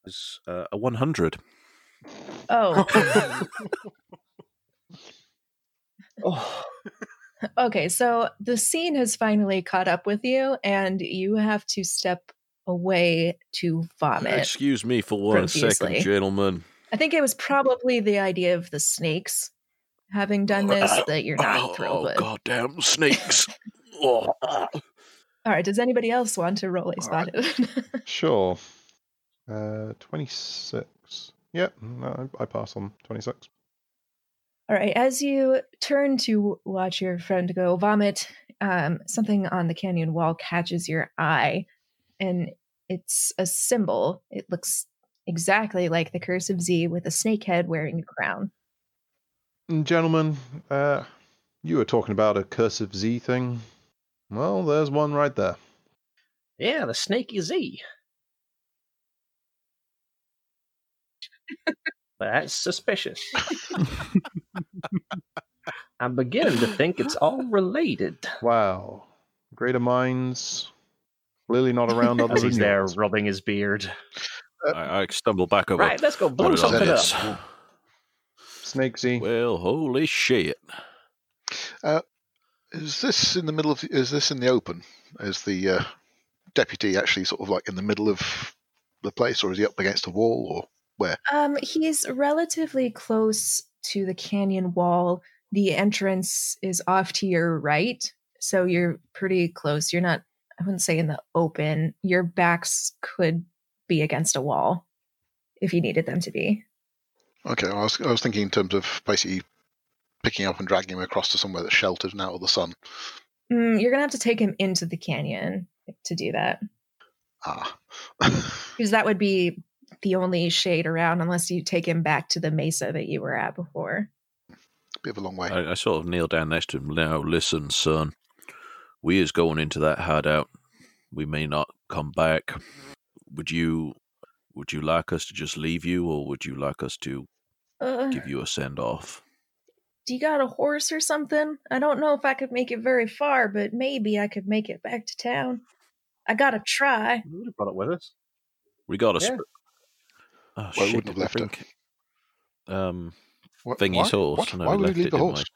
It's uh, a 100.
[LAUGHS]
Oh, [LAUGHS]
Oh,
okay. So the scene has finally caught up with you, and you have to step away to vomit.
Excuse me for one second,
Profusely.
gentlemen.
I think it was probably the idea of the snakes having done this that you're not
Oh,
thrilled with. All
goddamn snakes! oh.
right, does anybody else want to roll a spot?
Sure. Uh, 26. Yep, no, I I pass on 26.
[LAUGHS] All right, as you turn to watch your friend go vomit, um, something on the canyon wall catches your eye, and it's a symbol. It looks exactly like the curse of Z with a snake head wearing a crown.
Mm, Gentlemen, uh, you were talking about a cursive Z thing. Well, there's one right there.
yeah, the snaky Z. That's suspicious. I'm beginning to think it's all related.
Wow. Greater minds. Clearly not around other
As
than
he's there
yours.
rubbing his beard.
I, I stumble back over.
Right, let's go blow
What it all
something up.
is.
Snake Z.
Well, holy shit.
Is this in the middle of? The, is this in the open? Is the uh, deputy actually sort of like in the middle of the place, or is he up against a wall, or
Um, he's relatively close to the canyon wall. The entrance is off to your right, so you're pretty close. You're not, I wouldn't say in the open. Your backs could be against a wall if you needed them to be.
Okay, I was, I was thinking in terms of basically picking up and dragging him across to somewhere that's sheltered and out of the sun.
Mm, you're gonna have to take him into the canyon to do that
Ah. [LAUGHS]
because that would be the only shade around unless you take him back to the mesa that you were at before.
Bit of a long way.
I, I sort of kneel down next to him. Now, listen, son, we is going into that hideout. We may not come back. Would you? Would you like us to just leave you, or would you like us to
Uh, [SIGHS]
give you a send off?
do you got a horse or something? I don't know if I could make it very far, but maybe I could make it back to town. I gotta try.
We would have brought it with us.
We got a.
Yeah.
Sp- oh,
Well, we wouldn't
shit,
have
did we
left her.
bring- Um,
What,
thingy's
why?
horse.
What?
No,
why
we
would
left
we
it,
leave the
didn't
horse?
No,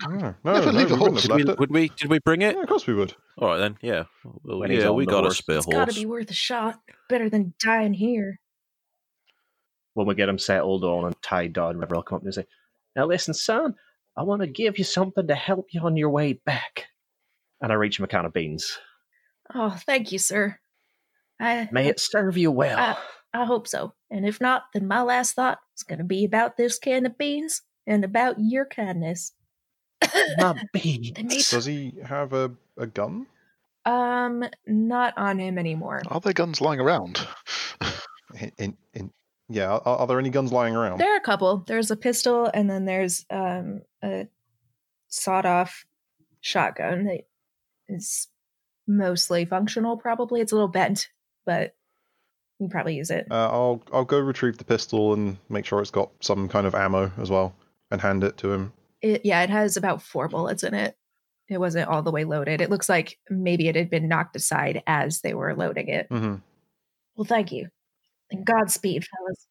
Ah, no,
Never
no,
leave
we
the
wouldn't
horse.
have
did we,
left it.
would we? Did we bring it?
Yeah, of course we would.
All right then. Yeah. Well,
When he's
yeah,
on
we
the
got
horse.
a spare
It's gotta
horse.
be worth a shot. Better than dying here.
When we get him settled on and tied down, whatever, I'll come up and say, Now listen, son, I want to give you something to help you on your way back. And I reach him a can of beans.
Oh, thank you, sir. I
May it serve you well.
Ah. I hope so. And if not, then my last thought is gonna be about this can of beans and about your kindness. [COUGHS]
Ah.
My beans.
They made-
Does he have a, a gun?
um, not on him anymore.
Are there guns lying around?
In, in, in, yeah, are, are there any guns lying around?
There are a couple. There's a pistol, and then there's um, a sawed-off shotgun that is mostly functional. Probably it's a little bent, but you can probably use it.
Uh, I'll I'll go retrieve the pistol and make sure it's got some kind of ammo as well, and hand it to him.
it. Yeah, it has about four bullets in it. It wasn't all the way loaded. It looks like maybe it had been knocked aside as they were loading it.
hmm
Well, thank you, and Godspeed, fellas,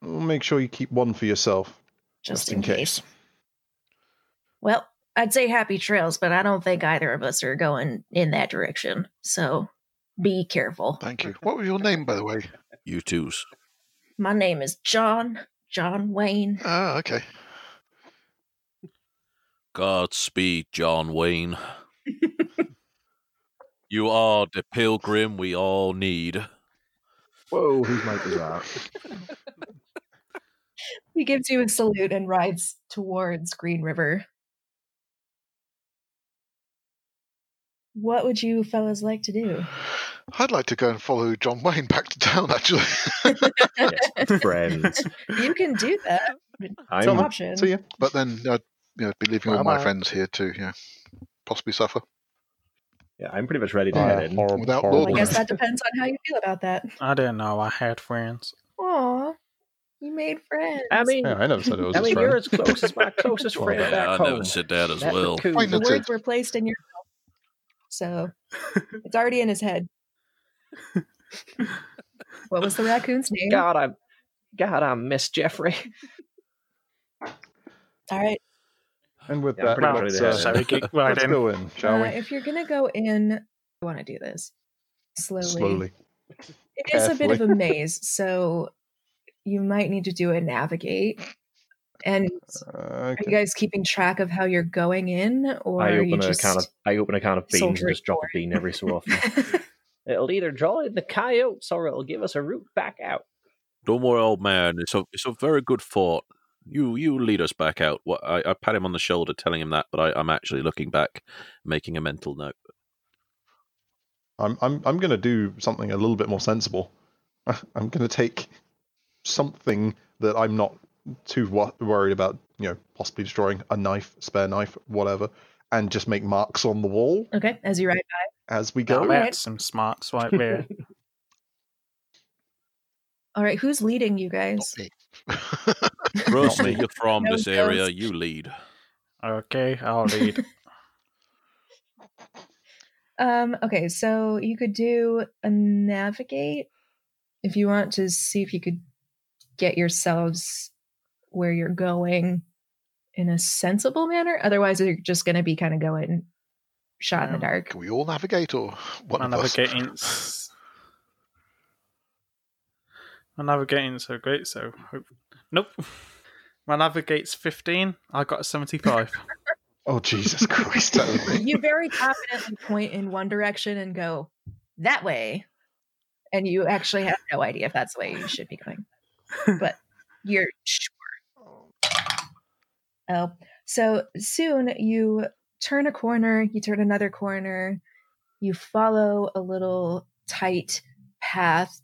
We'll Mm-hmm. make sure you keep one for yourself,
just, in case. Well, I'd say happy trails, but I don't think either of us are going in that direction. So be careful.
Thank you. What was your name, by the way?
You two's.
My name is John, John Wayne.
Ah, okay.
Godspeed, John Wayne. you are the pilgrim we all need.
Whoa, whose mic is that?
He gives you a salute and rides towards Green River. What would you fellas like to do? [LAUGHS]
I'd like to go and follow John Wayne back to town, actually. [LAUGHS]
[LAUGHS]
Friends.
You can do that. It's an
I'm,
option.
See ya.
but then I'd you know, be leaving all my
Bye-bye.
friends here to you know, possibly suffer.
yeah, I'm pretty much ready to
Ah,
head in.
horrible,
Without
horrible.
I guess
Lord.
that depends on how you feel about that.
I didn't know I had friends.
Aw, you made friends.
I mean,
Yeah, I never said it was
I
his
mean, you're
friend.
as close as my
[LAUGHS]
closest friend
Yeah,
back
I
home.
never said that as
That's
well.
cool.
Wayne,
the
that's it.
words were placed in your mouth. So it's already in his head. what was the raccoon's name?
God, I, God, I miss Jeffrey. [LAUGHS]
All right.
And with
Yeah,
that,
pretty much
let's,
ready
uh,
to
So we kick right
let's
in.
go in, shall
uh,
we?
If you're gonna go in, I want to do this slowly.
Slowly.
It is a bit of a maze, so you might need to do a navigate. And
Uh,
are you
okay.
guys keeping track of how you're going in, or
I
are you
open a
just?
can of I open a can of beans
soldiering
and just drop a bean every so
[LAUGHS]
often.
It'll either draw in the coyotes or it'll give us a route back out.
Don't worry, old man. It's a it's a very good fort. You you lead us back out. What I, I pat him on the shoulder, telling him that, but I, I'm actually looking back, making a mental note.
I'm I'm I'm gonna do something a little bit more sensible. [LAUGHS] I'm gonna take something that I'm not too wo- worried about, you know, possibly destroying a knife, spare knife, whatever, and just make marks on the wall
okay, as you ride
as we
Now
go.
Alright.
that's some smarts right there.
by. All right, who's leading you guys?
Not me.
Trust
Not
me,
me.
you're from
No
this area.
ghost.
You lead.
okay, I'll read.
Um, okay, so you could do a navigate if you want to see if you could get yourselves where you're going in a sensible manner. Otherwise, you're just going to be kind of going shot in the
Um,
dark.
Can we all navigate, or one
My
of us?
navigating's My navigating's so great, so hope. Nope. My navigate's 15. I got a 75.
Oh, Jesus Christ. [LAUGHS] Tony.
You very confidently point in one direction and go that way, and you actually have no idea if that's the way you should be going, but you're sure. Oh, so soon you turn a corner, you turn another corner, you follow a little tight path,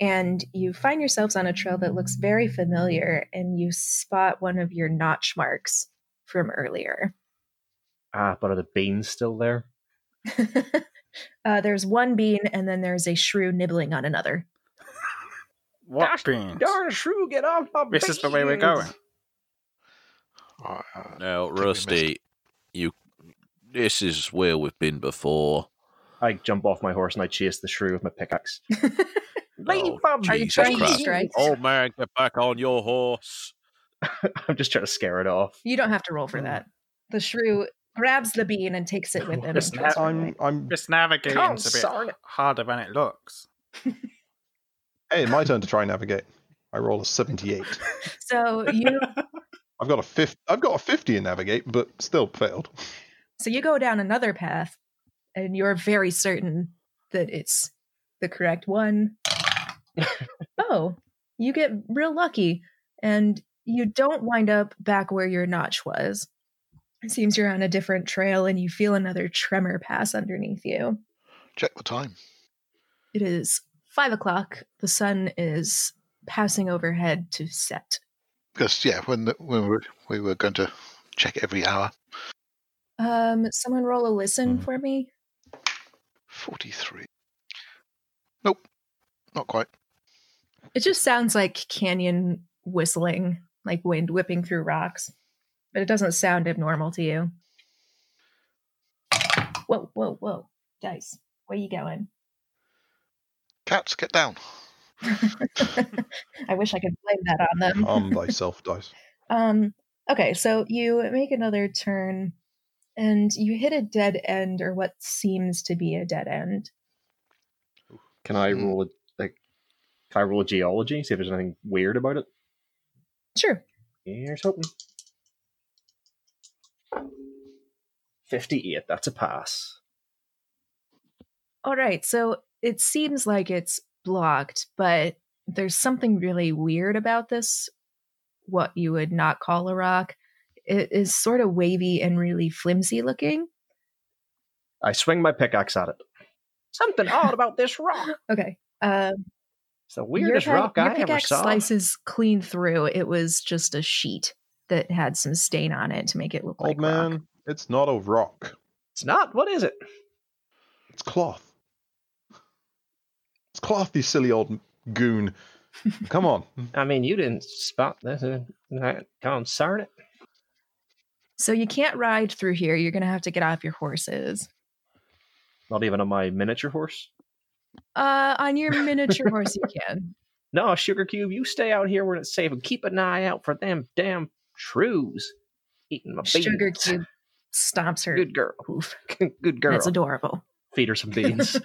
and you find yourselves on a trail that looks very familiar, and you spot one of your notch marks from earlier.
Ah, but are the beans still there?
[LAUGHS] uh, there's one bean, and then there's a shrew nibbling on another. [LAUGHS]
What
Gosh
beans?
Darn shrew, get off my
This is the way we're going.
Alright, uh,
Now,
we missed
Rusty, you. This is where we've been before.
I jump off my horse and I chase the shrew with my pickaxe. [LAUGHS]
Leave
Oh,
my
Jesus
Trying to
Christ.
strike.
[LAUGHS]
Old man, get back on your horse.
I'm just trying to scare it off.
You don't have to roll for that. The shrew grabs the bean and takes it
[LAUGHS]
with him.
Just
and throws it away.
I'm, I'm,
This navigating's a bit
Consarn-
harder than it looks.
hey, my turn to try and navigate. I roll a 78.
So you
I've got a 50, I've got a 50 in navigate, but still failed.
so you go down another path, and you're very certain that it's the correct one. oh, you get real lucky, and you don't wind up back where your notch was. It seems you're on a different trail, and you feel another tremor pass underneath you.
Check the time.
It is five o'clock. The sun is passing overhead to set.
Because, yeah, when, the, when we, were, we were going to check every hour.
Um, someone roll a listen
Hmm.
for me.
43. Nope, not quite.
It just sounds like canyon whistling, like wind whipping through rocks, but it doesn't sound abnormal to you. Whoa, whoa, whoa! Dice, where you going? [LAUGHS]
Cats, get down.
I wish I could blame that on them.
Arm thyself, dice.
Um, okay, so you make another turn and you hit a dead end or what seems to be a dead end.
Can I
Hmm.
roll a like? Can I roll a geology? See if there's anything weird about it.
Sure.
Here's hoping. Fifty-eight. That's a pass.
All right. So it seems like it's blocked, but there's something really weird about this, what you would not call a rock. It is sort of wavy and really flimsy looking.
I swing my pickaxe at it.
Something odd about this rock.
[LAUGHS] Okay. Um,
It's the
your
weirdest
pick-
rock
your
I ever
pickaxe
saw.
slices clean through. It was just a sheet that had some stain on it to make it look like
Old man,
rock.
it's not a rock.
It's not. What is it?
It's cloth. It's cloth, you silly old goon. Come on.
I mean, you didn't spot this. uh, that Concern it.
So you can't ride through here. You're going to have to get off your horses.
Not even on my miniature horse.
Uh,
[LAUGHS]
on your miniature horse, you can.
No, Sugar Cube, you stay out here where it's safe and keep an eye out for them damn shrews eating my beans.
Sugar Cube stomps her.
Good
[LAUGHS]
girl.
Oof.
Good girl.
That's adorable.
Feed her some beans.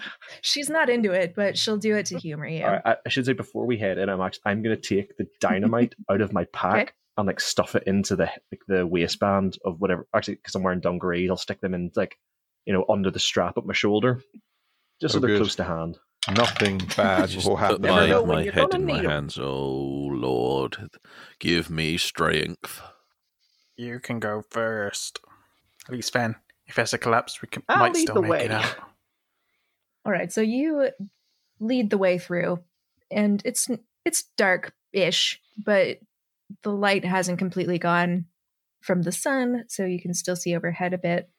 She's not into it, but she'll do it to humor you.
All right, I, I should say before we head in, I'm actually I'm going to take the dynamite out of my pack
Okay.
and like stuff it into the like, the waistband of whatever. Actually, because I'm wearing dungarees, I'll stick them in like you know under the strap at my shoulder, just so
Oh,
they're
good.
close to hand.
Nothing bad
Just
will
put
happen.
my,
know when
my
you're
head
gonna
in my
need 'em.
hands. Oh, Lord. Give me strength.
You can go first. At least then, if there's a collapse, we can,
I'll
might
lead
still
the
make it
way.
out.
All right, so you lead the way through, and it's it's dark-ish, but the light hasn't completely gone from the sun, so you can still see overhead a bit.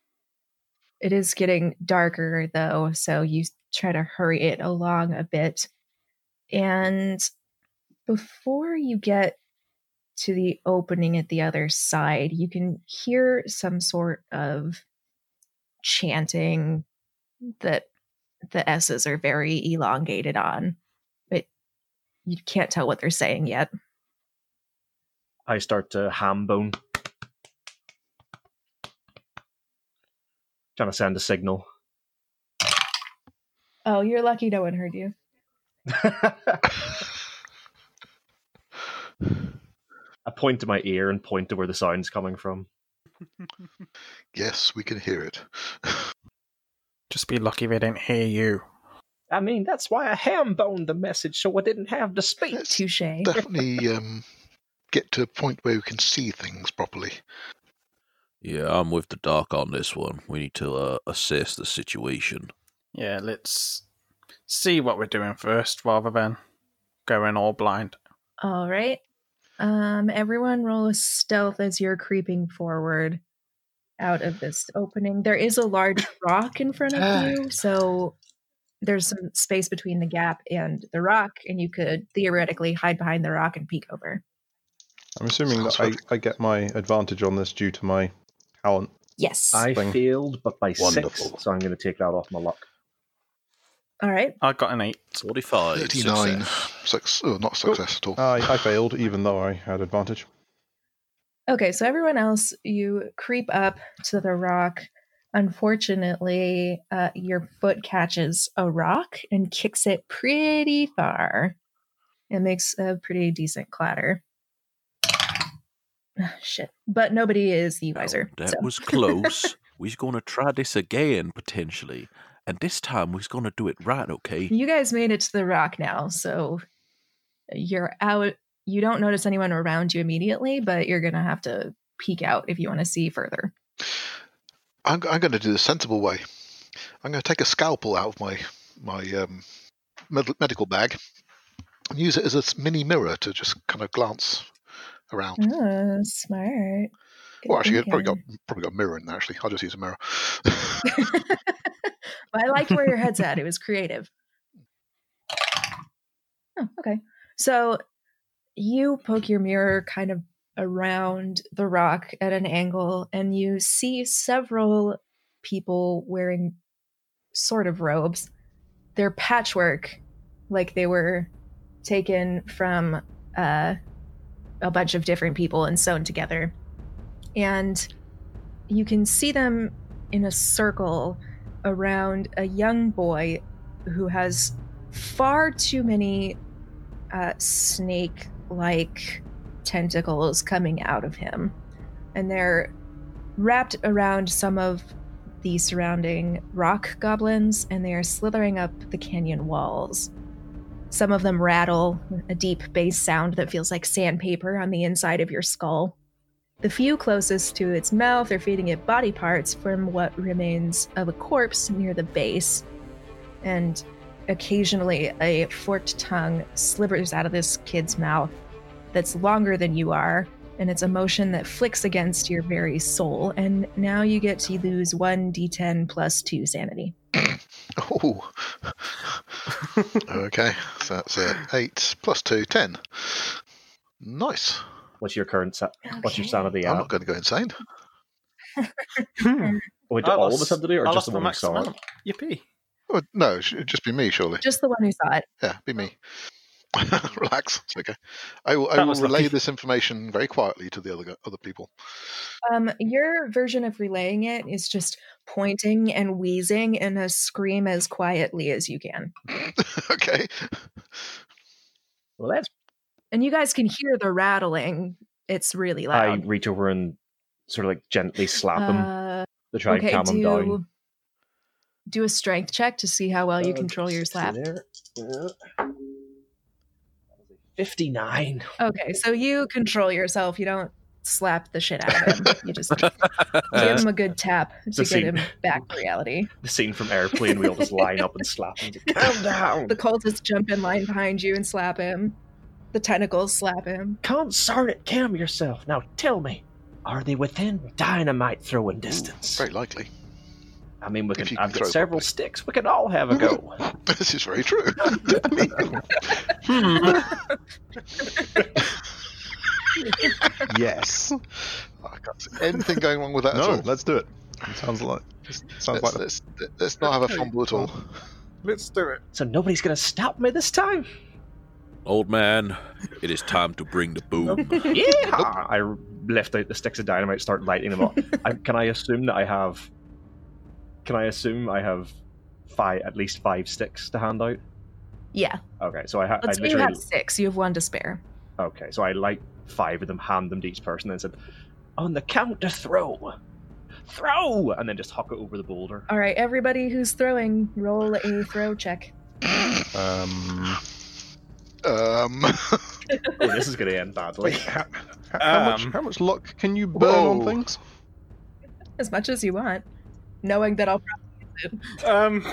It is getting darker though, so you try to hurry it along a bit. And before you get to the opening at the other side, you can hear some sort of chanting that the S's are very elongated on, but you can't tell what they're saying yet.
I start to ham bone, trying to send a signal.
Oh, you're lucky no one heard you.
point to my ear and point to where the sound's coming from.
Yes, we can hear it.
Just be lucky they didn't hear you.
I mean, that's why I ham boned the message so I didn't have to speak.
Let's
Touche.
definitely um, get to a point where we can see things properly.
Yeah, I'm with the doc on this one. We need to uh, assess the situation.
Yeah, let's see what we're doing first rather than going all blind.
All right. Um, everyone roll a stealth as you're creeping forward out of this opening. There is a large rock in front of you, so there's some space between the gap and the rock, and you could theoretically hide behind the rock and peek over.
I'm assuming that I, I get my advantage on this due to my talent.
Yes.
I
Thing.
failed, but by
Wonderful.
six, so I'm going to take that off my luck.
All right.
I got an eight.
45.
39.
success.
Success. Oh, not success at all.
I, I failed, even though I had advantage.
Okay, so everyone else, you creep up to the rock. Unfortunately, uh, your foot catches a rock and kicks it pretty far. It makes a pretty decent clatter. Ah, Shit. But nobody is
Oh,
the
Well,
wiser.
Oh, that
so.
was
[LAUGHS]
close. we're going to try this again, potentially. And this time we're going to do it right, okay?
You guys made it to the rock now, so you're out. You don't notice anyone around you immediately, but you're going to have to peek out if you want to see further.
I'm, I'm going to do the sensible way. I'm going to take a scalpel out of my my um, med- medical bag and use it as a s- mini mirror to just kind of glance around.
Oh, smart. Good
Well, actually, I've probably
thinking.
got probably got a mirror in there. Actually, I'll just use a mirror. [LAUGHS]
But [LAUGHS] I liked where your head's at. It was creative. Oh, okay. So you poke your mirror kind of around the rock at an angle, and you see several people wearing sort of robes. They're patchwork, like they were taken from uh, a bunch of different people and sewn together. And you can see them in a circle around a young boy who has far too many uh, snake like tentacles coming out of him. And they're wrapped around some of the surrounding rock goblins, and they are slithering up the canyon walls. Some of them rattle, a deep bass sound that feels like sandpaper on the inside of your skull. The few closest to its mouth are feeding it body parts from what remains of a corpse near the base, and occasionally a forked tongue slivers out of this kid's mouth that's longer than you are, and it's a motion that flicks against your very soul. And now you get to lose 1d10 plus 2 sanity.
Oh, okay. So that's uh, eight plus two, ten. Nice.
What's your current? Sa- What's your
Okay.
sanity at?
I'm not going to go insane.
Wait, do
I
all of
lost-
us have to do, it, or
I
just the
lost my
one who saw
maximum.
it?
Yippee.
Well, Oh, no, it should just be me, surely.
Just the one who saw it.
Yeah, be me. [LAUGHS] Relax. It's okay. I will, I
That
will
was
relay
lucky.
this information very quietly to the other gu- other people. [LAUGHS]
Um, your version of relaying it is just pointing and wheezing and a scream as quietly as you can.
okay.
Well, that's.
And you guys can hear the rattling. It's really
I
loud.
reach over and sort of like gently slap him
Uh,
to try and
okay,
calm him down.
[LAUGHS]
do, do a strength check to see how well you
Uh,
control your
let's see
slap.
there. Yeah.
59.
Okay, so you control yourself. You don't slap the shit out of him.
[LAUGHS]
You just give him a good tap to get
scene.
him back to reality.
The scene from Airplane, we all just line up and slap him.
[LAUGHS]
Calm down.
The cultists jump in line behind you and slap him. The tentacles
[LAUGHS]
slap him.
Concern it, calm yourself. Now tell me, are they within dynamite throwing distance?
Very likely. [LAUGHS]
I mean, we
If
can.
you can
I've got
throw
several.
Mm-hmm.
Several sticks, we could all have a go.
This is very true.
Yes.
I can't see anything going wrong with that at
no,
all.
let's do it. It sounds like just
Let's,
sounds like the
let's, let's not have a fumble at all.
Let's do it.
So nobody's gonna stop me this time.
Old man, it is time to bring the boom.
Ah, I lift out the sticks of dynamite, start lighting them
[LAUGHS]
up. I, can I assume that I have? Can I assume I have five, at least five sticks to hand out?
Yeah.
Okay, so I, ha- I
Let's say you
literally.
have six. You have one to spare.
Okay, so I light five of them, hand them to each person, and said, "On the count to throw, throw," and then just huck it over the boulder.
All right, everybody who's throwing, roll a throw check.
Um,
Um, [LAUGHS]
Oh, this is going to end badly.
[LAUGHS] wait, how, how, much,
Um,
how much luck can you burn on
whoa.
things?
As much as you want, knowing that I'll probably use it.
Um,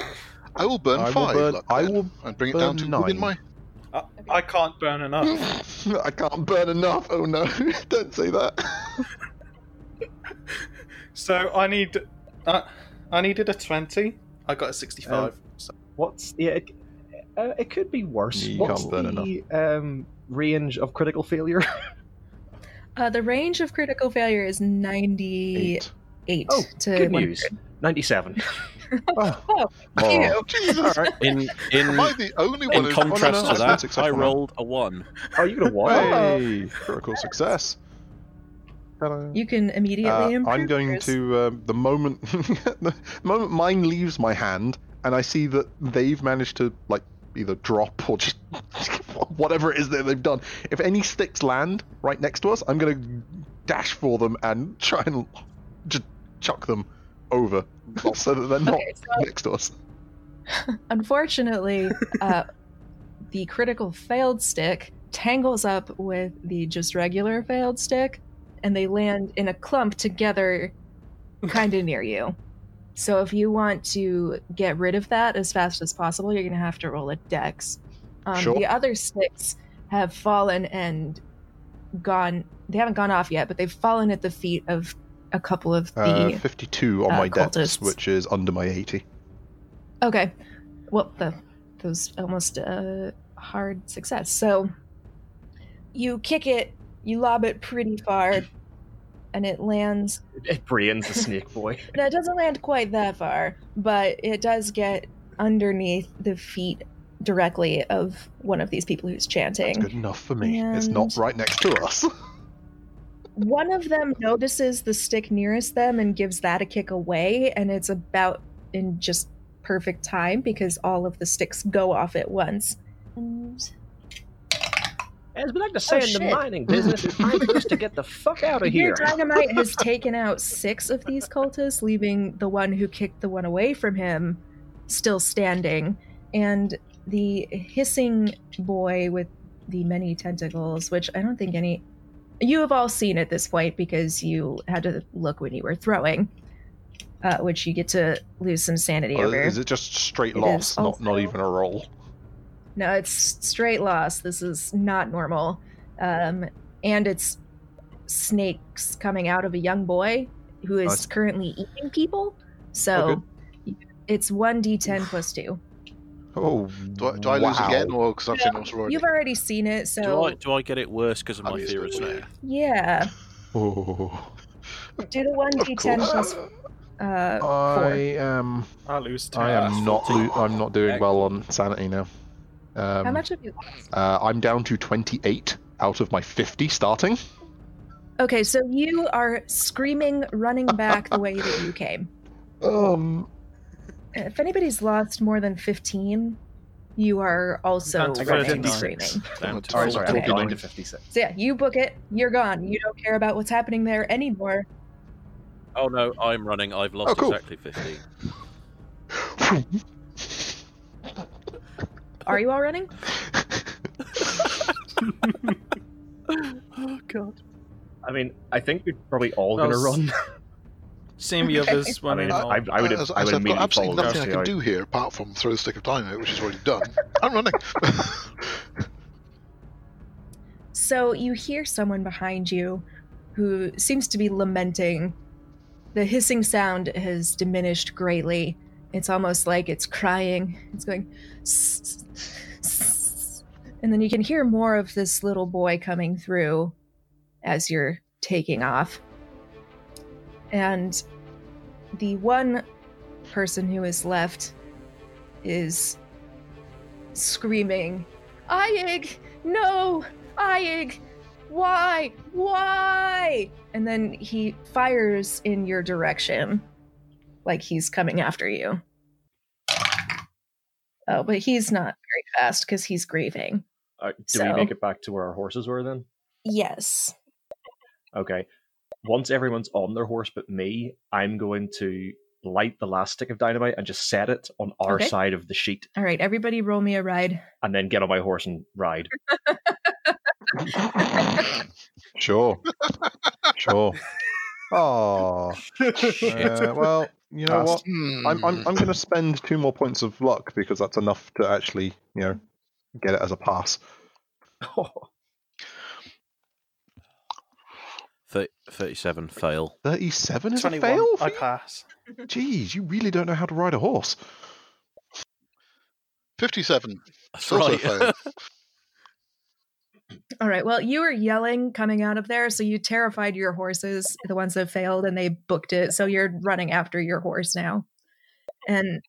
I will burn
I will
five.
burn-
luck
I
then,
will
and bring it down
burn
to
nine.
within my.
I can't burn
[LAUGHS]
enough.
[LAUGHS] I can't burn enough. Oh no! [LAUGHS] Don't say that.
So I need, uh, I needed a twenty. I got a
Um,
sixty-five. so
What's yeah? It, uh, it could be worse.
You
What's
can't burn
the um, range of critical
[LAUGHS]
failure?
Uh, the range of critical failure is 98
Eight.
Oh,
to
Good
100.
news. Ninety-seven.
Ah.
Oh,
Phew.
Jesus!
In in
Am I the only one? Oh,
in
who's-
contrast
no,
to
that's
that, I
successful now.
rolled a one.
Oh, you
[LAUGHS]
got a one.
hey, critical success. Ta-da.
You can immediately
Uh,
improve.
I'm going
yours.
to um, the moment [LAUGHS] the moment mine leaves my hand, and I see that they've managed to like either drop or just [LAUGHS] whatever it is that they've done. If any sticks land right next to us, I'm going to dash for them and try and just chuck them over [LAUGHS] so that they're not
Okay, so
next to us. [LAUGHS]
Unfortunately, uh, the critical failed stick tangles up with the just regular failed stick, and they land in a clump together,
[LAUGHS]
kind of near you. So if you want to get rid of that as fast as possible, you're going to have to roll a dex. Um,
Sure.
The other sticks have fallen and gone. They haven't gone off yet, but they've fallen at the feet of a couple of the
Uh, 52 on
uh,
my dex,
cultists.
which is under my 80.
Okay. Well, the, those almost a uh, hard success. So you kick it, you lob it pretty far, and it lands.
It brains the snake boy.
No, it doesn't land quite that far, but it does get underneath the feet directly of one of these people who's chanting.
It's good enough for me. It's
And-
not right next to
[LAUGHS]
us.
One of them notices the stick nearest them and gives that a kick away, and it's about in just perfect time because all of the sticks go off at once. And
[LAUGHS] As we like to say in
shit.
the mining business, it's time for us to get the fuck out of
Your
here.
dynamite has taken out six of these cultists, leaving the one who kicked the one away from him still standing. And the hissing boy with the many tentacles, which I don't think any. You have all seen at this point because you had to look when you were throwing, uh, which you get to lose some sanity
Or
over.
Oh, is it just straight
It
loss,
is
not, not
also-
even a roll?
No, it's straight loss. This is not normal. Um, and it's snakes coming out of a young boy who is
Nice.
currently eating people. So it's 1d10 plus 2.
Oh,
Do I, do I lose
wow.
again, or because I've seen
No,
what's already?
You've already seen it, so
Do I do I get it worse because of my fear of
Obviously,
snake?
yeah.
Oh,
Do the
Of
1d10
course.
plus uh,
I am.
I lose two.
I am not. Lo- I'm not doing
Excellent.
well on sanity now. Um,
How much have you lost?
Uh, I'm down to 28 out of my 50 starting.
Okay, so you are screaming, running back the way that you came.
[LAUGHS]
[LAUGHS]
Um,
If anybody's lost more than 15, you are also
Down to
running,
39.
screaming.
Oh,
Down to
All right, sorry,
Okay.
I'm down to fifty-six.
So yeah, you book it. You're gone. You don't care about what's happening there anymore.
Oh no, I'm running. I've lost
Oh, cool.
exactly 15.
Are you all running?
oh god.
I mean, I think we're probably all
Well,
going
s-
to
[LAUGHS]
run.
Seeing the others
I
when
Uh,
mean,
in all.
I, I would,
As-
I would
as I've got
immediately
absolutely
follow
nothing I
Darcy
can
out.
do here apart from throw the stick of dynamite, which is already [LAUGHS] done. I'm running.
So you hear someone behind you who seems to be lamenting. The hissing sound has diminished greatly. It's almost like it's crying. It's going, [SNIFFS] "S- s- s-" and then you can hear more of this little boy coming through as you're taking off. And the one person who is left is screaming, Ayig, no! Ayig, why? Why? And then he fires in your direction, like he's coming after you. Oh, but he's not very fast because he's grieving.
Uh, do
So-
we make it back to where our horses were then?
Yes.
Okay. Once everyone's on their horse but me, I'm going to light the last stick of dynamite and just set it on our
Okay.
side of the sheet
All right, everybody roll me a ride.
and then get on my horse and ride.
Sure. sure. Oh.
Shit.
well, you know what?
Hmm.
I'm, I'm, I'm going to spend two more points of luck because that's enough to actually, you know, get it as a pass.
Thir- 37 fail.
37 is a
21.
fail?
I
For you?
pass.
Jeez, you really don't know how to ride a horse.
57.
That's
Also fail.
right.
All right, well, you were yelling coming out of there, so you terrified your horses, the ones that failed, and they booked it. So you're running after your horse now. And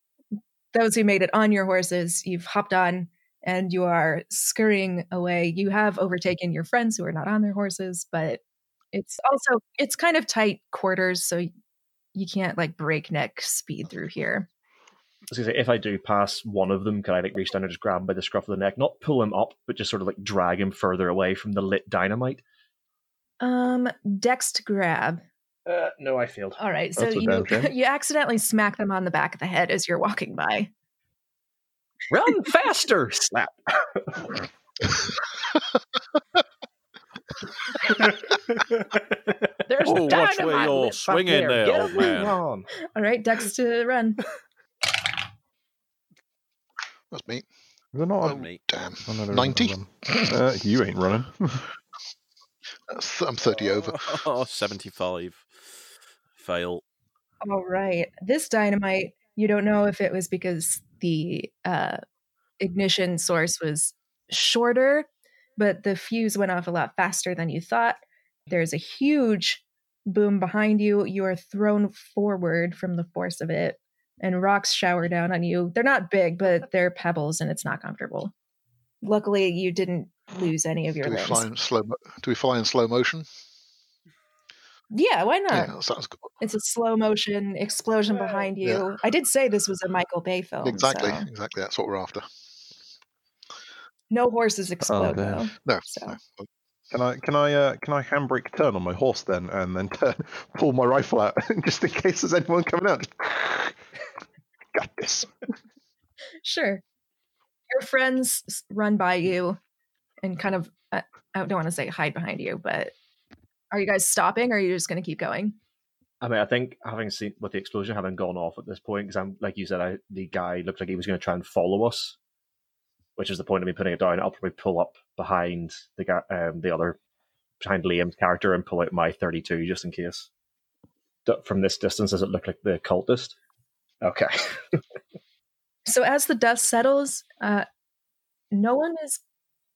those who made it on your horses, you've hopped on and you are scurrying away. You have overtaken your friends who are not on their horses, but it's also it's kind of tight quarters, so you can't like breakneck speed through here.
I was gonna say, if I do pass one of them, can I like reach down and just grab him by the scruff of the neck? Not pull him up, but just sort of like drag him further away from the lit dynamite.
Um, dext grab.
Uh, no, I failed.
All right, so
That's a damn
you
shame.
[LAUGHS] you accidentally smack them on the back of the head as you're walking by.
Run faster! Slap.
There's
[LAUGHS] Oh, watch where you're
dynamite lit back
swinging there,
Get
old
away.
Oh,
man.
on.
All right, Dex to run.
That's me.
They're not
Oh,
on
mate.
damn.
oh, no, they're on
90?
them. Uh, you ain't running. [LAUGHS]
That's- I'm 30 over.
[LAUGHS] Oh, 75. Fail.
[LAUGHS] All right, this dynamite. You don't know if it was because the uh, ignition source was shorter, but the fuse went off a lot faster than you thought. There's a huge boom behind you. You are thrown forward from the force of it, and rocks shower down on you. They're not big, but they're pebbles, and it's not comfortable. Luckily, you didn't lose any of your
Do we,
limbs.
fly in slow mo- do we fly in slow motion?
Yeah, why not?
Yeah, that sounds good.
It's a slow motion explosion behind you.
Yeah.
I did say this was a Michael Bay film.
Exactly,
Oh, so
exactly. That's what we're after.
No horses explode
damn.
though.
No,
So.
no.
Can I can I uh, can I handbrake turn on my horse then and then turn, [LAUGHS] pull my rifle out [LAUGHS] just in case there's anyone coming out? [LAUGHS] Got this.
Sure. Your friends s- run by you and kind of uh, I don't want to say hide behind you, but are you guys stopping or are you just going to keep going?
I mean, I think having seen with the explosion having gone off at this point, because I'm like you said, I, the guy looked like he was going to try and follow us, which is the point of me putting it down. I'll probably pull up behind the guy, um, the other behind Liam's character, and pull out my thirty-two just in case. D- From this distance, does it look like the cultist? Okay.
So as the dust settles, uh, no one is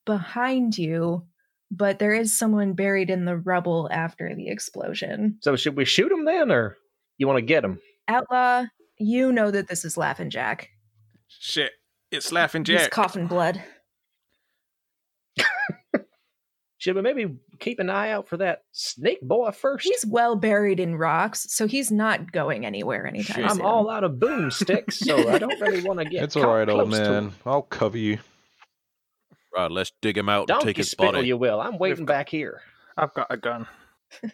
behind you, but there is someone buried in the rubble after the explosion.
So should we shoot him then, or you want to get him?
Outlaw, you know that this is Laughing Jack.
Shit. It's laughing
He's
Jack.
coughing blood.
Should we maybe keep an eye out for that snake boy first?
He's well buried in rocks, so he's not going anywhere anytime
Shit.
I'm
soon.
all out of boomsticks, so I don't really want to get.
it's all right,
caught
old
close to him.
man. I'll cover you.
Right, let's dig him out and
Donkey
take his
spittle,
body.
you will. I'm waiting
got-
back here.
I've got a gun.
all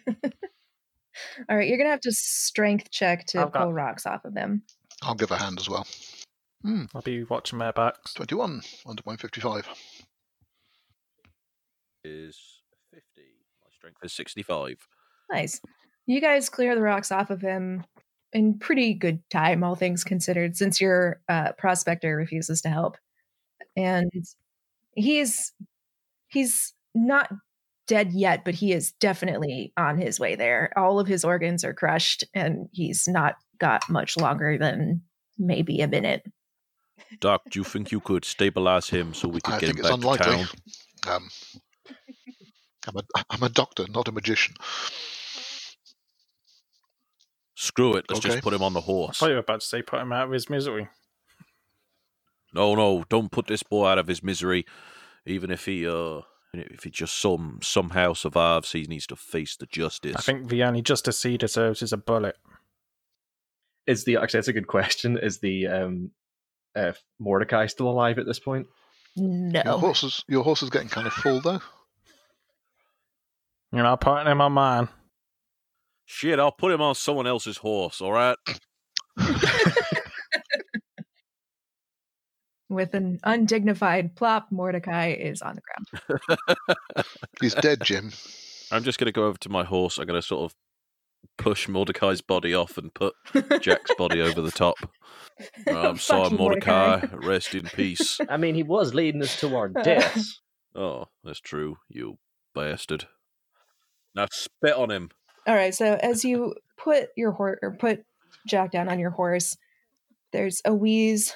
right, you're gonna have to strength check to
I've got-
pull rocks off of him.
I'll give a hand as well. Hmm.
I'll be watching my backs.
21 under 155.
Oh.
Is 50. My strength is 65.
Nice. You guys clear the rocks off of him in pretty good time, all things considered, since your uh, prospector refuses to help, and he's he's not dead yet, but he is definitely on his way there. All of his organs are crushed, and he's not got much longer than maybe a minute.
Doc, do you think you could stabilize him so we could
I
get him
think it's
back to
unlikely.
town?
Um, I'm, a, I'm a doctor, not a magician.
Screw it. Let's
Okay.
just put him on the
I
horse.
thought you were about to say put him out of his misery.
No, no, don't put this boy out of his misery. Even if he, uh, if he just some somehow survives, he needs to face the justice.
I think the only justice he deserves is a bullet.
Is the actually that's a good question. Is the um, uh, Mordecai still alive at this point?
No.
Your horse is your horse is getting kind of full though.
You're not putting him on mine.
Shit, I'll put him on someone else's horse, all right?
With an undignified plop, Mordecai is on the ground.
He's dead, Jim.
I'm just going to go over to my horse. I'm going to sort of push Mordecai's body off and put [LAUGHS] Jack's body over
[LAUGHS]
the top. I'm
[LAUGHS] Fuck
sorry,
you,
Mordecai. Rest in peace.
I mean, he was leading us to our deaths.
Oh, that's true, you bastard. Now spit on him.
All right. So as you put your horse or put Jack down on your horse, there's a wheeze,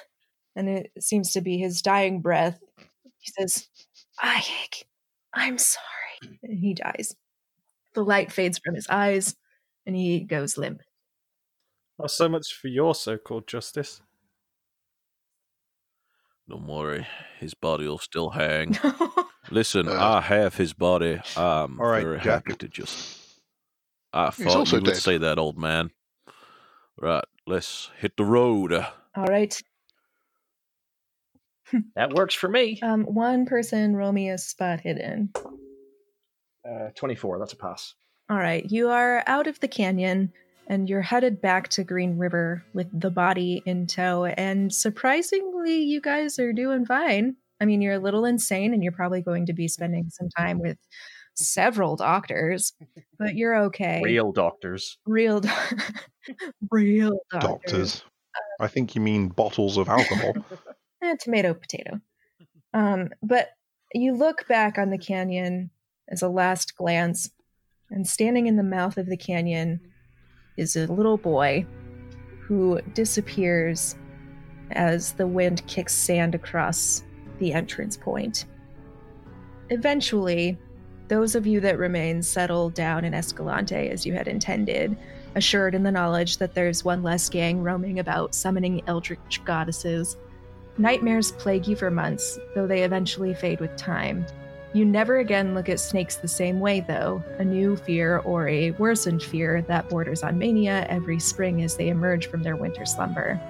and it seems to be his dying breath. He says, "Ayek, I'm sorry," and he dies. The light fades from his eyes, and he goes limp. [LAUGHS]
Well, so much for your so-called justice.
Don't worry, his body will still hang.
All
Listen,
Uh,
I have his body. I'm
all right,
very
Jack.
happy to just. I
He's
thought
also
you would
dead.
say that, old man. Right, let's hit the road.
right.
That works for me.
Um, one person, roll me a spot hidden.
Uh, 24, that's a pass.
All right, you are out of the canyon and you're headed back to Green River with the body in tow. And surprisingly, you guys are doing fine. I mean, you're a little insane and you're probably going to be spending some time with several doctors, but you're okay.
Real doctors.
real, do- [LAUGHS] real
Oh,
doctors.
Doctors. I think you mean bottles of alcohol.
eh, tomato potato um, but you look back on the canyon as a last glance and standing in the mouth of the canyon is a little boy who disappears as the wind kicks sand across the entrance point eventually those of you that remain settle down in escalante as you had intended assured in the knowledge that there's one less gang roaming about summoning eldritch goddesses Nightmares plague you for months, though they eventually fade with time. You never again look at snakes the same way, though, a new fear or a worsened fear that borders on mania every spring as they emerge from their winter slumber.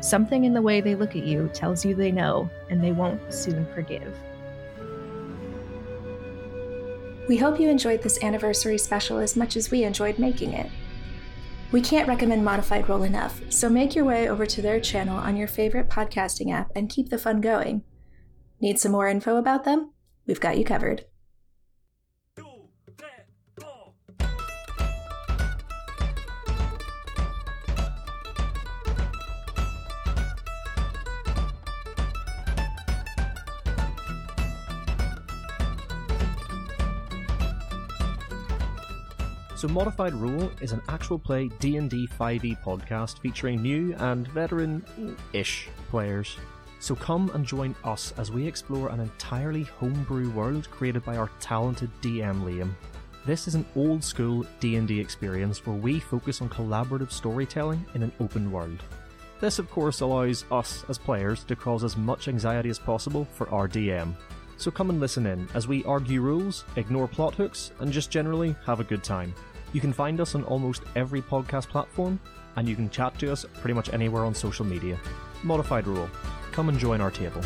Something in the way they look at you tells you they know, and they won't soon forgive.
We hope you enjoyed this anniversary special as much as we enjoyed making it. We can't recommend Modified Roll enough, so make your way over to their channel on your favorite podcasting app and keep the fun going. Need some more info about them? We've got you covered.
So Modified Rule is an actual play D&D 5e E podcast featuring new and veteran-ish players. So come and join us as we explore an entirely homebrew world created by our talented DM Liam. This is an old-school D&D experience where we focus on collaborative storytelling in an open world. This of course allows us as players to cause as much anxiety as possible for our DM. So come and listen in as we argue rules, ignore plot hooks, and just generally have a good time. You can find us on almost every podcast platform, and you can chat to us pretty much anywhere on social media. Modified Rule. Come and join our table.